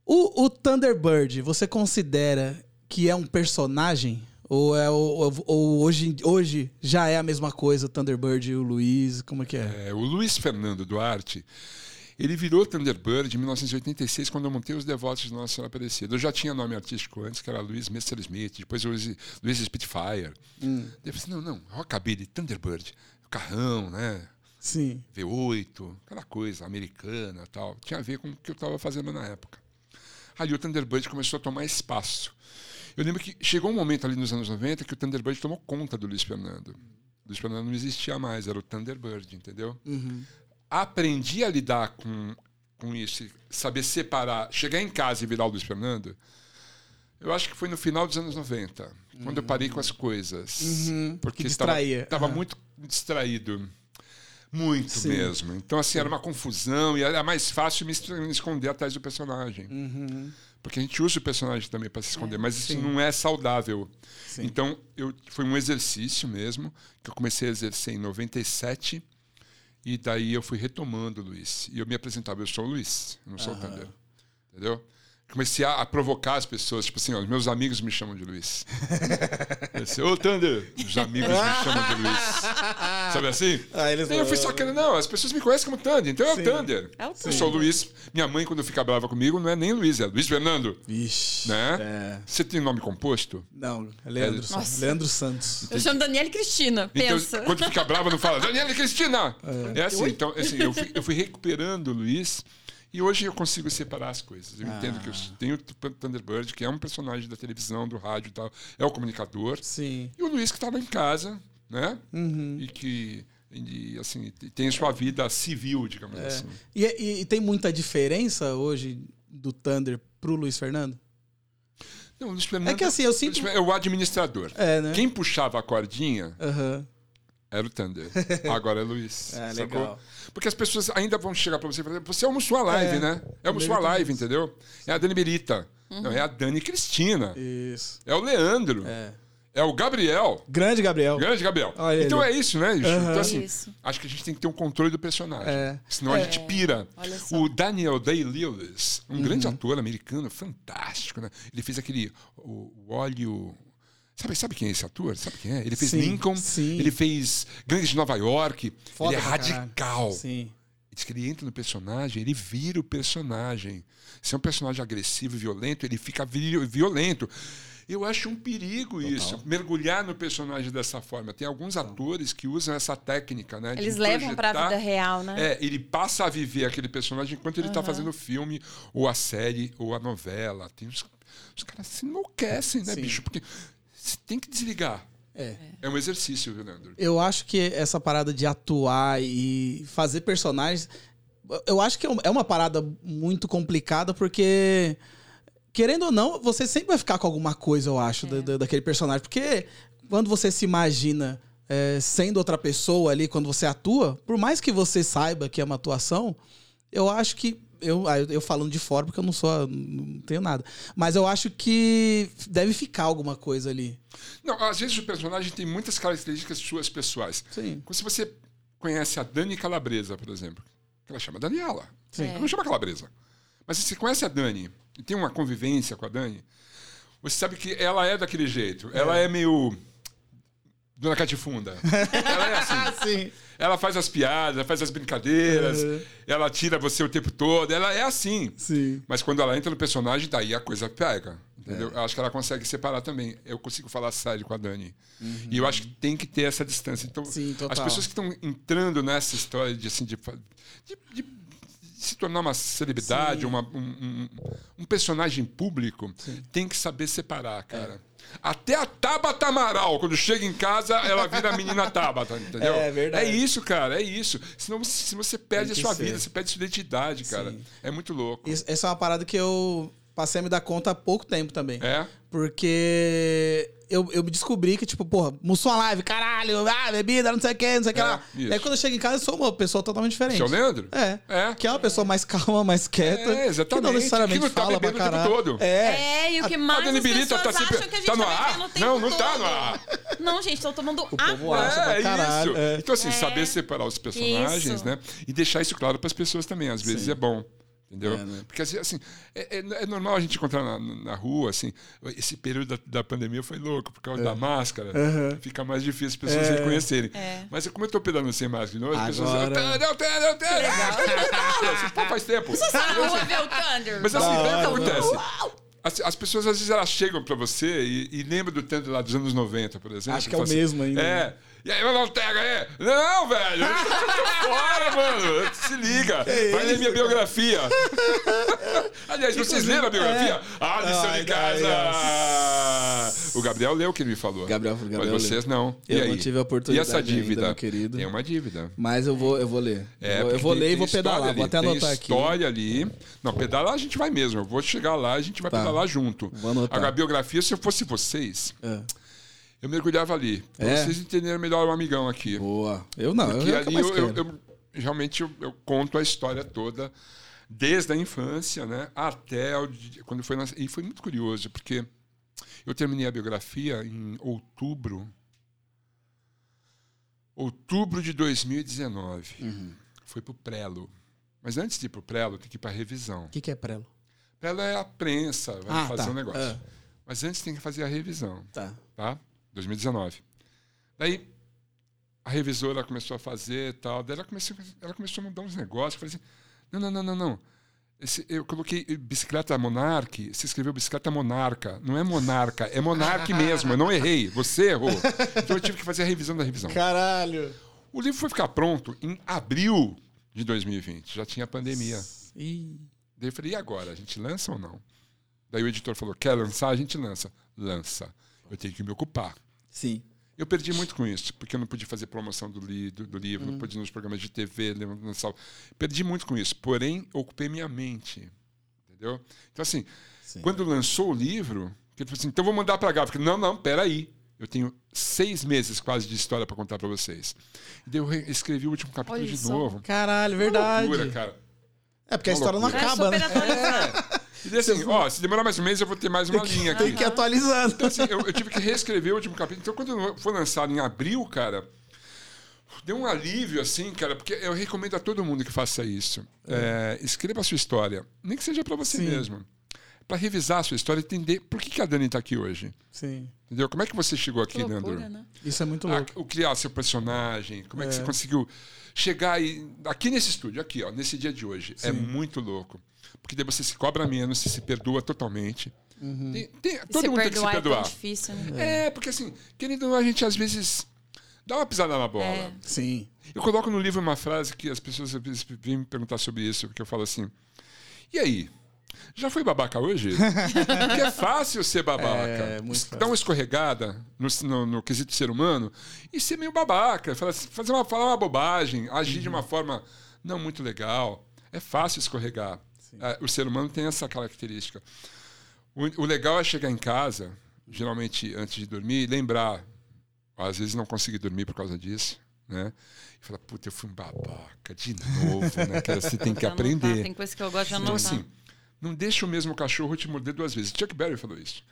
[SPEAKER 2] O, o Thunderbird, você considera que é um personagem? Ou, é, o- ou, ou hoje, hoje já é a mesma coisa, o Thunderbird e o Luiz? Como é que é?
[SPEAKER 4] É, o Luiz Fernando Duarte, ele virou Thunderbird em 1986, quando eu montei os Devotos de Nossa Senhora Aparecida. Eu já tinha nome artístico antes, que era Luiz Mr. Smith, depois Luiz, Luiz Spitfire. Daí eu falei, assim, não, não, Rockabilly, Thunderbird, carrão, né?
[SPEAKER 2] Sim.
[SPEAKER 4] V8, aquela coisa americana tal. Tinha a ver com o que eu estava fazendo na época. Ali o Thunderbird começou a tomar espaço. Eu lembro que chegou um momento ali nos anos 90 que o Thunderbird tomou conta do Luiz Fernando. O Luiz Fernando não existia mais, era o Thunderbird, entendeu?
[SPEAKER 2] Uhum.
[SPEAKER 4] Aprendi a lidar com, com isso, saber separar, chegar em casa e virar o Luiz Fernando. Eu acho que foi no final dos anos 90, quando eu parei com as coisas.
[SPEAKER 2] Uhum.
[SPEAKER 4] Porque
[SPEAKER 2] Que
[SPEAKER 4] estava
[SPEAKER 2] distraía.
[SPEAKER 4] estava
[SPEAKER 2] Aham.
[SPEAKER 4] muito distraído. Muito
[SPEAKER 2] Sim.
[SPEAKER 4] mesmo. Então, assim, era uma confusão e era mais fácil me es- me esconder atrás do personagem. Porque a gente usa o personagem também para se esconder, mas isso não é saudável. Então, eu, foi um exercício mesmo, que eu comecei a exercer em 97, e daí eu fui retomando o Luiz. E eu me apresentava, eu sou o Luiz, eu não sou o Tander. Entendeu? Comecei a, a provocar as pessoas, tipo assim, ó, meus amigos me chamam de Luiz. Eu disse, Ô, Tander, os amigos me chamam de Luiz. Sabe assim?
[SPEAKER 1] Ah, eles
[SPEAKER 4] eu fui só querendo, não, as pessoas me conhecem como Thunder, então é o
[SPEAKER 1] Sim.
[SPEAKER 4] Thunder.
[SPEAKER 3] É o
[SPEAKER 4] Eu sou o
[SPEAKER 3] Thunder.
[SPEAKER 4] Luiz. Minha mãe, quando fica brava comigo, não é nem Luiz, é Luiz Fernando.
[SPEAKER 1] Vixe.
[SPEAKER 4] Né?
[SPEAKER 1] É.
[SPEAKER 4] Você tem nome composto?
[SPEAKER 2] Não, é Leandro, Santos.
[SPEAKER 3] Nossa.
[SPEAKER 2] Leandro Santos.
[SPEAKER 3] Eu chamo Daniela e Cristina, pensa.
[SPEAKER 4] É. Então, quando fica brava, não fala, Daniela e Cristina! É, assim, então, assim, eu fui, eu fui recuperando o Luiz e hoje eu consigo separar as coisas.
[SPEAKER 2] Ah.
[SPEAKER 4] Eu entendo que eu tenho o Thunderbird, que é um personagem da televisão, do rádio e tal, é o comunicador.
[SPEAKER 2] Sim.
[SPEAKER 4] E o Luiz que estava em casa, né?
[SPEAKER 2] Uhum.
[SPEAKER 4] E que, e, assim, tem sua vida civil, digamos
[SPEAKER 2] É.
[SPEAKER 4] assim.
[SPEAKER 2] E, e- e tem muita diferença hoje do Thunder pro Luiz Fernando?
[SPEAKER 4] Não, o Luiz
[SPEAKER 2] É
[SPEAKER 4] Fernando
[SPEAKER 2] que assim, eu sinto.
[SPEAKER 4] é o administrador.
[SPEAKER 2] É, né?
[SPEAKER 4] Quem puxava a cordinha
[SPEAKER 2] Aham.
[SPEAKER 4] era o Thunder. Agora é o Luiz.
[SPEAKER 1] É,
[SPEAKER 4] sacou?
[SPEAKER 1] legal.
[SPEAKER 4] Porque as pessoas ainda vão chegar pra você e falar: você almoçou a live,
[SPEAKER 2] É.
[SPEAKER 4] né? É almoçou a
[SPEAKER 2] Primeiro
[SPEAKER 4] live, entendeu? É a Dani Merita. Não, é a Dani Cristina.
[SPEAKER 2] Isso.
[SPEAKER 4] É o Leandro. É,
[SPEAKER 2] É.
[SPEAKER 4] o Gabriel.
[SPEAKER 2] Grande Gabriel.
[SPEAKER 4] Grande Gabriel.
[SPEAKER 2] Olha
[SPEAKER 4] então
[SPEAKER 2] ele.
[SPEAKER 4] é isso, né? Isso. Então, assim,
[SPEAKER 3] Isso.
[SPEAKER 4] acho que a gente tem que ter um controle do personagem.
[SPEAKER 2] É.
[SPEAKER 4] Senão a gente pira.
[SPEAKER 3] Olha só.
[SPEAKER 4] O Daniel Day-Lewis, um grande
[SPEAKER 2] Uhum.
[SPEAKER 4] ator americano, fantástico, né? Ele fez aquele o, o óleo. Sabe, sabe quem é esse ator? Sabe quem é? Ele fez
[SPEAKER 2] Sim,
[SPEAKER 4] Lincoln,
[SPEAKER 2] sim.
[SPEAKER 4] ele fez Gangues de Nova York.
[SPEAKER 2] Foda
[SPEAKER 4] ele é
[SPEAKER 2] pra caralho.
[SPEAKER 4] radical.
[SPEAKER 2] Sim.
[SPEAKER 4] Diz que ele entra no personagem, ele vira o personagem. Se é um personagem agressivo, violento, ele fica vi- violento. Eu acho um perigo isso, mergulhar no personagem dessa forma. Tem alguns atores que usam essa técnica, né? de
[SPEAKER 3] Eles levam pra
[SPEAKER 4] projetar-
[SPEAKER 3] vida real, né?
[SPEAKER 4] É, ele passa a viver aquele personagem enquanto ele tá fazendo o filme, ou a série, ou a novela. Tem uns, os caras se enlouquecem, né,
[SPEAKER 2] Sim.
[SPEAKER 4] bicho? Porque você tem que desligar.
[SPEAKER 2] É.
[SPEAKER 4] É um exercício, viu, Leandro?
[SPEAKER 2] Eu acho que essa parada de atuar e fazer personagens. Eu acho que é um- é uma parada muito complicada, porque. Querendo ou não, você sempre vai ficar com alguma coisa, eu acho, da- da- daquele personagem. Porque quando você se imagina é, sendo outra pessoa ali, quando você atua, por mais que você saiba que é uma atuação, eu acho que. Eu, ah, eu- eu falando de fora, porque eu não sou. a- não tenho nada. Mas eu acho que deve ficar alguma coisa ali.
[SPEAKER 4] Não, às vezes o personagem tem muitas características suas pessoais.
[SPEAKER 2] Sim.
[SPEAKER 4] Se você conhece a Dani Calabresa, por exemplo, que ela chama Daniela.
[SPEAKER 2] Sim.
[SPEAKER 4] Ela não chama Calabresa. Mas se você conhece a Dani e tem uma convivência com a Dani, você sabe que ela é daquele jeito. Ela é meio. Dona Catifunda. ela é assim.
[SPEAKER 2] Sim.
[SPEAKER 4] Ela faz as piadas, ela faz as brincadeiras,
[SPEAKER 2] Uhum.
[SPEAKER 4] ela tira você o tempo todo. Ela é assim.
[SPEAKER 2] Sim.
[SPEAKER 4] Mas quando ela entra no personagem, daí a coisa pega. Entendeu?
[SPEAKER 2] É.
[SPEAKER 4] Eu acho que ela consegue separar também. Eu consigo falar sério com a Dani. E eu acho que tem que ter essa distância. Então,
[SPEAKER 2] Uhum. Sim,
[SPEAKER 4] as
[SPEAKER 2] total.
[SPEAKER 4] pessoas que estão entrando nessa história de, assim, de, fa- de- de se tornar uma celebridade, uma- um, um- um personagem público, tem que saber
[SPEAKER 2] É.
[SPEAKER 4] separar, cara. Até a Tabata Amaral, quando chega em casa, ela vira a menina Tabata, entendeu?
[SPEAKER 2] É verdade.
[SPEAKER 4] É isso, cara, é isso. Senão, você- se você perde a
[SPEAKER 2] Tem que
[SPEAKER 4] sua
[SPEAKER 2] ser.
[SPEAKER 4] vida, você perde sua identidade, cara.
[SPEAKER 2] Sim.
[SPEAKER 4] É muito louco.
[SPEAKER 2] Isso- essa é uma parada que eu passei a me dar conta há pouco tempo também.
[SPEAKER 4] É?
[SPEAKER 2] Porque eu, eu me descobri que, tipo, porra, mussou a live, caralho, ah, bebida, não sei o que, não sei o que
[SPEAKER 4] É,
[SPEAKER 2] lá.
[SPEAKER 4] isso.
[SPEAKER 2] Aí quando eu chego em casa, eu sou uma pessoa totalmente diferente.
[SPEAKER 4] Seu Leandro?
[SPEAKER 2] É.
[SPEAKER 4] É.
[SPEAKER 2] Que é uma pessoa mais calma, mais quieta.
[SPEAKER 4] É, exatamente.
[SPEAKER 2] Que não necessariamente
[SPEAKER 4] Que não tá
[SPEAKER 2] fala pra
[SPEAKER 4] bebendo o tempo
[SPEAKER 2] caralho.
[SPEAKER 4] todo.
[SPEAKER 2] É.
[SPEAKER 3] É, e o que
[SPEAKER 4] A
[SPEAKER 3] mais
[SPEAKER 4] Dani
[SPEAKER 3] as
[SPEAKER 4] Birita
[SPEAKER 3] pessoas
[SPEAKER 4] tá sempre.
[SPEAKER 3] acham que a gente
[SPEAKER 4] tá no
[SPEAKER 3] tá
[SPEAKER 4] ar?
[SPEAKER 3] bebendo o tempo
[SPEAKER 4] Não, não tá
[SPEAKER 3] todo.
[SPEAKER 4] no ar.
[SPEAKER 3] Não, gente, tô tomando
[SPEAKER 2] O povo
[SPEAKER 3] água.
[SPEAKER 2] acha pra caralho,
[SPEAKER 4] isso.
[SPEAKER 2] é.
[SPEAKER 4] Então, assim,
[SPEAKER 3] É.
[SPEAKER 4] saber separar os personagens,
[SPEAKER 3] Isso.
[SPEAKER 4] né? E deixar isso claro para as pessoas também, às vezes é bom. Entendeu?
[SPEAKER 2] É, né?
[SPEAKER 4] Porque assim, assim, é, é- é normal a gente encontrar na, na rua, assim, esse período da, da pandemia foi louco, por causa da máscara, fica mais difícil as pessoas
[SPEAKER 2] É.
[SPEAKER 4] reconhecerem.
[SPEAKER 3] É.
[SPEAKER 4] Mas como eu tô pedalando sem máscara, de novo, as pessoas
[SPEAKER 2] Agora-
[SPEAKER 4] dizem, não, tem, não, tem, não, tem, Pô, faz tempo.
[SPEAKER 3] Sabe, eu vou ver o Thunder.
[SPEAKER 4] Mas assim,
[SPEAKER 2] Da
[SPEAKER 4] o que
[SPEAKER 2] hora,
[SPEAKER 4] acontece? As, as pessoas às vezes elas chegam pra você e, e lembram do tanto lá dos anos 90, por exemplo.
[SPEAKER 2] Acho que é
[SPEAKER 4] e
[SPEAKER 2] o
[SPEAKER 4] fala
[SPEAKER 2] mesmo ainda,
[SPEAKER 1] né?"
[SPEAKER 4] É. E aí, mano, Ortega, é? Não, velho! eu tô Fora, mano! Se liga! Vai ler
[SPEAKER 2] isso,
[SPEAKER 4] minha
[SPEAKER 2] cara?
[SPEAKER 4] biografia! Aliás, vocês leram a biografia?
[SPEAKER 1] é.
[SPEAKER 4] Ah, lição
[SPEAKER 2] Ai,
[SPEAKER 4] de
[SPEAKER 2] daí,
[SPEAKER 4] casa! O Gabriel leu o que ele me falou.
[SPEAKER 1] Gabriel- Gabriel
[SPEAKER 4] Mas vocês não.
[SPEAKER 1] Eu
[SPEAKER 4] e aí?
[SPEAKER 1] não tive a oportunidade
[SPEAKER 4] E essa dívida?
[SPEAKER 1] ainda, meu querido.
[SPEAKER 4] É uma dívida.
[SPEAKER 1] Mas eu vou, eu vou ler.
[SPEAKER 4] É,
[SPEAKER 1] eu vou, eu
[SPEAKER 4] porque
[SPEAKER 1] vou
[SPEAKER 4] tem-
[SPEAKER 1] ler e
[SPEAKER 4] tem
[SPEAKER 1] vou pedalar.
[SPEAKER 4] história
[SPEAKER 1] Vou
[SPEAKER 4] ali,
[SPEAKER 1] até
[SPEAKER 4] tem
[SPEAKER 1] anotar aqui.
[SPEAKER 4] história ali. Não, pedalar a gente vai mesmo. Eu vou chegar lá, a gente vai
[SPEAKER 1] Tá.
[SPEAKER 4] pedalar junto.
[SPEAKER 1] Vou anotar.
[SPEAKER 4] A biografia, se eu fosse vocês,
[SPEAKER 1] É.
[SPEAKER 4] eu mergulhava ali. Pra
[SPEAKER 1] É?
[SPEAKER 4] vocês entenderem melhor o amigão aqui.
[SPEAKER 1] Boa. Eu não,
[SPEAKER 4] Porque
[SPEAKER 1] eu nunca
[SPEAKER 4] ali
[SPEAKER 1] mais
[SPEAKER 4] eu, eu-
[SPEAKER 1] quero.
[SPEAKER 4] eu- realmente eu, eu conto a história toda, desde a infância, né? Até o di- quando foi nas- E foi muito curioso, porque eu terminei a biografia em outubro. Outubro de 2019.
[SPEAKER 1] Uhum.
[SPEAKER 4] Foi pro Prelo. Mas antes de ir pro Prelo, tem que ir pra revisão.
[SPEAKER 2] O que, que é prelo?
[SPEAKER 4] Prelo é a prensa, vai
[SPEAKER 2] Ah,
[SPEAKER 4] fazer
[SPEAKER 2] tá.
[SPEAKER 4] um negócio.
[SPEAKER 1] É.
[SPEAKER 2] Ah.
[SPEAKER 4] Mas antes tem que fazer a revisão
[SPEAKER 2] Tá.
[SPEAKER 4] tá? 2019. Daí a revisora começou a fazer e tal, daí ela começou, ela começou a mudar uns negócios, eu falei assim: "Não, não, não, não, não. Esse- eu coloquei eh, bicicleta monarque, você escreveu bicicleta monarca, não é monarca, é monarque mesmo, eu não errei, você errou. Então eu tive que fazer a revisão da revisão.
[SPEAKER 2] Caralho.
[SPEAKER 4] O livro foi ficar pronto em abril de 2020, já tinha pandemia.
[SPEAKER 2] Ih.
[SPEAKER 4] Daí eu falei, e agora? A gente lança ou não? Daí o editor falou, quer lançar? A gente lança. Lança. Eu tenho que me ocupar.
[SPEAKER 1] Sim.
[SPEAKER 4] Eu perdi muito com isso, porque eu não podia fazer promoção do, li- do- do livro, não podia ir nos programas de TV, lembra- na sala. Perdi muito com isso, porém, ocupei minha mente. Entendeu? Então, assim, quando lançou o livro, que ele falou assim: então vou mandar pra Gabi. Eu falei, Não, não, peraí. Eu tenho seis meses quase de história pra contar pra vocês. E daí eu re- escrevi o último capítulo
[SPEAKER 3] Olha
[SPEAKER 4] de
[SPEAKER 3] só.
[SPEAKER 4] novo.
[SPEAKER 2] Caralho,
[SPEAKER 4] Que
[SPEAKER 2] verdade.
[SPEAKER 4] Loucura, cara.
[SPEAKER 2] É porque a história não
[SPEAKER 4] Uma
[SPEAKER 3] Pra
[SPEAKER 2] acaba, né?
[SPEAKER 3] super atualizar.
[SPEAKER 4] E daí assim, ó, se demorar mais um mês, eu vou ter mais uma linha aqui.
[SPEAKER 2] Tem que ir atualizando.
[SPEAKER 4] Então, assim, eu, eu tive que reescrever o último capítulo. Então, quando foi lançado em abril, cara, deu um alívio, assim, cara, porque eu recomendo a todo mundo que faça isso. É, escreva a sua história, nem que seja pra você mesmo. Pra revisar a sua história e entender por que, que a Dani tá aqui hoje.
[SPEAKER 2] Sim.
[SPEAKER 4] Entendeu? Como é que você chegou aqui,
[SPEAKER 3] Que loucura,
[SPEAKER 4] Leandro?
[SPEAKER 3] né?
[SPEAKER 2] Isso é muito
[SPEAKER 4] a-
[SPEAKER 2] louco.
[SPEAKER 4] o criar seu personagem, como é, que você conseguiu chegar aí, aqui nesse estúdio, aqui, ó, nesse dia de hoje. É muito louco. Porque daí você se cobra menos, você se perdoa totalmente. Tem- tem-
[SPEAKER 3] E
[SPEAKER 4] todo
[SPEAKER 3] se
[SPEAKER 4] mundo tem que
[SPEAKER 3] perdoar é
[SPEAKER 4] se
[SPEAKER 3] tão
[SPEAKER 4] perdoar.
[SPEAKER 3] difícil, né?
[SPEAKER 4] É, porque assim, querendo ou não, a gente às vezes dá uma pisada na bola.
[SPEAKER 3] É.
[SPEAKER 2] Sim.
[SPEAKER 4] Eu coloco no livro uma frase que as pessoas às vezes vêm me perguntar sobre isso, porque eu falo assim: e aí? Já foi babaca hoje? Porque é fácil ser babaca.
[SPEAKER 2] É, muito fácil.
[SPEAKER 4] Dá uma escorregada no, no- no quesito ser humano e ser meio babaca. Falar, assim, fazer uma, falar uma bobagem, agir de
[SPEAKER 2] Uhum.
[SPEAKER 4] uma forma não muito legal. É fácil escorregar. Ah, O ser humano tem essa característica. O, o legal é chegar em casa, geralmente antes de dormir, e lembrar. Às vezes não consegui dormir por causa disso, né? E falar, puta, eu fui um babaca de novo, né? Cara, você tem que
[SPEAKER 3] Já não tá,
[SPEAKER 4] aprender.
[SPEAKER 3] Tem coisa que eu gosto tá. de
[SPEAKER 4] Então,
[SPEAKER 3] anotar.
[SPEAKER 4] assim, não deixa o mesmo cachorro te morder duas vezes. Chuck Berry falou isso.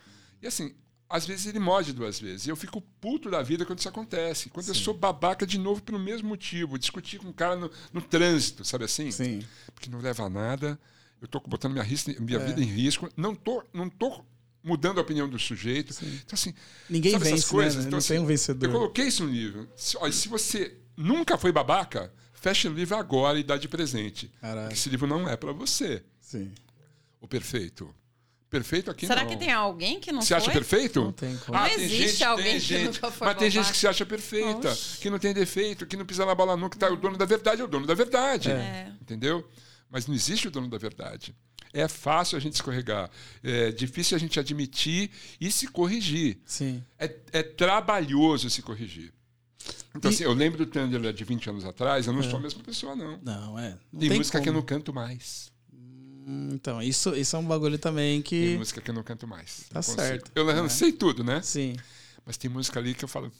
[SPEAKER 4] E assim, às vezes ele morde duas vezes. E eu fico puto da vida quando isso acontece. Quando eu sou babaca de novo pelo mesmo motivo. Discutir com um cara no, no trânsito, sabe assim?
[SPEAKER 2] Sim.
[SPEAKER 4] Porque não leva a nada. Eu tô botando minha, ris- minha
[SPEAKER 2] É.
[SPEAKER 4] vida em risco. Não tô, não tô mudando a opinião do sujeito. Então, assim,
[SPEAKER 2] Ninguém
[SPEAKER 4] sabe essas
[SPEAKER 2] vence,
[SPEAKER 4] coisas?
[SPEAKER 2] né?
[SPEAKER 4] Então,
[SPEAKER 2] não
[SPEAKER 4] assim,
[SPEAKER 2] tem um
[SPEAKER 4] eu
[SPEAKER 2] vencedor.
[SPEAKER 4] coloquei isso no livro. Se, ó, e se você nunca foi babaca, feche o livro agora e dá de presente.
[SPEAKER 2] Caralho.
[SPEAKER 4] Porque Esse livro não é para você.
[SPEAKER 2] Sim.
[SPEAKER 4] O perfeito. Perfeito aqui
[SPEAKER 3] Será
[SPEAKER 4] não.
[SPEAKER 3] que tem alguém que não
[SPEAKER 4] Você acha
[SPEAKER 3] foi?
[SPEAKER 4] perfeito?
[SPEAKER 2] Não tem como.
[SPEAKER 4] Ah,
[SPEAKER 3] Não
[SPEAKER 4] tem
[SPEAKER 3] existe
[SPEAKER 4] gente,
[SPEAKER 3] alguém
[SPEAKER 4] tem
[SPEAKER 3] que
[SPEAKER 4] gente.
[SPEAKER 3] nunca foi
[SPEAKER 4] Mas tem gente
[SPEAKER 3] babaca.
[SPEAKER 4] que se acha perfeita, que não tem defeito, que não pisa na bola nunca. Tá, o dono da verdade é o dono da verdade.
[SPEAKER 3] É.
[SPEAKER 4] Entendeu? Mas não existe o dono da verdade. É fácil a gente escorregar. É difícil a gente admitir e se corrigir.
[SPEAKER 2] Sim.
[SPEAKER 4] É, é trabalhoso se corrigir. Então, assim, eu lembro do Thunder de 20 anos atrás, eu não sou a mesma pessoa, não.
[SPEAKER 2] É. Não, é. Não
[SPEAKER 4] tem,
[SPEAKER 2] tem
[SPEAKER 4] música que eu
[SPEAKER 2] como.
[SPEAKER 4] não canto mais.
[SPEAKER 2] Hum, Então, isso, isso é um bagulho também
[SPEAKER 4] Tem
[SPEAKER 2] que.
[SPEAKER 4] música que eu não canto mais.
[SPEAKER 2] Tá
[SPEAKER 4] Não consigo.
[SPEAKER 2] certo.
[SPEAKER 4] Eu não sei tudo, né?
[SPEAKER 2] Sim.
[SPEAKER 4] Mas tem música ali que eu falo,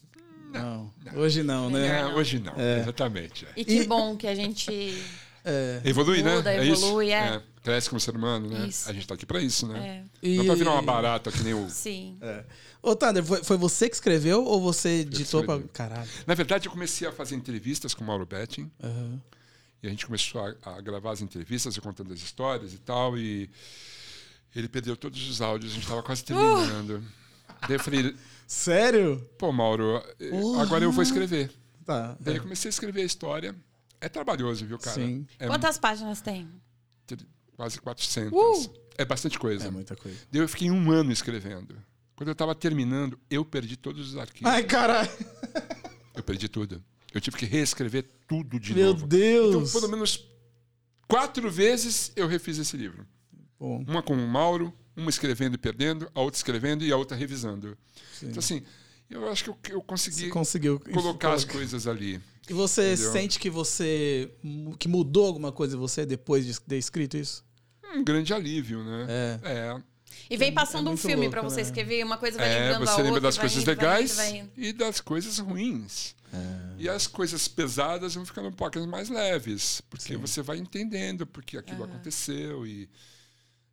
[SPEAKER 2] Não. Hoje não, né?
[SPEAKER 4] "Ah, hoje não. Exatamente. é.
[SPEAKER 3] E que
[SPEAKER 2] E-
[SPEAKER 3] bom que a gente.
[SPEAKER 2] É.
[SPEAKER 4] Evolui, né?
[SPEAKER 3] Muda,
[SPEAKER 4] é isso?
[SPEAKER 3] evolui, é.
[SPEAKER 4] Cresce como ser humano, né?
[SPEAKER 3] Isso.
[SPEAKER 4] A gente tá aqui pra isso, né?
[SPEAKER 3] É,
[SPEAKER 4] Não pra
[SPEAKER 2] E-
[SPEAKER 4] virar uma barata que nem o.
[SPEAKER 3] sim.
[SPEAKER 2] É. Ô, Thunder, foi, foi você que escreveu ou você ditou pra.
[SPEAKER 4] escrevi.
[SPEAKER 2] Caralho.
[SPEAKER 4] Na verdade, eu comecei a fazer entrevistas com o Mauro Betting.
[SPEAKER 2] Aham.
[SPEAKER 4] E a gente começou a, a gravar as entrevistas, eu contando as histórias e tal, e ele perdeu todos os áudios, a gente estava
[SPEAKER 3] Uh!
[SPEAKER 4] quase terminando. Daí eu falei,
[SPEAKER 2] Sério?
[SPEAKER 4] pô, Mauro, eh,
[SPEAKER 3] Uh!
[SPEAKER 4] agora eu vou escrever.
[SPEAKER 2] Tá.
[SPEAKER 4] Daí eu comecei a escrever a história. É trabalhoso, viu, cara?
[SPEAKER 2] Sim.
[SPEAKER 4] É
[SPEAKER 3] Quantas páginas tem?
[SPEAKER 4] muito- quase 400.
[SPEAKER 3] Uh!
[SPEAKER 4] É bastante coisa.
[SPEAKER 2] É muita coisa.
[SPEAKER 4] Daí eu fiquei um ano escrevendo. Quando eu estava terminando, eu perdi todos os arquivos.
[SPEAKER 2] Ai, caralho.
[SPEAKER 4] Eu perdi tudo. Eu tive que reescrever tudo de
[SPEAKER 2] Meu
[SPEAKER 4] novo. Então,
[SPEAKER 2] Deus.
[SPEAKER 4] pelo menos quatro vezes eu refiz esse livro.
[SPEAKER 2] Bom,
[SPEAKER 4] Uma com o Mauro, uma escrevendo e perdendo, a outra escrevendo e a outra revisando. Então, assim, eu acho que eu, eu consegui
[SPEAKER 2] você conseguiu.
[SPEAKER 4] colocar as coisas ali.
[SPEAKER 2] E você
[SPEAKER 4] Entendeu?
[SPEAKER 2] sente que você. mu- que mudou alguma coisa em você depois de ter escrito isso?
[SPEAKER 4] Um grande alívio, né?
[SPEAKER 2] É.
[SPEAKER 4] É.
[SPEAKER 3] E vem passando um
[SPEAKER 2] muito
[SPEAKER 3] filme
[SPEAKER 2] louco,
[SPEAKER 3] pra você
[SPEAKER 2] né?
[SPEAKER 3] escrever, uma coisa vai
[SPEAKER 4] É,
[SPEAKER 3] lembrando a outra.
[SPEAKER 4] você lembra das
[SPEAKER 3] vai
[SPEAKER 4] coisas
[SPEAKER 3] indo, vai indo,
[SPEAKER 4] legais
[SPEAKER 3] vai indo.
[SPEAKER 4] e das coisas ruins. E as coisas pesadas vão ficando um pouquinho mais leves, porque você vai entendendo porque aquilo aconteceu e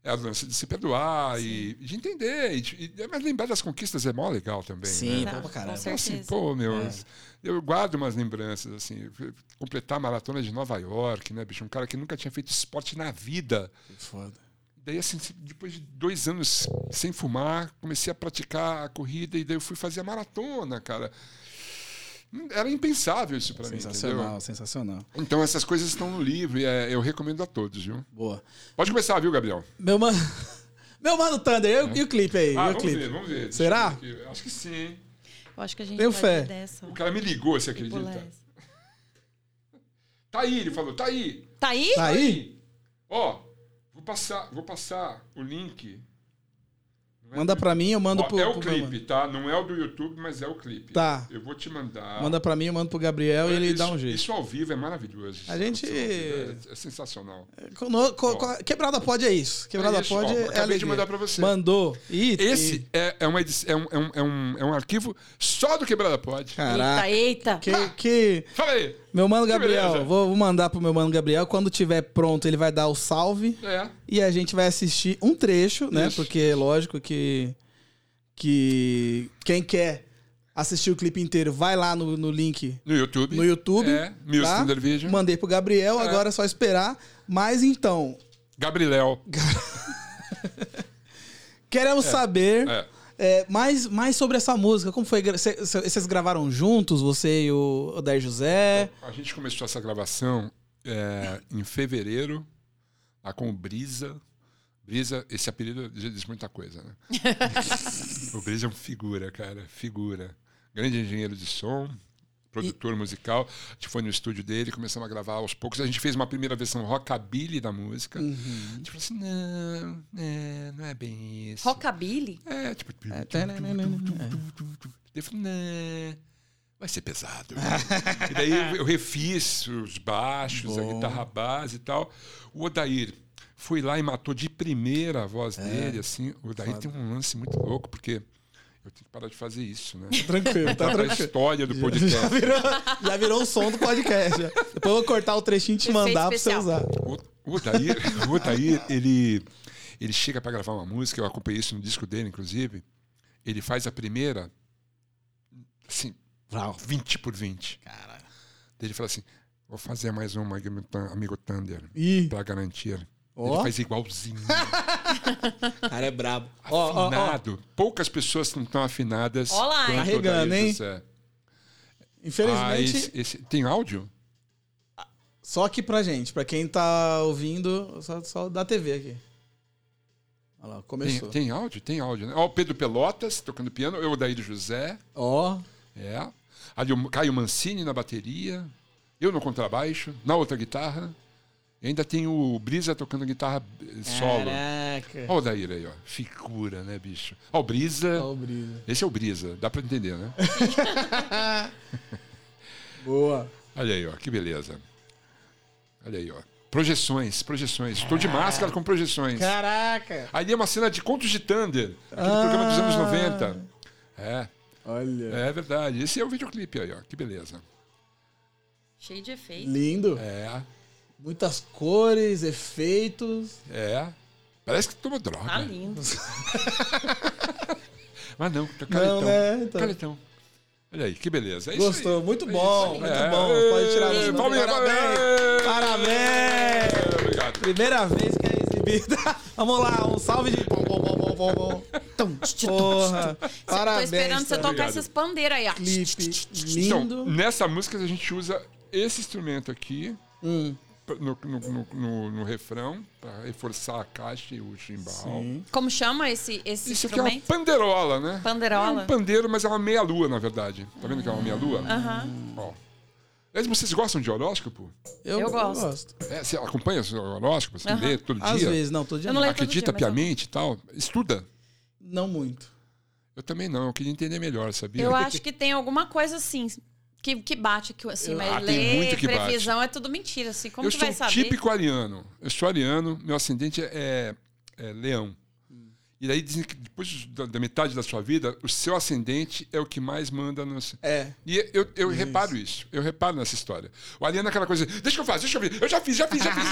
[SPEAKER 4] é a lance de se perdoar e de entender. E, de- e- mas lembrar das conquistas é mó legal também. né?
[SPEAKER 3] Tá,
[SPEAKER 2] pô,
[SPEAKER 3] com
[SPEAKER 4] Então,
[SPEAKER 3] certeza.
[SPEAKER 4] assim, pô, meu, eu guardo umas lembranças, assim, completar a maratona de Nova York, né, bicho? Um cara que nunca tinha feito esporte na vida.
[SPEAKER 2] Foda.
[SPEAKER 4] Daí, assim, se- depois de dois anos sem fumar, comecei a praticar a corrida e daí eu fui fazer a maratona, cara. Era impensável isso pra mim,
[SPEAKER 2] Sensacional,
[SPEAKER 4] entendeu?
[SPEAKER 2] sensacional.
[SPEAKER 4] Então essas coisas estão no livro e é, eu recomendo a todos, viu?
[SPEAKER 2] Boa.
[SPEAKER 4] Pode começar, viu, Gabriel?
[SPEAKER 2] Meu mano. Meu mano Thunder, e, o- e o clipe aí?
[SPEAKER 4] Ah,
[SPEAKER 2] e o
[SPEAKER 4] vamos
[SPEAKER 2] clipe?
[SPEAKER 4] ver, vamos ver. Deixa
[SPEAKER 2] Será?
[SPEAKER 4] eu ver aqui. Acho que sim.
[SPEAKER 3] Eu acho que a gente
[SPEAKER 2] Tenho
[SPEAKER 3] vai
[SPEAKER 2] fé.
[SPEAKER 3] ter dessa.
[SPEAKER 4] O cara me ligou, você
[SPEAKER 3] e pular
[SPEAKER 4] acredita?
[SPEAKER 3] essa.
[SPEAKER 4] Tá aí, ele falou, tá aí.
[SPEAKER 3] Tá aí?
[SPEAKER 2] Tá aí?
[SPEAKER 4] Ó, vou passar, vou passar o link.
[SPEAKER 2] Manda pra mim, eu mando
[SPEAKER 4] Ó,
[SPEAKER 2] pro.
[SPEAKER 4] é o
[SPEAKER 2] pro meu
[SPEAKER 4] clipe, tá? Não é o do YouTube, mas é o clipe.
[SPEAKER 2] Tá.
[SPEAKER 4] Eu vou te mandar.
[SPEAKER 2] mano. Manda pra mim, eu mando pro Gabriel e ele
[SPEAKER 4] Isso-
[SPEAKER 2] dá um jeito.
[SPEAKER 4] Isso ao vivo é maravilhoso.
[SPEAKER 2] A gente-
[SPEAKER 4] Isso ao vivo É, é sensacional.
[SPEAKER 2] Cono- co- co- Quebrada pode é isso. Quebrada
[SPEAKER 4] É isso,
[SPEAKER 2] pode
[SPEAKER 4] ó,
[SPEAKER 2] é.
[SPEAKER 4] acabei de
[SPEAKER 2] alegria.
[SPEAKER 4] mandar pra você.
[SPEAKER 2] Mandou. Ih,
[SPEAKER 4] Esse é, é, uma, edi- é, um, é, um, é, um, é um arquivo só do Quebrada Pod.
[SPEAKER 2] Caraca.
[SPEAKER 3] Eita, eita.
[SPEAKER 2] Que, que.
[SPEAKER 4] Fala aí.
[SPEAKER 2] Meu mano
[SPEAKER 4] Que
[SPEAKER 2] Gabriel,
[SPEAKER 4] beleza.
[SPEAKER 2] vou, vou mandar pro meu mano Gabriel. Quando tiver pronto, ele vai dar o salve.
[SPEAKER 4] É.
[SPEAKER 2] E a gente vai assistir um trecho, né?
[SPEAKER 4] Isso.
[SPEAKER 2] Porque é lógico que. Que. Quem quer assistir o clipe inteiro, vai lá no, no link
[SPEAKER 4] No YouTube.
[SPEAKER 2] no YouTube.
[SPEAKER 4] É. Music
[SPEAKER 2] tá?
[SPEAKER 4] Thunder Vision.
[SPEAKER 2] Mandei pro Gabriel, agora é só esperar. Mas então,
[SPEAKER 4] Gabriel.
[SPEAKER 2] queremos saber.
[SPEAKER 4] É.
[SPEAKER 2] É, mais, mais sobre essa música, como foi? Gra- cê- cê- Vocês gravaram juntos, você e o Odair José?
[SPEAKER 4] A gente começou essa gravação é, em fevereiro, lá com o Brisa. Brisa, esse apelido já diz muita coisa, né? o Brisa é um figura, cara, figura. Grande engenheiro de som, produtor musical. A gente foi no estúdio dele, começamos a gravar aos poucos. A gente fez uma primeira versão rockabilly da música. A gente falou assim, não, é, não é bem isso.
[SPEAKER 3] Rockabilly?
[SPEAKER 4] É, tipo...
[SPEAKER 2] É, tananana,
[SPEAKER 4] Eu falei, né, vai ser pesado. e daí eu- eu refiz os baixos, a guitarra base e tal. O Odair foi lá e matou de primeira a
[SPEAKER 2] É.
[SPEAKER 4] voz dele, assim. O Odair tem um lance muito louco, porque eu tenho que parar de fazer isso, né?
[SPEAKER 2] Tranquilo, tá
[SPEAKER 4] Tá pra
[SPEAKER 2] tranquilo.
[SPEAKER 4] história do
[SPEAKER 2] Já
[SPEAKER 4] podcast.
[SPEAKER 2] virou, já virou o som do podcast. já. Depois eu vou cortar o trechinho e te
[SPEAKER 3] Efeito
[SPEAKER 2] mandar pra você
[SPEAKER 3] especial.
[SPEAKER 2] usar.
[SPEAKER 4] O o Odair, o Odair ele, ele chega para gravar uma música, eu acompanhei isso no disco dele, inclusive. Ele faz a primeira, assim, 20 por 20. Caralho. Ele fala assim: vou fazer mais uma, amigo Tan- amigo Thunder,
[SPEAKER 2] Ih,
[SPEAKER 4] pra garantir.
[SPEAKER 2] Ó.
[SPEAKER 4] Ele faz igualzinho,
[SPEAKER 2] o cara é brabo. Ó, ó, ó,
[SPEAKER 4] afinado. Poucas pessoas não estão afinadas.
[SPEAKER 3] Ó lá, hein?
[SPEAKER 4] quanto o
[SPEAKER 2] Carregando,
[SPEAKER 4] Odair
[SPEAKER 2] hein?
[SPEAKER 4] José. Ah,
[SPEAKER 2] Infelizmente,
[SPEAKER 4] esse- esse- tem áudio?
[SPEAKER 2] só aqui pra gente, pra quem tá ouvindo, só, só da TV aqui. Olha lá,
[SPEAKER 4] Tem,
[SPEAKER 2] começou.
[SPEAKER 4] tem áudio? Tem áudio, né? Ó, o Pedro Pelotas tocando piano, eu, Odair José.
[SPEAKER 2] Ó,
[SPEAKER 4] É. Ali o Caio Mancini na bateria, eu no contrabaixo, na outra guitarra. E ainda tem o Brisa tocando guitarra eh,
[SPEAKER 2] É,
[SPEAKER 4] solo.
[SPEAKER 2] né? caraca.
[SPEAKER 4] Olha o Daíra aí, ó. Figura, né, bicho? Ó, o Brisa.
[SPEAKER 2] Ó, o brilho.
[SPEAKER 4] Esse é o Brisa, dá pra entender, né?
[SPEAKER 2] Boa.
[SPEAKER 4] Olha aí, ó, que beleza. Olha aí, ó. Projeções, projeções. Estou de máscara com projeções.
[SPEAKER 2] Caraca!
[SPEAKER 4] Ali é uma cena de Contos de Thunder, aquele
[SPEAKER 2] Ah.
[SPEAKER 4] programa dos anos 90. É,
[SPEAKER 1] Olha.
[SPEAKER 4] é verdade. Esse é o videoclipe aí, ó. Que beleza.
[SPEAKER 3] Cheio de efeito.
[SPEAKER 2] Lindo.
[SPEAKER 4] É,
[SPEAKER 2] Muitas cores, efeitos.
[SPEAKER 4] é. Parece que tomou
[SPEAKER 3] Tá
[SPEAKER 2] Ah,
[SPEAKER 4] droga.
[SPEAKER 3] lindo.
[SPEAKER 4] Mas não, tá
[SPEAKER 2] Não,
[SPEAKER 4] caretão.
[SPEAKER 2] né? Então.
[SPEAKER 4] Caretão. Olha aí, que beleza. É isso
[SPEAKER 2] Gostou,
[SPEAKER 4] aí.
[SPEAKER 2] muito
[SPEAKER 4] É
[SPEAKER 2] bom,
[SPEAKER 4] isso
[SPEAKER 2] muito
[SPEAKER 4] aí.
[SPEAKER 2] bom.
[SPEAKER 4] É.
[SPEAKER 2] Pode tirar
[SPEAKER 4] Ei,
[SPEAKER 2] você.
[SPEAKER 4] palminha,
[SPEAKER 2] Parabéns!
[SPEAKER 4] palminha.
[SPEAKER 2] Parabéns!
[SPEAKER 4] Obrigado.
[SPEAKER 2] Primeira vez que é exibida. Vamos lá, um salve de. Bom, bom, bom, bom, bom, bom. Porra! Parabéns!
[SPEAKER 3] Tô esperando você
[SPEAKER 2] cara.
[SPEAKER 3] tocar
[SPEAKER 4] Obrigado.
[SPEAKER 3] esses pandeiros aí, ó.
[SPEAKER 2] Clipe
[SPEAKER 4] Então,
[SPEAKER 2] lindo.
[SPEAKER 4] nessa música a gente usa esse instrumento aqui
[SPEAKER 2] Hum.
[SPEAKER 4] pra- no, no, no, no- no refrão para reforçar a caixa e o chimbal.
[SPEAKER 3] Como chama esse, esse
[SPEAKER 4] Isso aqui é uma
[SPEAKER 3] instrumento?
[SPEAKER 4] panderola, né?
[SPEAKER 3] Panderola?
[SPEAKER 4] É um pandeiro, mas é uma meia-lua, na verdade. Tá vendo que é uma meia-lua?
[SPEAKER 3] Aham.
[SPEAKER 4] Ó. Aliás, vocês gostam de horóscopo?
[SPEAKER 2] Eu,
[SPEAKER 3] Eu gosto.
[SPEAKER 4] É, você acompanha os horóscopos? Você
[SPEAKER 3] Aham.
[SPEAKER 4] lê todo
[SPEAKER 2] Às
[SPEAKER 4] dia?
[SPEAKER 2] vezes, não, todo dia.
[SPEAKER 3] Eu
[SPEAKER 2] Não,
[SPEAKER 3] não leio todo
[SPEAKER 4] Acredita
[SPEAKER 3] dia, mas eu-
[SPEAKER 4] piamente e tal? Estuda?
[SPEAKER 2] não muito.
[SPEAKER 4] Eu também não, eu queria entender melhor, sabia?
[SPEAKER 3] Eu acho que tem alguma coisa assim que, que bate aqui, assim, mas
[SPEAKER 4] Ah, tem
[SPEAKER 3] ler
[SPEAKER 4] muito que bate.
[SPEAKER 3] previsão é tudo mentira, assim. Como
[SPEAKER 4] eu
[SPEAKER 3] que
[SPEAKER 4] sou
[SPEAKER 3] vai
[SPEAKER 4] um
[SPEAKER 3] saber?
[SPEAKER 4] típico ariano. Eu sou ariano, meu ascendente é, é leão.
[SPEAKER 3] Hum.
[SPEAKER 4] E daí dizem que depois da, da metade da sua vida, o seu ascendente é o que mais manda no.
[SPEAKER 2] É.
[SPEAKER 4] E eu, eu reparo isso, eu reparo nessa história. O ariano é aquela coisa, deixa que eu faço, deixa eu ver, eu já fiz, já fiz, já fiz.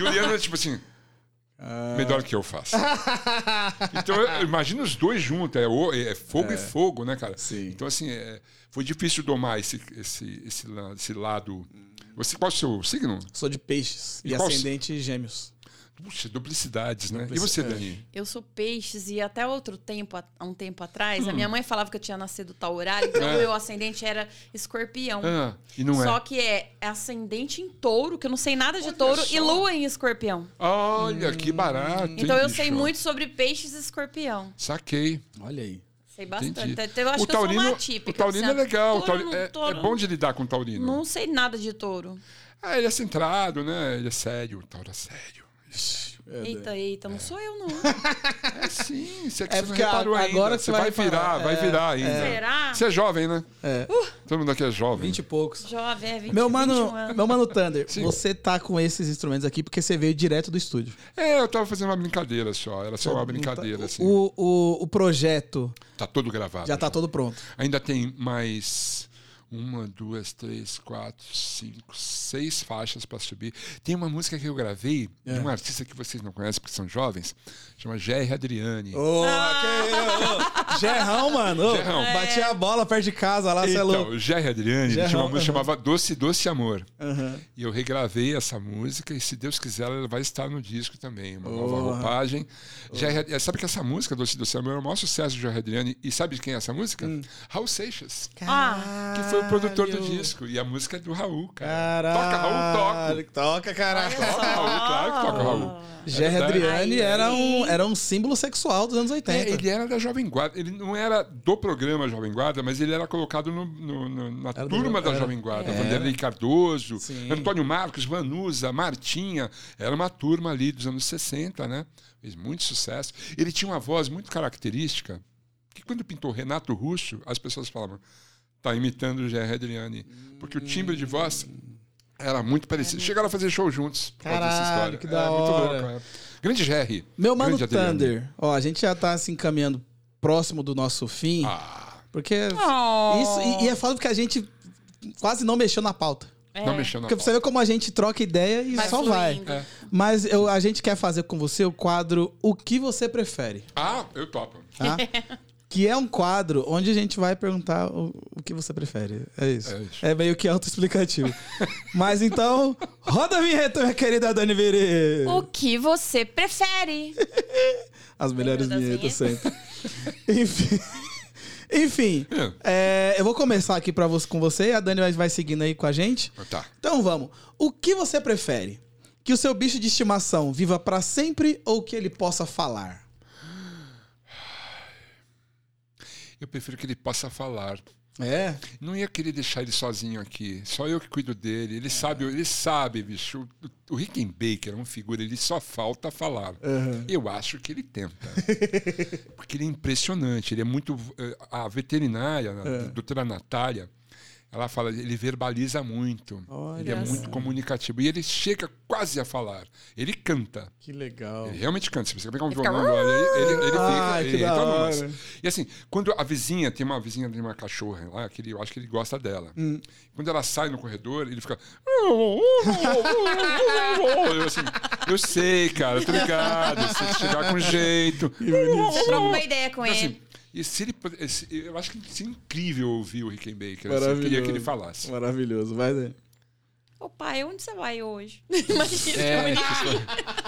[SPEAKER 4] e o ariano é tipo assim, melhor que eu faço. então eu, eu imagino os dois juntos, é, o- é fogo e fogo, né, cara?
[SPEAKER 1] Sim.
[SPEAKER 4] Então assim, é, foi difícil domar esse, esse, esse, la- esse lado. Você, qual é o seu signo?
[SPEAKER 2] Sou de peixes e,
[SPEAKER 4] E qual-
[SPEAKER 2] ascendente gêmeos.
[SPEAKER 4] Puxa, duplicidades, né? E você, Dani?
[SPEAKER 3] Eu sou peixes e até outro tempo, a- há um tempo atrás, a minha mãe falava que eu tinha nascido tal horário, então
[SPEAKER 4] Hum. É.
[SPEAKER 3] meu ascendente era escorpião.
[SPEAKER 4] Ah, e não
[SPEAKER 3] Só
[SPEAKER 4] é.
[SPEAKER 3] que é ascendente em touro, que eu não sei nada de
[SPEAKER 4] Olha
[SPEAKER 3] touro, e
[SPEAKER 4] só.
[SPEAKER 3] lua em escorpião.
[SPEAKER 4] Olha, que barato. hein,
[SPEAKER 3] Então eu sei
[SPEAKER 4] bicho?
[SPEAKER 3] muito sobre peixes e escorpião.
[SPEAKER 4] Saquei.
[SPEAKER 1] Olha aí.
[SPEAKER 3] Sei
[SPEAKER 4] Entendi.
[SPEAKER 3] bastante. Então eu acho
[SPEAKER 4] o
[SPEAKER 3] que eu sou
[SPEAKER 4] taurino,
[SPEAKER 3] uma atípica.
[SPEAKER 4] o taurino é
[SPEAKER 3] assim,
[SPEAKER 4] legal. o
[SPEAKER 3] touro
[SPEAKER 4] taurino-
[SPEAKER 3] não-
[SPEAKER 4] é,
[SPEAKER 3] touro
[SPEAKER 4] é bom de lidar com o taurino.
[SPEAKER 3] Não sei nada de touro.
[SPEAKER 4] Ah, ele é centrado, né? Ele é sério. O tauro é sério.
[SPEAKER 2] né?
[SPEAKER 1] É,
[SPEAKER 3] Eita, eita, não sou eu não.
[SPEAKER 4] É sim. Você, que
[SPEAKER 2] É
[SPEAKER 4] você não
[SPEAKER 2] porque
[SPEAKER 4] reparou
[SPEAKER 2] a-
[SPEAKER 4] ainda.
[SPEAKER 2] agora que você
[SPEAKER 4] você vai,
[SPEAKER 2] vai
[SPEAKER 4] virar,
[SPEAKER 2] falar,
[SPEAKER 4] vai
[SPEAKER 2] é,
[SPEAKER 4] virar ainda.
[SPEAKER 3] Será? Uh!
[SPEAKER 4] Você é jovem, né?
[SPEAKER 2] É.
[SPEAKER 4] Todo mundo aqui é jovem.
[SPEAKER 2] 20 e poucos.
[SPEAKER 3] Jovem, é 20,
[SPEAKER 2] Meu
[SPEAKER 3] 21
[SPEAKER 2] mano,
[SPEAKER 3] anos.
[SPEAKER 2] meu mano Thunder,
[SPEAKER 4] Sim.
[SPEAKER 2] você tá com esses instrumentos aqui porque você veio direto do estúdio.
[SPEAKER 4] É, eu tava fazendo uma brincadeira só. Era só uma brincadeira, assim.
[SPEAKER 2] Tá O, o, o projeto
[SPEAKER 4] Tá todo gravado.
[SPEAKER 2] já tá todo pronto.
[SPEAKER 4] Ainda tem mais uma, duas, três, quatro, cinco, seis faixas para subir. Tem uma música que eu gravei de
[SPEAKER 2] É.
[SPEAKER 4] um artista que vocês não conhecem porque são jovens, chama GR Adriane.
[SPEAKER 2] Ô, aquele- ô, ô. Gerrão, mano. Ô,
[SPEAKER 4] Gerrão.
[SPEAKER 2] Bati a bola perto de casa lá, você é
[SPEAKER 4] Então,
[SPEAKER 2] louco.
[SPEAKER 4] o GR Adriane ele tinha uma
[SPEAKER 2] Gerrão,
[SPEAKER 4] música que
[SPEAKER 2] aham. É.
[SPEAKER 4] chamava Doce, Doce Amor.
[SPEAKER 2] Aham.
[SPEAKER 3] Ah.
[SPEAKER 4] E eu regravei essa música e, se Deus quiser, ela vai estar no disco também. Uma nova roupagem. GR sabe que essa música, Doce, Doce Amor, é o maior sucesso de GR Adriane. E sabe de quem é essa música?
[SPEAKER 2] Hum.
[SPEAKER 4] Raul Seixas.
[SPEAKER 3] Ah,
[SPEAKER 4] Que foi o produtor do disco. E a música é do Raul, cara.
[SPEAKER 2] Caralho.
[SPEAKER 4] Toca, Raul, toca.
[SPEAKER 2] Toca, caralho.
[SPEAKER 3] Olha
[SPEAKER 4] Toca, Raul, claro que toca, Raul.
[SPEAKER 2] Gerra
[SPEAKER 4] verdade.
[SPEAKER 2] Adriane
[SPEAKER 3] Aí,
[SPEAKER 2] era um,
[SPEAKER 3] hein?
[SPEAKER 2] era um símbolo sexual dos anos
[SPEAKER 4] É,
[SPEAKER 2] 80.
[SPEAKER 4] ele era da Jovem Guarda. Ele não era do programa Jovem Guarda, mas ele era colocado no- no- no- na
[SPEAKER 2] Era do-
[SPEAKER 4] turma da
[SPEAKER 2] era. É.
[SPEAKER 4] Jovem Guarda. Vanderlei Cardoso,
[SPEAKER 2] Sim.
[SPEAKER 4] Antônio Marcos, Vanusa, Martinha. Era uma turma ali dos anos 60, né? Fez muito sucesso. Ele tinha uma voz muito característica, que quando pintou Renato Russo, as pessoas falavam, tá imitando o Gerard Adriani. Porque o timbre de voz era muito parecido. Chegaram a fazer show juntos. por causa dessa
[SPEAKER 2] Caralho,
[SPEAKER 4] história.
[SPEAKER 2] que da
[SPEAKER 4] é,
[SPEAKER 2] hora.
[SPEAKER 4] Muito louco, é. Grande Gerry.
[SPEAKER 2] Meu mano
[SPEAKER 4] grande Adriano.
[SPEAKER 2] Thunder, ó, a gente já tá se encaminhando próximo do nosso fim,
[SPEAKER 4] Ah,
[SPEAKER 2] porque
[SPEAKER 3] Oh.
[SPEAKER 2] isso e, e é foda porque a gente quase não mexeu na pauta.
[SPEAKER 3] é.
[SPEAKER 4] não mexendo na
[SPEAKER 2] Porque
[SPEAKER 4] bola.
[SPEAKER 2] você vê como a gente troca ideia e
[SPEAKER 3] Vai
[SPEAKER 2] só
[SPEAKER 3] fluindo.
[SPEAKER 2] vai.
[SPEAKER 4] É.
[SPEAKER 2] Mas eu- a gente quer fazer com você o quadro O que você prefere,
[SPEAKER 4] Ah, eu topo.
[SPEAKER 2] tá? que é um quadro onde a gente vai perguntar o, o que você prefere. É isso.
[SPEAKER 4] É
[SPEAKER 2] É,
[SPEAKER 4] isso.
[SPEAKER 2] meio que autoexplicativo. Mas então, roda a vinheta, minha querida Dani Verê.
[SPEAKER 3] O que você prefere?
[SPEAKER 2] As melhores
[SPEAKER 3] Lembra das
[SPEAKER 2] vinhetas sempre. Enfim. Enfim, é, eu vou começar aqui pra você, com você e a Dani vai, vai seguindo aí com a gente.
[SPEAKER 4] Ah, Tá.
[SPEAKER 2] Então vamos. O que você prefere? Que o seu bicho de estimação viva pra sempre ou que ele possa falar?
[SPEAKER 4] Eu prefiro que ele possa falar.
[SPEAKER 2] É?
[SPEAKER 4] Não ia querer deixar ele sozinho aqui. Só eu que cuido dele. Ele sabe, ele sabe, bicho. O, o Rickenbacker é uma figura, ele só falta falar. Eu acho que ele tenta. Porque ele é impressionante. Ele é muito. eh, A veterinária, a doutora Natália, Ela fala, ele verbaliza muito. ele é
[SPEAKER 3] Olha
[SPEAKER 4] muito
[SPEAKER 3] só.
[SPEAKER 4] comunicativo. E ele chega quase a falar. Ele canta.
[SPEAKER 5] Que legal.
[SPEAKER 4] Ele É realmente canta. Se você pegar um
[SPEAKER 3] Ele fica-
[SPEAKER 4] violão, olha, ele, ele, ele fica.
[SPEAKER 5] Ai,
[SPEAKER 4] Ele
[SPEAKER 5] que da
[SPEAKER 4] entra
[SPEAKER 5] hora.
[SPEAKER 4] numas. E assim, quando a vizinha, tem uma vizinha de uma cachorra lá, que ele, eu acho que ele gosta dela.
[SPEAKER 5] Hum.
[SPEAKER 4] Quando ela sai no corredor, ele fica. "Uh, Eu assim, eu sei, cara, tô ligado. Se chegar com jeito.
[SPEAKER 3] Eu troco uma ideia com
[SPEAKER 4] Então, assim,
[SPEAKER 3] ele.
[SPEAKER 4] e se ele, pud- esse- eu acho que seria incrível ouvir o Rickenbacker. Assim, eu queria que ele falasse.
[SPEAKER 5] Maravilhoso. Vai, Dani.
[SPEAKER 3] Ô pai, é onde você vai hoje? Imagina.
[SPEAKER 4] É,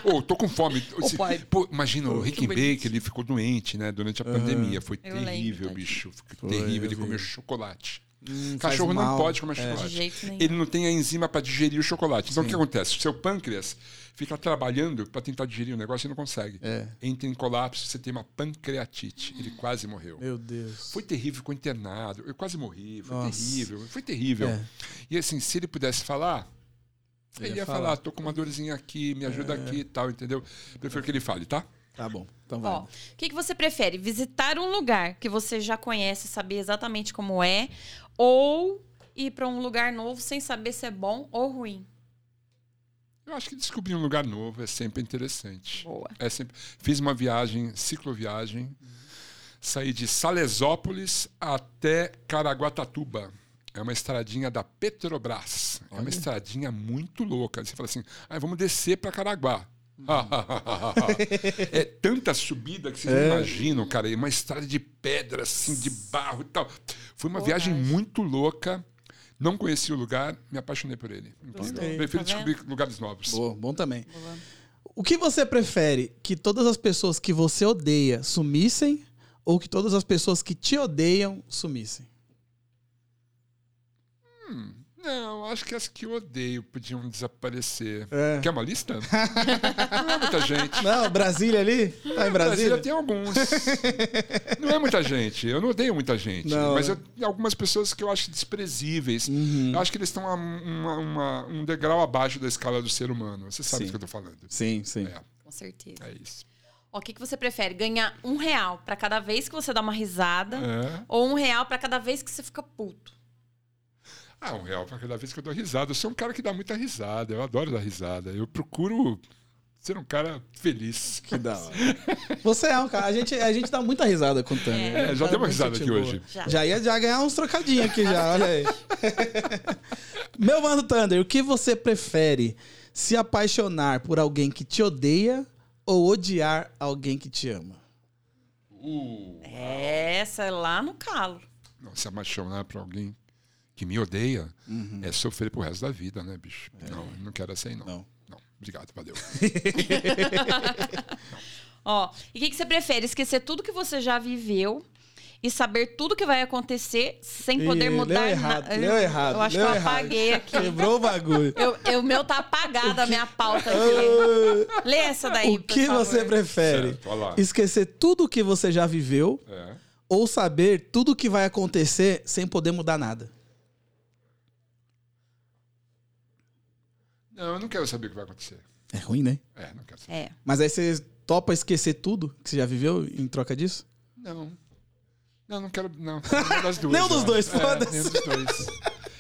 [SPEAKER 4] Ô, tô com fome. Assim,
[SPEAKER 3] pai.
[SPEAKER 4] pô, imagina, o Rick
[SPEAKER 3] bonito.
[SPEAKER 4] Baker, ele ficou doente, né, durante a pandemia. Foi
[SPEAKER 3] Eu lembro,
[SPEAKER 4] terrível,
[SPEAKER 3] tadinho.
[SPEAKER 4] bicho. Foi
[SPEAKER 5] Foi, eu
[SPEAKER 4] terrível. Ele
[SPEAKER 5] vi.
[SPEAKER 4] comeu chocolate.
[SPEAKER 2] faz
[SPEAKER 4] Cachorro não
[SPEAKER 2] mal.
[SPEAKER 4] pode comer chocolate.
[SPEAKER 3] De jeito nenhum.
[SPEAKER 4] Ele não tem a enzima para digerir o chocolate. Então o que acontece? O seu pâncreas fica trabalhando para tentar digerir o negócio e não consegue.
[SPEAKER 5] É.
[SPEAKER 4] Entra em colapso, você tem uma pancreatite. Ele quase morreu.
[SPEAKER 5] Meu Deus.
[SPEAKER 2] É.
[SPEAKER 4] Foi terrível, ficou internado. Eu quase morri. Foi
[SPEAKER 5] Nossa.
[SPEAKER 4] terrível. Foi terrível.
[SPEAKER 5] É.
[SPEAKER 4] E assim, se ele pudesse falar,
[SPEAKER 5] Ele
[SPEAKER 4] ele ia,
[SPEAKER 5] ia
[SPEAKER 4] falar. É. tô com uma dorzinha aqui, me ajuda aqui e tal, entendeu? Prefiro que ele fale, tá?
[SPEAKER 5] Tá bom.
[SPEAKER 2] Então vai.
[SPEAKER 3] Ó, o que, que você prefere? Visitar um lugar que você já conhece, saber exatamente como é, ou ir pra um lugar novo sem saber se é bom ou ruim?
[SPEAKER 4] Eu acho que descobrir um lugar novo é sempre interessante.
[SPEAKER 3] Boa.
[SPEAKER 4] É sempre... Fiz uma viagem, cicloviagem, saí de Salesópolis até Caraguatatuba. É uma estradinha da Petrobras. É uma estradinha muito louca. Você fala assim, ah, vamos descer para Caraguá. é tanta subida que vocês não imaginam, cara. É uma estrada de pedra, assim, de barro e tal. Foi uma viagem muito louca. Não conheci o lugar, me apaixonei por ele. Incrível.
[SPEAKER 5] Gostei.
[SPEAKER 4] Prefiro
[SPEAKER 3] Tá vendo?
[SPEAKER 4] descobrir lugares novos.
[SPEAKER 2] Boa, bom também.
[SPEAKER 3] Boa.
[SPEAKER 2] O que você prefere? Que todas as pessoas que você odeia sumissem ou que todas as pessoas que te odeiam sumissem?
[SPEAKER 4] Não, acho que as que eu odeio podiam desaparecer.
[SPEAKER 5] É.
[SPEAKER 4] Quer uma lista? Não é muita gente.
[SPEAKER 2] Não, Brasília ali? Tá em Brasília?
[SPEAKER 4] Brasília tem alguns. Não é muita gente. Eu não odeio muita gente.
[SPEAKER 5] Não,
[SPEAKER 4] mas
[SPEAKER 5] né?
[SPEAKER 4] eu, tem algumas pessoas que eu acho desprezíveis.
[SPEAKER 2] Hum. Uhum.
[SPEAKER 4] Eu acho que eles estão a uma- uma- um degrau abaixo da escala do ser humano. Você sabe
[SPEAKER 2] Sim.
[SPEAKER 4] do que eu tô falando.
[SPEAKER 2] Sim, sim.
[SPEAKER 4] É,
[SPEAKER 3] Com certeza.
[SPEAKER 4] é isso.
[SPEAKER 3] Ó, O que, que você prefere? Ganhar um real pra cada vez que você dá uma risada
[SPEAKER 4] É.
[SPEAKER 3] ou um real pra cada vez que você fica puto?
[SPEAKER 4] Ah, um real pra cada vez que eu dou risada. Eu sou um cara que dá muita risada. Eu adoro dar risada. Eu procuro ser um cara feliz.
[SPEAKER 5] Que da hora.
[SPEAKER 2] Você é um cara. A gente, a gente dá muita risada com o Tânia.
[SPEAKER 3] É.
[SPEAKER 2] né?
[SPEAKER 4] É,
[SPEAKER 2] Um
[SPEAKER 4] já
[SPEAKER 2] cara
[SPEAKER 4] deu
[SPEAKER 2] muito
[SPEAKER 4] uma risada
[SPEAKER 2] gente
[SPEAKER 4] aqui
[SPEAKER 2] boa.
[SPEAKER 4] hoje.
[SPEAKER 3] Já.
[SPEAKER 2] Já ia já ganhar uns trocadinhos aqui já, olha aí. Meu mano Thunder, o que você prefere? Se apaixonar por alguém que te odeia ou odiar alguém que te ama?
[SPEAKER 4] Uh.
[SPEAKER 3] Essa é lá no calo.
[SPEAKER 4] Não, se apaixonar por alguém que me odeia é sofrer pro resto da vida, né, bicho? Não, eu não quero essa aí, não.
[SPEAKER 2] Uhum. É. Não.
[SPEAKER 4] Não, obrigado, valeu.
[SPEAKER 3] Ó, e o que, que você prefere? Esquecer tudo que você já viveu e saber tudo que vai acontecer sem
[SPEAKER 5] Ih,
[SPEAKER 3] poder
[SPEAKER 5] leu
[SPEAKER 3] mudar
[SPEAKER 5] errado,
[SPEAKER 3] nada.
[SPEAKER 5] leu errado,
[SPEAKER 3] Eu acho
[SPEAKER 5] leu
[SPEAKER 3] que eu
[SPEAKER 5] errado.
[SPEAKER 3] apaguei aqui.
[SPEAKER 5] Quebrou o bagulho.
[SPEAKER 3] Eu- eu- O Ah. meu tá apagado, a minha pauta aqui. Lê essa daí.
[SPEAKER 2] o que
[SPEAKER 3] por favor.
[SPEAKER 2] você prefere?
[SPEAKER 4] Certo, olha lá.
[SPEAKER 2] Esquecer tudo o que você já viveu
[SPEAKER 4] É.
[SPEAKER 2] ou saber tudo o que vai acontecer sem poder mudar nada?
[SPEAKER 4] Não, eu não quero saber o que vai acontecer.
[SPEAKER 2] É ruim, né?
[SPEAKER 4] É, não quero saber.
[SPEAKER 3] É.
[SPEAKER 2] Mas aí você topa esquecer tudo que você já viveu em troca disso?
[SPEAKER 4] Não. Não, não quero. Não. Nenhum das duas.
[SPEAKER 2] Nenhum dos
[SPEAKER 4] não.
[SPEAKER 2] dois,
[SPEAKER 4] É,
[SPEAKER 2] foda-se.
[SPEAKER 4] nenhum dos dois.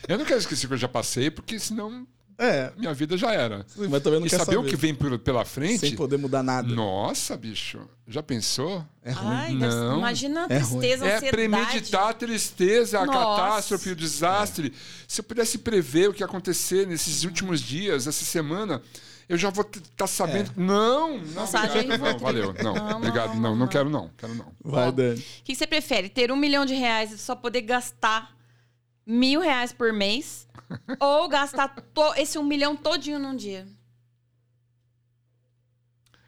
[SPEAKER 4] Eu não quero esquecer o que eu já passei, porque senão
[SPEAKER 2] É.
[SPEAKER 4] minha vida já era.
[SPEAKER 2] Mas também não
[SPEAKER 4] e
[SPEAKER 2] quer
[SPEAKER 4] saber, o que vem por- pela
[SPEAKER 2] Sem
[SPEAKER 4] frente.
[SPEAKER 2] poder mudar nada.
[SPEAKER 4] Nossa, bicho. Já pensou?
[SPEAKER 2] É ruim.
[SPEAKER 3] Ai, deve-
[SPEAKER 4] Não.
[SPEAKER 3] imagina a
[SPEAKER 2] É ruim.
[SPEAKER 3] tristeza, a
[SPEAKER 4] É
[SPEAKER 3] ansiedade.
[SPEAKER 4] premeditar a tristeza, a
[SPEAKER 3] Nossa.
[SPEAKER 4] catástrofe, o desastre. Se eu pudesse prever o que ia acontecer nesses últimos dias, essa semana, eu já vou estar sabendo.
[SPEAKER 2] É.
[SPEAKER 4] Não, não,
[SPEAKER 3] Nossa,
[SPEAKER 4] obrigado,
[SPEAKER 3] achei-
[SPEAKER 4] não, valeu, não,
[SPEAKER 3] Não, não,
[SPEAKER 4] obrigado, não,
[SPEAKER 3] não,
[SPEAKER 4] não,
[SPEAKER 3] não.
[SPEAKER 4] quero não, quero não.
[SPEAKER 5] Vai,
[SPEAKER 3] Ó.
[SPEAKER 5] Dani.
[SPEAKER 3] O que você prefere? Ter um milhão de reais e só poder gastar mil reais por mês? ou gastar to- esse um milhão todinho num dia?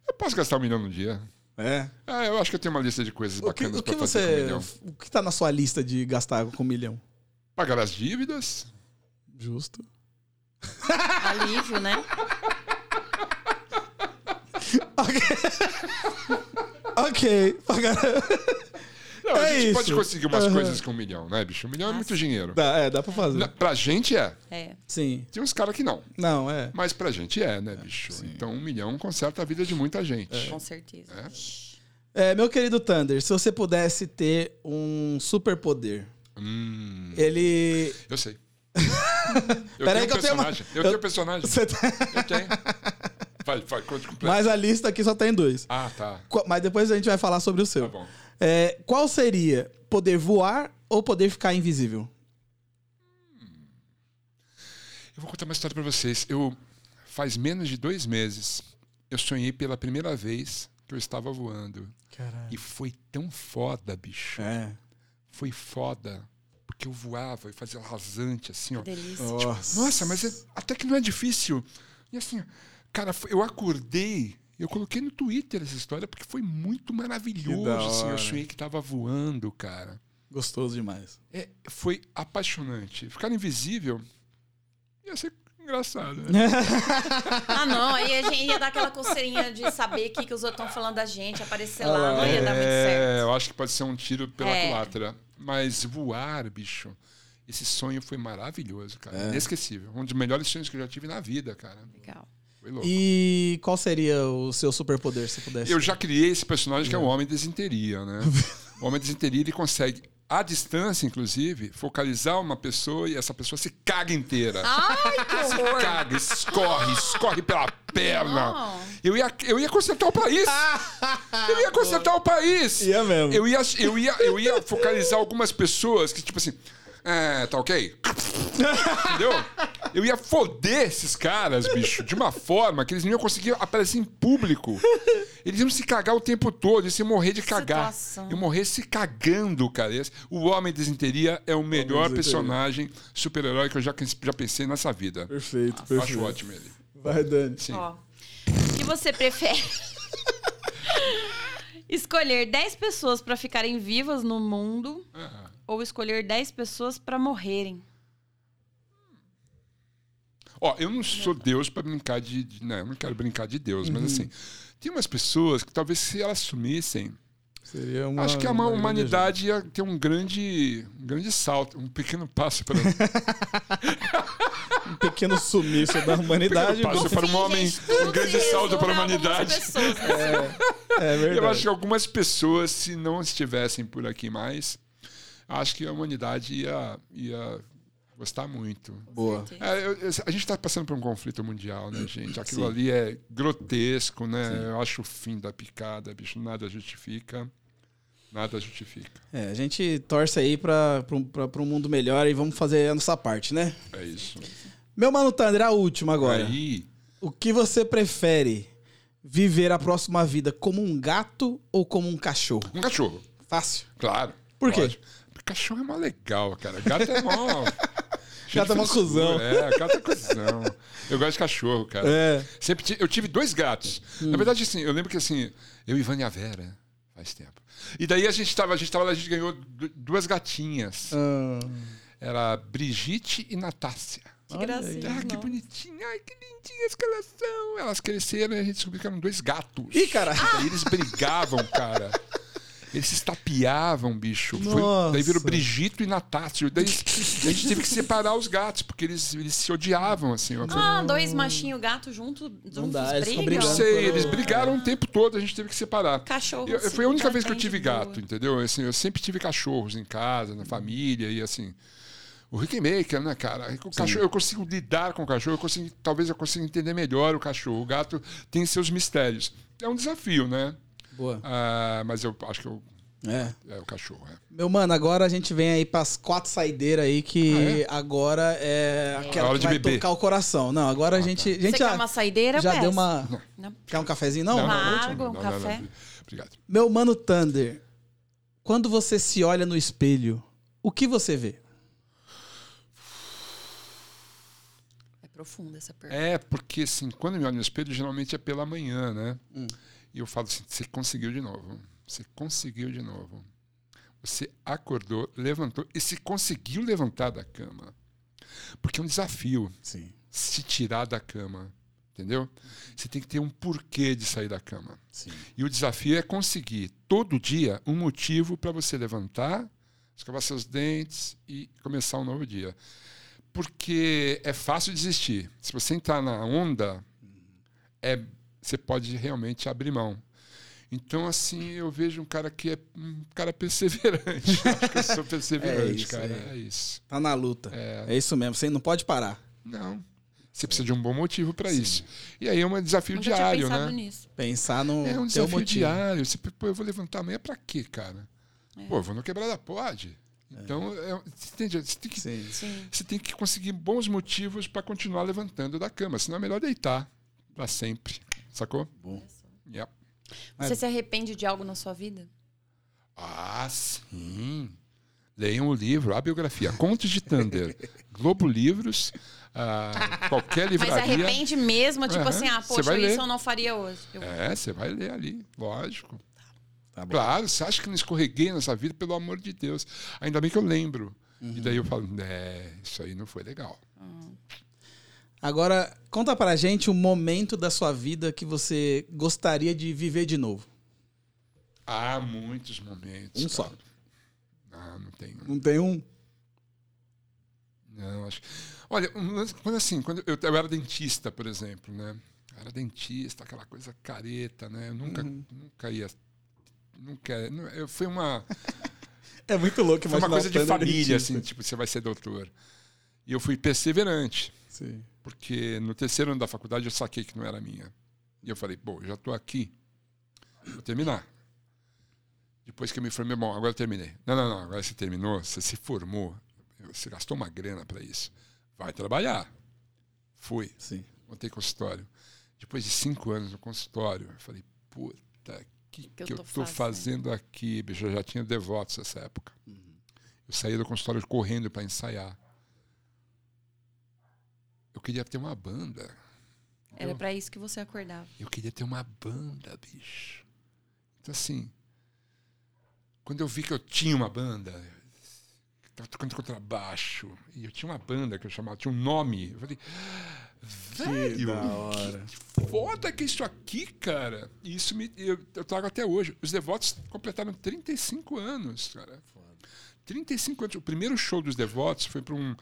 [SPEAKER 4] Eu posso gastar um milhão no dia.
[SPEAKER 5] É.
[SPEAKER 4] Ah, eu acho que eu tenho uma lista de coisas
[SPEAKER 2] O que,
[SPEAKER 4] bacanas
[SPEAKER 2] o que
[SPEAKER 4] para fazer com um
[SPEAKER 2] você. O
[SPEAKER 4] milhão.
[SPEAKER 2] que tá na sua lista de gastar com um milhão?
[SPEAKER 4] Pagar as dívidas,
[SPEAKER 2] Justo.
[SPEAKER 3] Alívio, né?
[SPEAKER 2] Ok. Pagar.
[SPEAKER 4] Não, a
[SPEAKER 2] É
[SPEAKER 4] gente pode
[SPEAKER 2] isso.
[SPEAKER 4] conseguir umas
[SPEAKER 2] Aham.
[SPEAKER 4] coisas com um milhão, né, bicho? Um milhão é
[SPEAKER 3] Ah,
[SPEAKER 4] muito
[SPEAKER 3] sim.
[SPEAKER 4] dinheiro.
[SPEAKER 2] Dá, é, dá pra fazer.
[SPEAKER 4] Na- Pra gente é.
[SPEAKER 3] É.
[SPEAKER 2] Sim.
[SPEAKER 4] Tem uns caras que não.
[SPEAKER 2] Não, é.
[SPEAKER 4] Mas pra gente é, né, bicho? Então um milhão conserta a vida de muita gente.
[SPEAKER 3] Com certeza.
[SPEAKER 2] É, Meu querido Thunder, se você pudesse ter um superpoder,
[SPEAKER 4] Hum,
[SPEAKER 2] ele.
[SPEAKER 4] eu sei. Eu
[SPEAKER 2] Peraí
[SPEAKER 4] tenho
[SPEAKER 2] que eu tenho uma-
[SPEAKER 4] personagem. Eu
[SPEAKER 2] eu-
[SPEAKER 4] tenho personagem.
[SPEAKER 2] Você tá-
[SPEAKER 4] Eu tenho. Vai, vai, conte completo.
[SPEAKER 2] Mas a lista aqui só tem dois.
[SPEAKER 4] Ah, tá.
[SPEAKER 2] Qu- Mas depois a gente vai falar sobre o seu.
[SPEAKER 4] Tá bom.
[SPEAKER 2] É, qual seria poder voar ou poder ficar invisível?
[SPEAKER 4] Eu vou contar uma história para vocês. Eu faz menos de dois meses eu sonhei pela primeira vez que eu estava voando
[SPEAKER 2] Caralho.
[SPEAKER 4] e foi tão foda, bicho.
[SPEAKER 2] É.
[SPEAKER 4] Foi foda porque eu voava e fazia rasante assim, ó.
[SPEAKER 3] Delícia.
[SPEAKER 5] Tipo, Nossa.
[SPEAKER 4] Nossa, mas é- até que não é difícil. E assim, cara, foi- eu acordei, eu coloquei no Twitter essa história porque foi muito maravilhoso.
[SPEAKER 5] Que da
[SPEAKER 4] assim, eu
[SPEAKER 5] hora.
[SPEAKER 4] sonhei que estava voando, cara.
[SPEAKER 5] Gostoso demais.
[SPEAKER 4] É, foi apaixonante. Ficar invisível ia ser engraçado, né?
[SPEAKER 3] Ah, não, aí a gente ia dar aquela coceirinha de saber o que, que os outros estão falando da gente, aparecer lá, não ia dar muito
[SPEAKER 4] É,
[SPEAKER 3] certo.
[SPEAKER 4] eu acho que pode ser um tiro pela
[SPEAKER 3] É.
[SPEAKER 4] culatra. Mas voar, bicho, esse sonho foi maravilhoso, cara.
[SPEAKER 5] É.
[SPEAKER 4] Inesquecível. Um dos melhores sonhos que eu já tive na vida, cara.
[SPEAKER 3] Legal.
[SPEAKER 4] Foi louco.
[SPEAKER 2] E qual seria o seu superpoder, se pudesse?
[SPEAKER 4] Eu já criei esse personagem que é o Homem Desinteria, né? o Homem Desinteria, ele consegue, à distância, inclusive, focalizar uma pessoa e essa pessoa se caga inteira.
[SPEAKER 3] Ai, Ah, que
[SPEAKER 4] se
[SPEAKER 3] horror!
[SPEAKER 4] caga, escorre, escorre pela perna.
[SPEAKER 3] Não.
[SPEAKER 4] Eu ia, eu ia consertar o país. Eu ia consertar o país.
[SPEAKER 5] Ia mesmo.
[SPEAKER 4] Eu ia, eu ia, eu ia focalizar algumas pessoas que, tipo assim, é, tá ok? Entendeu? Eu ia foder esses caras, bicho, de uma forma que eles não iam conseguir aparecer em público. Eles iam se cagar o tempo todo, eles iam morrer de cagar.
[SPEAKER 3] situação.
[SPEAKER 4] Iam morrer se cagando, cara. Esse- O Homem Desinteria é o melhor
[SPEAKER 5] Desinteria.
[SPEAKER 4] personagem super-herói que eu já, já pensei nessa vida.
[SPEAKER 5] Perfeito,
[SPEAKER 4] Acho
[SPEAKER 2] é.
[SPEAKER 5] perfeito.
[SPEAKER 4] ótimo ele.
[SPEAKER 5] Vai, Dani.
[SPEAKER 4] Sim.
[SPEAKER 3] Ó, o que você prefere? escolher 10 pessoas pra ficarem vivas no mundo
[SPEAKER 4] Ah.
[SPEAKER 3] ou escolher 10 pessoas pra morrerem?
[SPEAKER 4] Ó, eu não sou Deus pra brincar de. de- né, eu não quero brincar de Deus, mas assim, tem umas pessoas que talvez se elas sumissem,
[SPEAKER 5] Seria uma,
[SPEAKER 2] Ah,
[SPEAKER 4] acho que a uma
[SPEAKER 2] é
[SPEAKER 5] grande
[SPEAKER 4] humanidade ia ter um grande, um grande salto, um pequeno passo para
[SPEAKER 5] ajuda. Um pequeno sumiço da humanidade.
[SPEAKER 4] Pequeno
[SPEAKER 5] mas-
[SPEAKER 4] passo. para um
[SPEAKER 3] Sim,
[SPEAKER 4] homem,
[SPEAKER 3] gente, tudo
[SPEAKER 4] um grande
[SPEAKER 3] se
[SPEAKER 4] saldo
[SPEAKER 3] resume
[SPEAKER 4] para a
[SPEAKER 3] algumas
[SPEAKER 4] humanidade.
[SPEAKER 3] pessoas, né?
[SPEAKER 5] É verdade.
[SPEAKER 4] Eu acho que algumas pessoas, se não estivessem por aqui mais, acho que a humanidade ia, ia gostar muito.
[SPEAKER 5] Boa.
[SPEAKER 4] É, eu- eu- a gente está passando por um conflito mundial, né, gente? Aquilo ali é grotesco, né? Eu acho o fim da picada, bicho. Nada justifica. Nada justifica.
[SPEAKER 2] É, a gente torce aí pra, pra, um- pra, pra um mundo melhor e vamos fazer a nossa parte, né?
[SPEAKER 4] É isso.
[SPEAKER 2] Meu Mano Thunder, a última agora.
[SPEAKER 4] Aí,
[SPEAKER 2] O que você prefere? Viver a próxima vida como um gato ou como um cachorro?
[SPEAKER 4] um cachorro,
[SPEAKER 2] Fácil.
[SPEAKER 4] claro.
[SPEAKER 2] Por quê?
[SPEAKER 4] lógico. Porque Cachorro é mó legal, cara. Gato é mó. cheio
[SPEAKER 2] Gato
[SPEAKER 4] de
[SPEAKER 2] é mó
[SPEAKER 4] frescura.
[SPEAKER 2] cuzão.
[SPEAKER 4] É, gato é cuzão. Eu gosto de cachorro, cara.
[SPEAKER 2] É. Hum.
[SPEAKER 4] Sempre ti- eu tive dois gatos. Na verdade, assim, eu lembro que assim, eu e Vânia Vera, faz tempo. E daí a gente tava, a gente tava lá, a gente ganhou du- duas gatinhas.
[SPEAKER 2] Ah.
[SPEAKER 4] Era Brigitte e Natácia.
[SPEAKER 3] Que gracinha.
[SPEAKER 4] Ah, que
[SPEAKER 3] não.
[SPEAKER 4] bonitinha, ai, que lindinhas que elas são. Elas cresceram e a gente descobriu que eram dois gatos.
[SPEAKER 2] Ih, cara.
[SPEAKER 4] E
[SPEAKER 3] Ah.
[SPEAKER 4] daí eles brigavam, cara. Eles se estapeavam, bicho. Foi- daí virou
[SPEAKER 2] Nossa.
[SPEAKER 4] Brigito e Natácio. Daí a gente teve que separar os gatos, porque eles, eles se odiavam, assim. Uma coisa
[SPEAKER 3] Ah, dois machinhos gato junto, juntos
[SPEAKER 2] dá, eles ficam
[SPEAKER 4] não
[SPEAKER 3] brigam.
[SPEAKER 2] brigando. um
[SPEAKER 4] sei, eles brigaram o tempo todo, a gente teve que separar.
[SPEAKER 3] Cachorro.
[SPEAKER 4] Eu- eu-
[SPEAKER 3] se
[SPEAKER 4] foi a única vez que eu
[SPEAKER 3] mantém
[SPEAKER 4] tive
[SPEAKER 3] de boa.
[SPEAKER 4] gato, entendeu? Assim, eu sempre tive cachorros em casa, na família, e assim. O Rickmaker, né, cara? O cachorro, eu consigo lidar com o cachorro, eu consigo, talvez eu consiga entender melhor o cachorro. O gato tem seus mistérios. É um desafio, né?
[SPEAKER 2] Boa.
[SPEAKER 4] Ah, mas eu acho que eu-
[SPEAKER 2] É.
[SPEAKER 4] é o cachorro, é.
[SPEAKER 2] Meu mano, agora a gente vem aí pras quatro saideiras aí, que agora é aquela
[SPEAKER 4] Hora
[SPEAKER 2] que
[SPEAKER 4] de
[SPEAKER 2] vai
[SPEAKER 4] beber.
[SPEAKER 2] tocar o coração. Não, agora a gente. A gente
[SPEAKER 3] Você quer
[SPEAKER 2] já,
[SPEAKER 3] uma saideira?
[SPEAKER 2] já
[SPEAKER 3] Eu
[SPEAKER 2] deu
[SPEAKER 3] peço.
[SPEAKER 2] uma.
[SPEAKER 3] Não.
[SPEAKER 2] Quer um cafezinho, não?
[SPEAKER 3] Não, não. uma água, um café?
[SPEAKER 4] Obrigado.
[SPEAKER 2] Meu mano Thunder, quando você se olha no espelho, o que você vê?
[SPEAKER 3] É profunda essa pergunta.
[SPEAKER 4] É, porque assim, quando eu me olho no espelho, geralmente é pela manhã, né?
[SPEAKER 3] Hum.
[SPEAKER 4] E eu falo assim, você conseguiu de novo. Você conseguiu de novo. Você acordou, levantou e se conseguiu levantar da cama. Porque é um desafio
[SPEAKER 5] Sim.
[SPEAKER 4] se tirar da cama, entendeu? Você tem que ter um porquê de sair da cama.
[SPEAKER 5] Sim.
[SPEAKER 4] E o desafio é conseguir todo dia um motivo para você levantar, escovar seus dentes e começar um novo dia. Porque é fácil desistir. Se você entrar na onda, é, você pode realmente abrir mão. Então, assim, eu vejo um cara que é um cara perseverante. Acho que eu sou perseverante,
[SPEAKER 2] É isso,
[SPEAKER 4] cara.
[SPEAKER 2] é.
[SPEAKER 4] É. isso.
[SPEAKER 2] Tá na luta. É, isso mesmo, você não pode parar.
[SPEAKER 4] Não.
[SPEAKER 2] É.
[SPEAKER 4] Você precisa de um bom motivo para isso. E aí é um desafio
[SPEAKER 3] Nunca tinha
[SPEAKER 4] diário,
[SPEAKER 3] pensado
[SPEAKER 4] né?
[SPEAKER 3] nisso.
[SPEAKER 2] Pensar no
[SPEAKER 4] É um
[SPEAKER 2] teu
[SPEAKER 4] desafio
[SPEAKER 2] motivo.
[SPEAKER 4] diário. Você, pô, eu vou levantar amanhã para quê, cara?
[SPEAKER 3] É.
[SPEAKER 4] Pô, eu vou no quebrada pode. Então, é, você entende? Você tem que
[SPEAKER 2] Sim.
[SPEAKER 3] Sim.
[SPEAKER 4] você tem que conseguir bons motivos para continuar levantando da cama, senão é melhor deitar para sempre, sacou?
[SPEAKER 2] Bom.
[SPEAKER 4] Yep.
[SPEAKER 3] Você se arrepende de algo na sua vida?
[SPEAKER 4] Ah, sim. Leiam o livro, a biografia, Contos de Thunder, Globo Livros, ah, qualquer
[SPEAKER 3] Mas
[SPEAKER 4] livraria.
[SPEAKER 3] arrepende mesmo, tipo
[SPEAKER 4] Aham,
[SPEAKER 3] assim, ah,
[SPEAKER 4] você
[SPEAKER 3] poxa,
[SPEAKER 4] vai
[SPEAKER 3] isso
[SPEAKER 4] ler.
[SPEAKER 3] eu não faria hoje. Eu-
[SPEAKER 4] É, você vai ler ali, lógico.
[SPEAKER 2] Tá bom.
[SPEAKER 4] Claro, você acha que não escorreguei nessa vida, pelo amor de Deus. Ainda bem que eu lembro. E daí eu falo, é, isso aí não foi legal.
[SPEAKER 2] Agora, conta pra gente o momento da sua vida que você gostaria de viver de novo.
[SPEAKER 4] Há muitos momentos.
[SPEAKER 2] Um só.
[SPEAKER 4] cara. Ah, não tem
[SPEAKER 2] Não tem um?
[SPEAKER 4] Não, acho. Olha, um lance- quando assim, quando eu, eu era dentista, por exemplo, né? Eu era dentista, aquela coisa careta, né? Eu nunca,
[SPEAKER 2] Uhum.
[SPEAKER 4] nunca ia. Nunca, não, eu fui uma,
[SPEAKER 2] É muito louco,
[SPEAKER 4] foi uma
[SPEAKER 2] imaginar
[SPEAKER 4] coisa
[SPEAKER 2] o
[SPEAKER 4] de
[SPEAKER 2] Thunder
[SPEAKER 4] família,
[SPEAKER 2] dentista.
[SPEAKER 4] assim, tipo, você vai ser doutor. E eu fui perseverante,
[SPEAKER 2] Sim.
[SPEAKER 4] porque no terceiro ano da faculdade eu saquei que não era minha. E eu falei, bom, já estou aqui, vou terminar. Depois que eu me formei, bom, agora eu terminei. Não, não, não, agora você terminou, você se formou, você gastou uma grana para isso. Vai trabalhar. Fui
[SPEAKER 2] Sim.
[SPEAKER 4] montei consultório. Depois de cinco anos no consultório, eu falei, puta, o que, que, eu tô fazendo aqui, bicho? Eu já tinha devotos nessa época. Eu saía do consultório correndo para ensaiar. Eu queria ter uma banda.
[SPEAKER 3] Era pra isso que você acordava.
[SPEAKER 4] Eu queria ter uma banda, bicho. Então, assim, quando eu vi que eu tinha uma banda, que tava tocando contrabaixo, e eu tinha uma banda que eu chamava, tinha um nome, eu falei, "Ah, velho,
[SPEAKER 2] da hora."
[SPEAKER 4] que foda que é isso aqui, cara. E isso me, eu, eu trago até hoje. Os Devotos completaram 35 anos, cara.
[SPEAKER 2] É
[SPEAKER 4] 35 anos. O primeiro show dos Devotos foi para um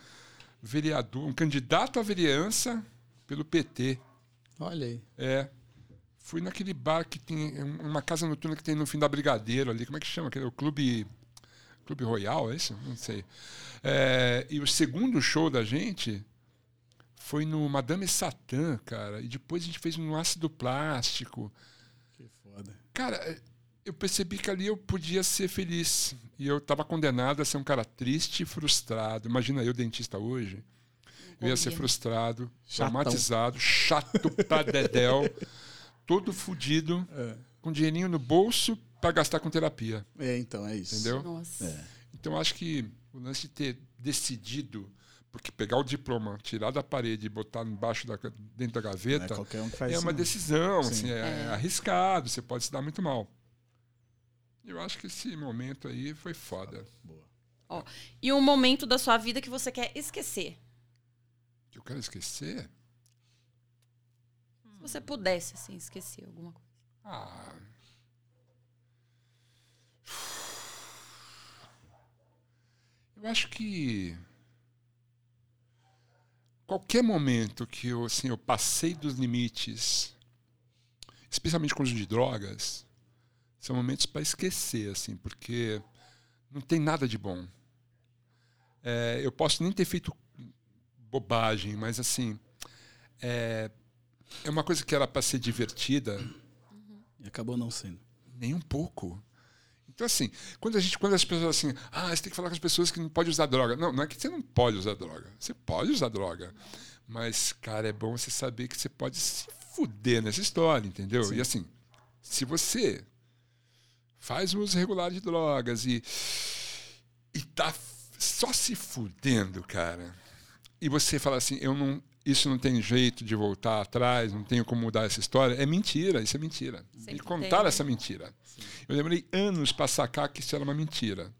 [SPEAKER 4] vereador, um candidato à vereança pelo PT.
[SPEAKER 2] Olha aí.
[SPEAKER 4] É. Fui naquele bar que tem. é um- Uma casa noturna que tem no fim da Brigadeiro ali. Como é que chama? Aquele, o Clube. Clube Royal, é isso? Não sei. É, e o segundo show da gente foi no Madame Satã, cara. E depois a gente fez no ácido plástico.
[SPEAKER 2] Que foda.
[SPEAKER 4] Cara, é, eu percebi que ali eu podia ser feliz. E eu estava condenado a ser um cara triste e frustrado. Imagina eu, dentista, hoje. Eu ia ser
[SPEAKER 3] Combina.
[SPEAKER 4] frustrado, traumatizado, chato pra dedéu, todo fudido, com dinheirinho no bolso pra gastar com terapia,
[SPEAKER 2] É, então, é isso.
[SPEAKER 4] entendeu?
[SPEAKER 3] Nossa.
[SPEAKER 4] Então acho que o lance de ter decidido, porque pegar o diploma, tirar da parede e botar embaixo da, dentro da
[SPEAKER 2] Não é
[SPEAKER 4] gaveta,
[SPEAKER 2] qualquer um que faz
[SPEAKER 4] é
[SPEAKER 2] isso.
[SPEAKER 4] uma
[SPEAKER 2] não.
[SPEAKER 4] decisão, assim, é,
[SPEAKER 3] É.
[SPEAKER 4] arriscado, você pode se dar muito mal. Eu acho que esse momento aí foi foda.
[SPEAKER 3] E um momento da sua vida que você quer esquecer.
[SPEAKER 4] Eu quero esquecer.
[SPEAKER 3] Se você pudesse, assim, esquecer alguma coisa.
[SPEAKER 4] Ah. Eu acho que qualquer momento que eu, assim, eu passei dos limites, especialmente com o uso de drogas, são momentos para esquecer, assim, porque não tem nada de bom. É, eu posso nem ter feito bobagem, mas assim é, é uma coisa que era para ser divertida
[SPEAKER 2] E acabou não sendo.
[SPEAKER 4] nem um pouco. Então, assim, quando, a gente, quando as pessoas assim, ah, você tem que falar com as pessoas que não pode usar droga. Não, não é que você não pode usar droga. Você pode usar droga. Mas, cara, é bom você saber que você pode se fuder nessa história, entendeu? E assim, se você faz um uso regular de drogas e, e tá f- só se fudendo, cara, e você fala assim, eu não. Isso não tem jeito de voltar atrás, não tenho como mudar essa história. É mentira, isso é mentira.
[SPEAKER 3] Sempre
[SPEAKER 4] e contar
[SPEAKER 3] tem, né?
[SPEAKER 4] essa mentira. Eu demorei anos para sacar que isso era uma mentira.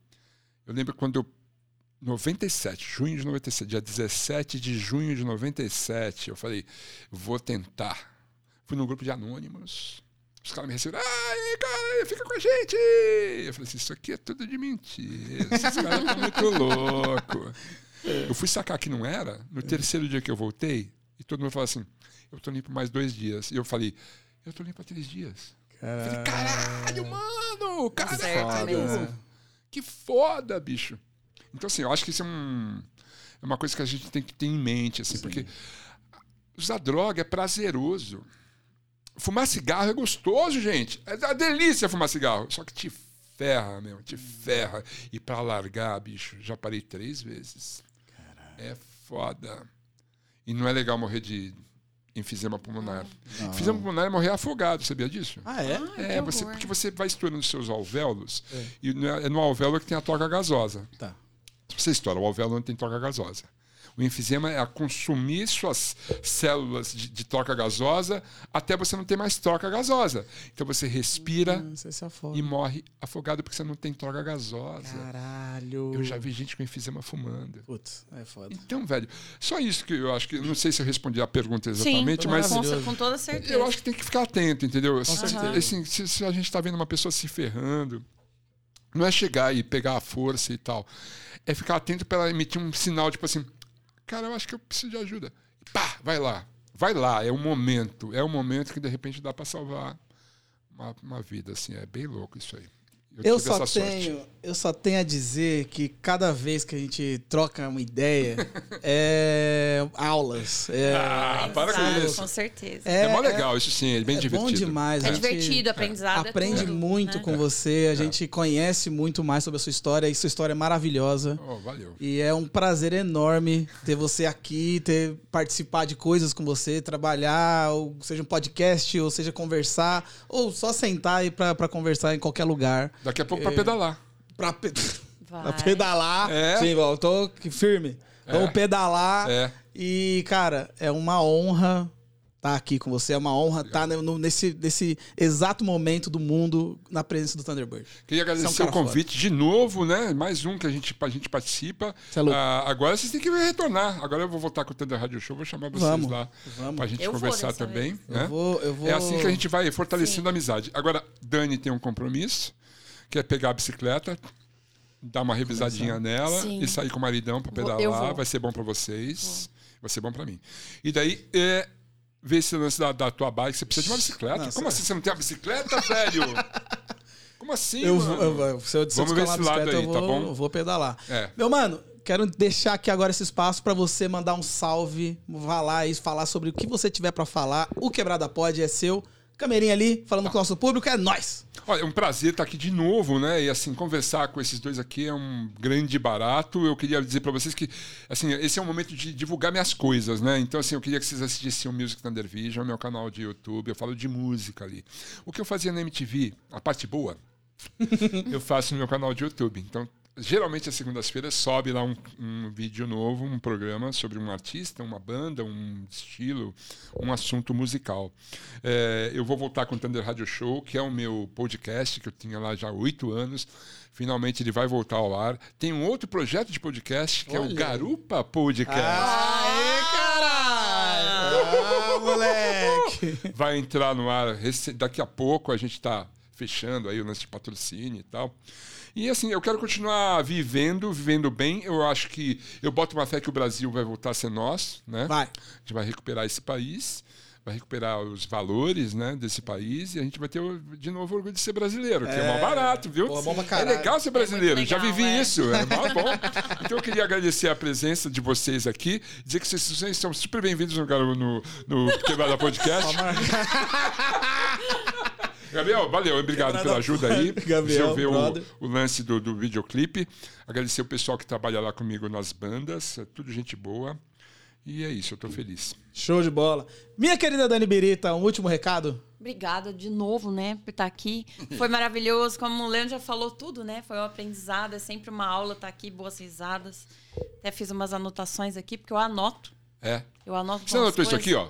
[SPEAKER 4] Eu lembro quando eu 97, junho de 97, dia 17 de junho de 97, eu falei, vou tentar. Fui num grupo de anônimos, os caras me receberam, ai, cara, fica com a gente! Eu falei assim, isso aqui é tudo de mentira, esses caras estão muito loucos. Eu fui sacar que não era, no terceiro dia que eu voltei, e todo mundo falou assim, eu tô limpo mais dois dias. E eu falei, eu tô limpo há três dias.
[SPEAKER 2] Ah.
[SPEAKER 4] Falei, caralho, mano!
[SPEAKER 3] Tá
[SPEAKER 4] Caralho!
[SPEAKER 3] certo mesmo.
[SPEAKER 4] Que foda, bicho. Então, assim, eu acho que isso é, um- é uma coisa que a gente tem que ter em mente, assim, porque usar droga é prazeroso. Fumar cigarro é gostoso, gente. É uma delícia fumar cigarro. Só que te ferra, meu, te ferra. E pra largar, bicho, já parei três vezes. É foda. E não é legal morrer de enfisema pulmonar. Enfisema pulmonar é morrer afogado, sabia disso?
[SPEAKER 2] Ah, é?
[SPEAKER 4] É,
[SPEAKER 3] que
[SPEAKER 4] você,
[SPEAKER 3] horror.
[SPEAKER 4] porque você vai estourando os seus alvéolos e não é é no alvéolo que tem a toca gasosa.
[SPEAKER 2] Tá.
[SPEAKER 4] Se você estoura o alvéolo, não tem toca gasosa. O enfisema é a consumir suas células de, de toca gasosa até você não ter mais toca gasosa. Então você respira
[SPEAKER 3] Hum,
[SPEAKER 5] Você
[SPEAKER 2] é
[SPEAKER 5] se afoga.
[SPEAKER 4] e morre afogado porque você não tem toca gasosa.
[SPEAKER 5] Caralho.
[SPEAKER 4] Eu já vi gente com enfisema fumando.
[SPEAKER 2] Putz, é foda.
[SPEAKER 4] Então, velho, só isso que eu acho que. Não sei se eu respondi a pergunta
[SPEAKER 3] Sim,
[SPEAKER 4] exatamente,
[SPEAKER 3] com,
[SPEAKER 4] mas.
[SPEAKER 3] com, com toda certeza.
[SPEAKER 4] Eu acho que tem que ficar atento, entendeu? Se-
[SPEAKER 5] certeza.
[SPEAKER 4] assim, se, se a gente está vendo uma pessoa se ferrando, não é chegar e pegar a força e tal. É ficar atento para emitir um sinal, tipo assim, cara, eu acho que eu preciso de ajuda. Pá, vai lá. Vai lá, é o momento. É o momento que de repente dá para salvar uma, uma vida, assim. É bem louco isso aí.
[SPEAKER 2] Eu
[SPEAKER 4] tive
[SPEAKER 2] só
[SPEAKER 4] essa sorte.
[SPEAKER 2] tenho, eu só tenho a dizer que cada vez que a gente troca uma ideia, é aulas. É,
[SPEAKER 4] Ah, para
[SPEAKER 3] Exato,
[SPEAKER 4] com isso.
[SPEAKER 3] Com certeza.
[SPEAKER 4] É, mó legal, isso sim, é bem
[SPEAKER 2] é
[SPEAKER 4] divertido.
[SPEAKER 2] bom demais.
[SPEAKER 3] É
[SPEAKER 2] a gente
[SPEAKER 3] divertido, aprendizado. é
[SPEAKER 2] Aprende
[SPEAKER 3] tudo,
[SPEAKER 2] muito
[SPEAKER 3] né?
[SPEAKER 2] com você, a
[SPEAKER 4] É.
[SPEAKER 2] gente conhece muito mais sobre a sua história e sua história é maravilhosa.
[SPEAKER 4] Oh, valeu.
[SPEAKER 2] E é um prazer enorme ter você aqui, ter participar de coisas com você, trabalhar, ou seja um podcast, ou seja conversar, ou só sentar aí pra, pra conversar em qualquer lugar.
[SPEAKER 4] Daqui a pouco
[SPEAKER 2] É.
[SPEAKER 4] para pedalar.
[SPEAKER 2] Pra, pe- pra
[SPEAKER 3] Vai.
[SPEAKER 2] pedalar.
[SPEAKER 4] É.
[SPEAKER 2] Sim, ó, eu tô aqui firme. Vamos pedalar.
[SPEAKER 4] É.
[SPEAKER 2] E, cara, é uma honra estar aqui com você. É uma honra estar no- nesse, nesse exato momento do mundo na presença do Thunderbird.
[SPEAKER 4] Queria
[SPEAKER 2] Você
[SPEAKER 4] agradecer
[SPEAKER 2] é um
[SPEAKER 4] o
[SPEAKER 2] cara
[SPEAKER 4] convite de novo, né? Mais um que a gente, a gente participa.
[SPEAKER 2] Você é louco.
[SPEAKER 4] Ah, agora vocês têm que retornar. Agora eu vou voltar com o Thunder Radio Show, vou chamar vocês
[SPEAKER 2] Vamos,
[SPEAKER 4] lá
[SPEAKER 2] vamos.
[SPEAKER 4] pra gente
[SPEAKER 3] Eu vou
[SPEAKER 4] conversar
[SPEAKER 3] dessa
[SPEAKER 4] também.
[SPEAKER 2] Eu
[SPEAKER 4] né?
[SPEAKER 2] vou- eu vou-
[SPEAKER 4] É assim que a gente vai fortalecendo a amizade. Agora, Dani tem um compromisso, que é pegar a bicicleta, dar uma revisadinha nela
[SPEAKER 3] Sim.
[SPEAKER 4] e sair com o maridão pra
[SPEAKER 3] Vou- eu
[SPEAKER 4] pedalar.
[SPEAKER 3] vou.
[SPEAKER 4] Vai ser bom pra vocês, vai ser bom pra mim. E daí, é, ver esse lance da, da tua bike. Você precisa de uma bicicleta? Como assim você não tem uma bicicleta, velho? Como assim?
[SPEAKER 2] Eu,
[SPEAKER 4] mano?
[SPEAKER 2] eu, eu, se eu
[SPEAKER 4] Vamos ver
[SPEAKER 2] descolar a
[SPEAKER 4] esse lado
[SPEAKER 2] bicicleta,
[SPEAKER 4] aí,
[SPEAKER 2] eu vou,
[SPEAKER 4] tá bom?
[SPEAKER 2] eu vou pedalar.
[SPEAKER 4] É.
[SPEAKER 2] Meu mano, quero deixar aqui agora esse espaço pra você mandar um salve, vá lá e falar sobre o que você tiver pra falar. O Quebrada Pode é seu. Camerinha ali,
[SPEAKER 4] Tá.
[SPEAKER 2] falando com o nosso público, é nós.
[SPEAKER 4] Olha, é um prazer estar aqui de novo, né? E assim, conversar com esses dois aqui é um grande barato. Eu queria dizer para vocês que, assim, esse é o momento de divulgar minhas coisas, né? Então, assim, eu queria que vocês assistissem o Music Thunder Vision, meu canal de YouTube. Eu falo de música ali. O que eu fazia na MTV, a parte boa, eu faço no meu canal de YouTube. Então, geralmente às segundas-feiras sobe lá um, um vídeo novo, um programa sobre um artista, uma banda, um estilo, um assunto musical. É, eu vou voltar com o Thunder Radio Show, que é o meu podcast que eu tinha lá já há oito anos. Finalmente ele vai voltar ao ar. Tem um outro projeto de podcast que é o Garupa Podcast.
[SPEAKER 2] Ah, moleque!
[SPEAKER 4] vai entrar no ar rece- daqui a pouco. A gente está fechando aí o lance de patrocínio e tal. E assim, eu quero continuar vivendo, vivendo bem. Eu acho que eu boto uma fé que o Brasil vai voltar a ser nosso, né?
[SPEAKER 2] Vai.
[SPEAKER 4] A gente vai recuperar esse país, vai recuperar os valores, né, desse país e a gente vai ter o- de novo o orgulho de ser brasileiro, que é mó barato, viu?
[SPEAKER 2] Pô, bom pra
[SPEAKER 4] é
[SPEAKER 2] caralho.
[SPEAKER 4] legal ser brasileiro,
[SPEAKER 3] muito
[SPEAKER 4] já
[SPEAKER 3] legal,
[SPEAKER 4] vivi
[SPEAKER 3] é.
[SPEAKER 4] isso. Isso, é mó bom. Então eu queria agradecer a presença de vocês aqui, dizer que vocês, vocês são super bem-vindos no, Garo- no, no Quebrada Podcast. Gabriel, valeu, obrigado pela ajuda aí.
[SPEAKER 5] Gabriel,
[SPEAKER 4] Resolveu
[SPEAKER 5] brother.
[SPEAKER 4] o, o lance do, do videoclipe. Agradecer o pessoal que trabalha lá comigo nas bandas, é tudo gente boa. E é isso, eu tô feliz.
[SPEAKER 2] Show de bola. Minha querida Dani Birita, um último recado?
[SPEAKER 3] Obrigada de novo, né, por estar aqui. Foi maravilhoso, como o Leandro já falou tudo, né? Foi um aprendizado, é sempre uma aula estar aqui, boas risadas. Até fiz umas anotações aqui, porque eu anoto.
[SPEAKER 4] É.
[SPEAKER 3] Eu anoto
[SPEAKER 4] Você
[SPEAKER 3] umas
[SPEAKER 4] anotou isso
[SPEAKER 3] coisas.
[SPEAKER 4] aqui, ó?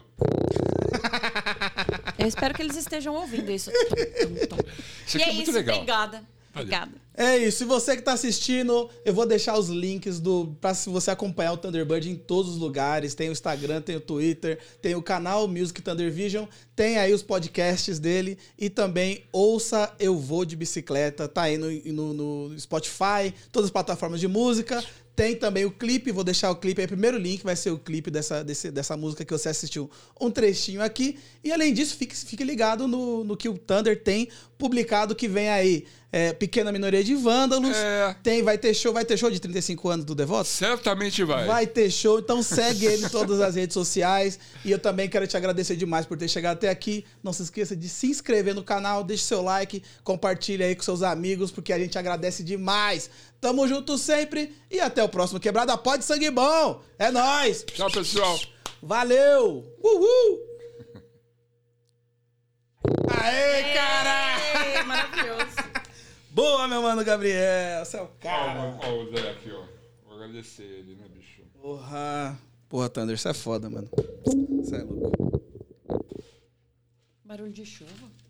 [SPEAKER 3] Eu espero que eles estejam ouvindo isso. Tum, tum, tum.
[SPEAKER 4] Isso
[SPEAKER 3] e é,
[SPEAKER 4] aqui é muito
[SPEAKER 3] isso,
[SPEAKER 4] legal.
[SPEAKER 3] obrigada. Obrigada.
[SPEAKER 2] É isso. E você que tá assistindo, eu vou deixar os links do para se você acompanhar o Thunderbird em todos os lugares. Tem o Instagram, tem o Twitter, tem o canal Music Thunder Vision, tem aí os podcasts dele e também ouça Eu Vou de Bicicleta, tá aí no, no- no Spotify, todas as plataformas de música. Tem também o clipe, vou deixar o clipe aí. Primeiro link vai ser o clipe dessa, desse- dessa música que você assistiu. Um trechinho aqui. E além disso, fique, fique ligado no, no que o Thunder tem publicado que vem aí. É, Pequena Minoria de Vândalos.
[SPEAKER 4] É.
[SPEAKER 2] Tem, vai ter show, vai ter show de 35 anos do Devoto?
[SPEAKER 4] Certamente vai.
[SPEAKER 2] Vai ter show, então segue ele em todas as redes sociais. E eu também quero te agradecer demais por ter chegado até aqui. Não se esqueça de se inscrever no canal, deixe seu like, compartilha aí com seus amigos, porque a gente agradece demais. Tamo junto sempre e até o próximo Quebrada Pode Sangue Bom. É nóis!
[SPEAKER 4] Tchau, pessoal.
[SPEAKER 2] Valeu! Uhul! Aê, cara!
[SPEAKER 3] Ei, maravilhoso.
[SPEAKER 2] Boa, meu mano Gabriel! Você é o cara!
[SPEAKER 4] Olha o Zé aqui, ó. Vou agradecer ele, né, bicho?
[SPEAKER 2] Porra! Porra, Thunder, você é foda, mano. Você é louco.
[SPEAKER 3] Barulho de chuva.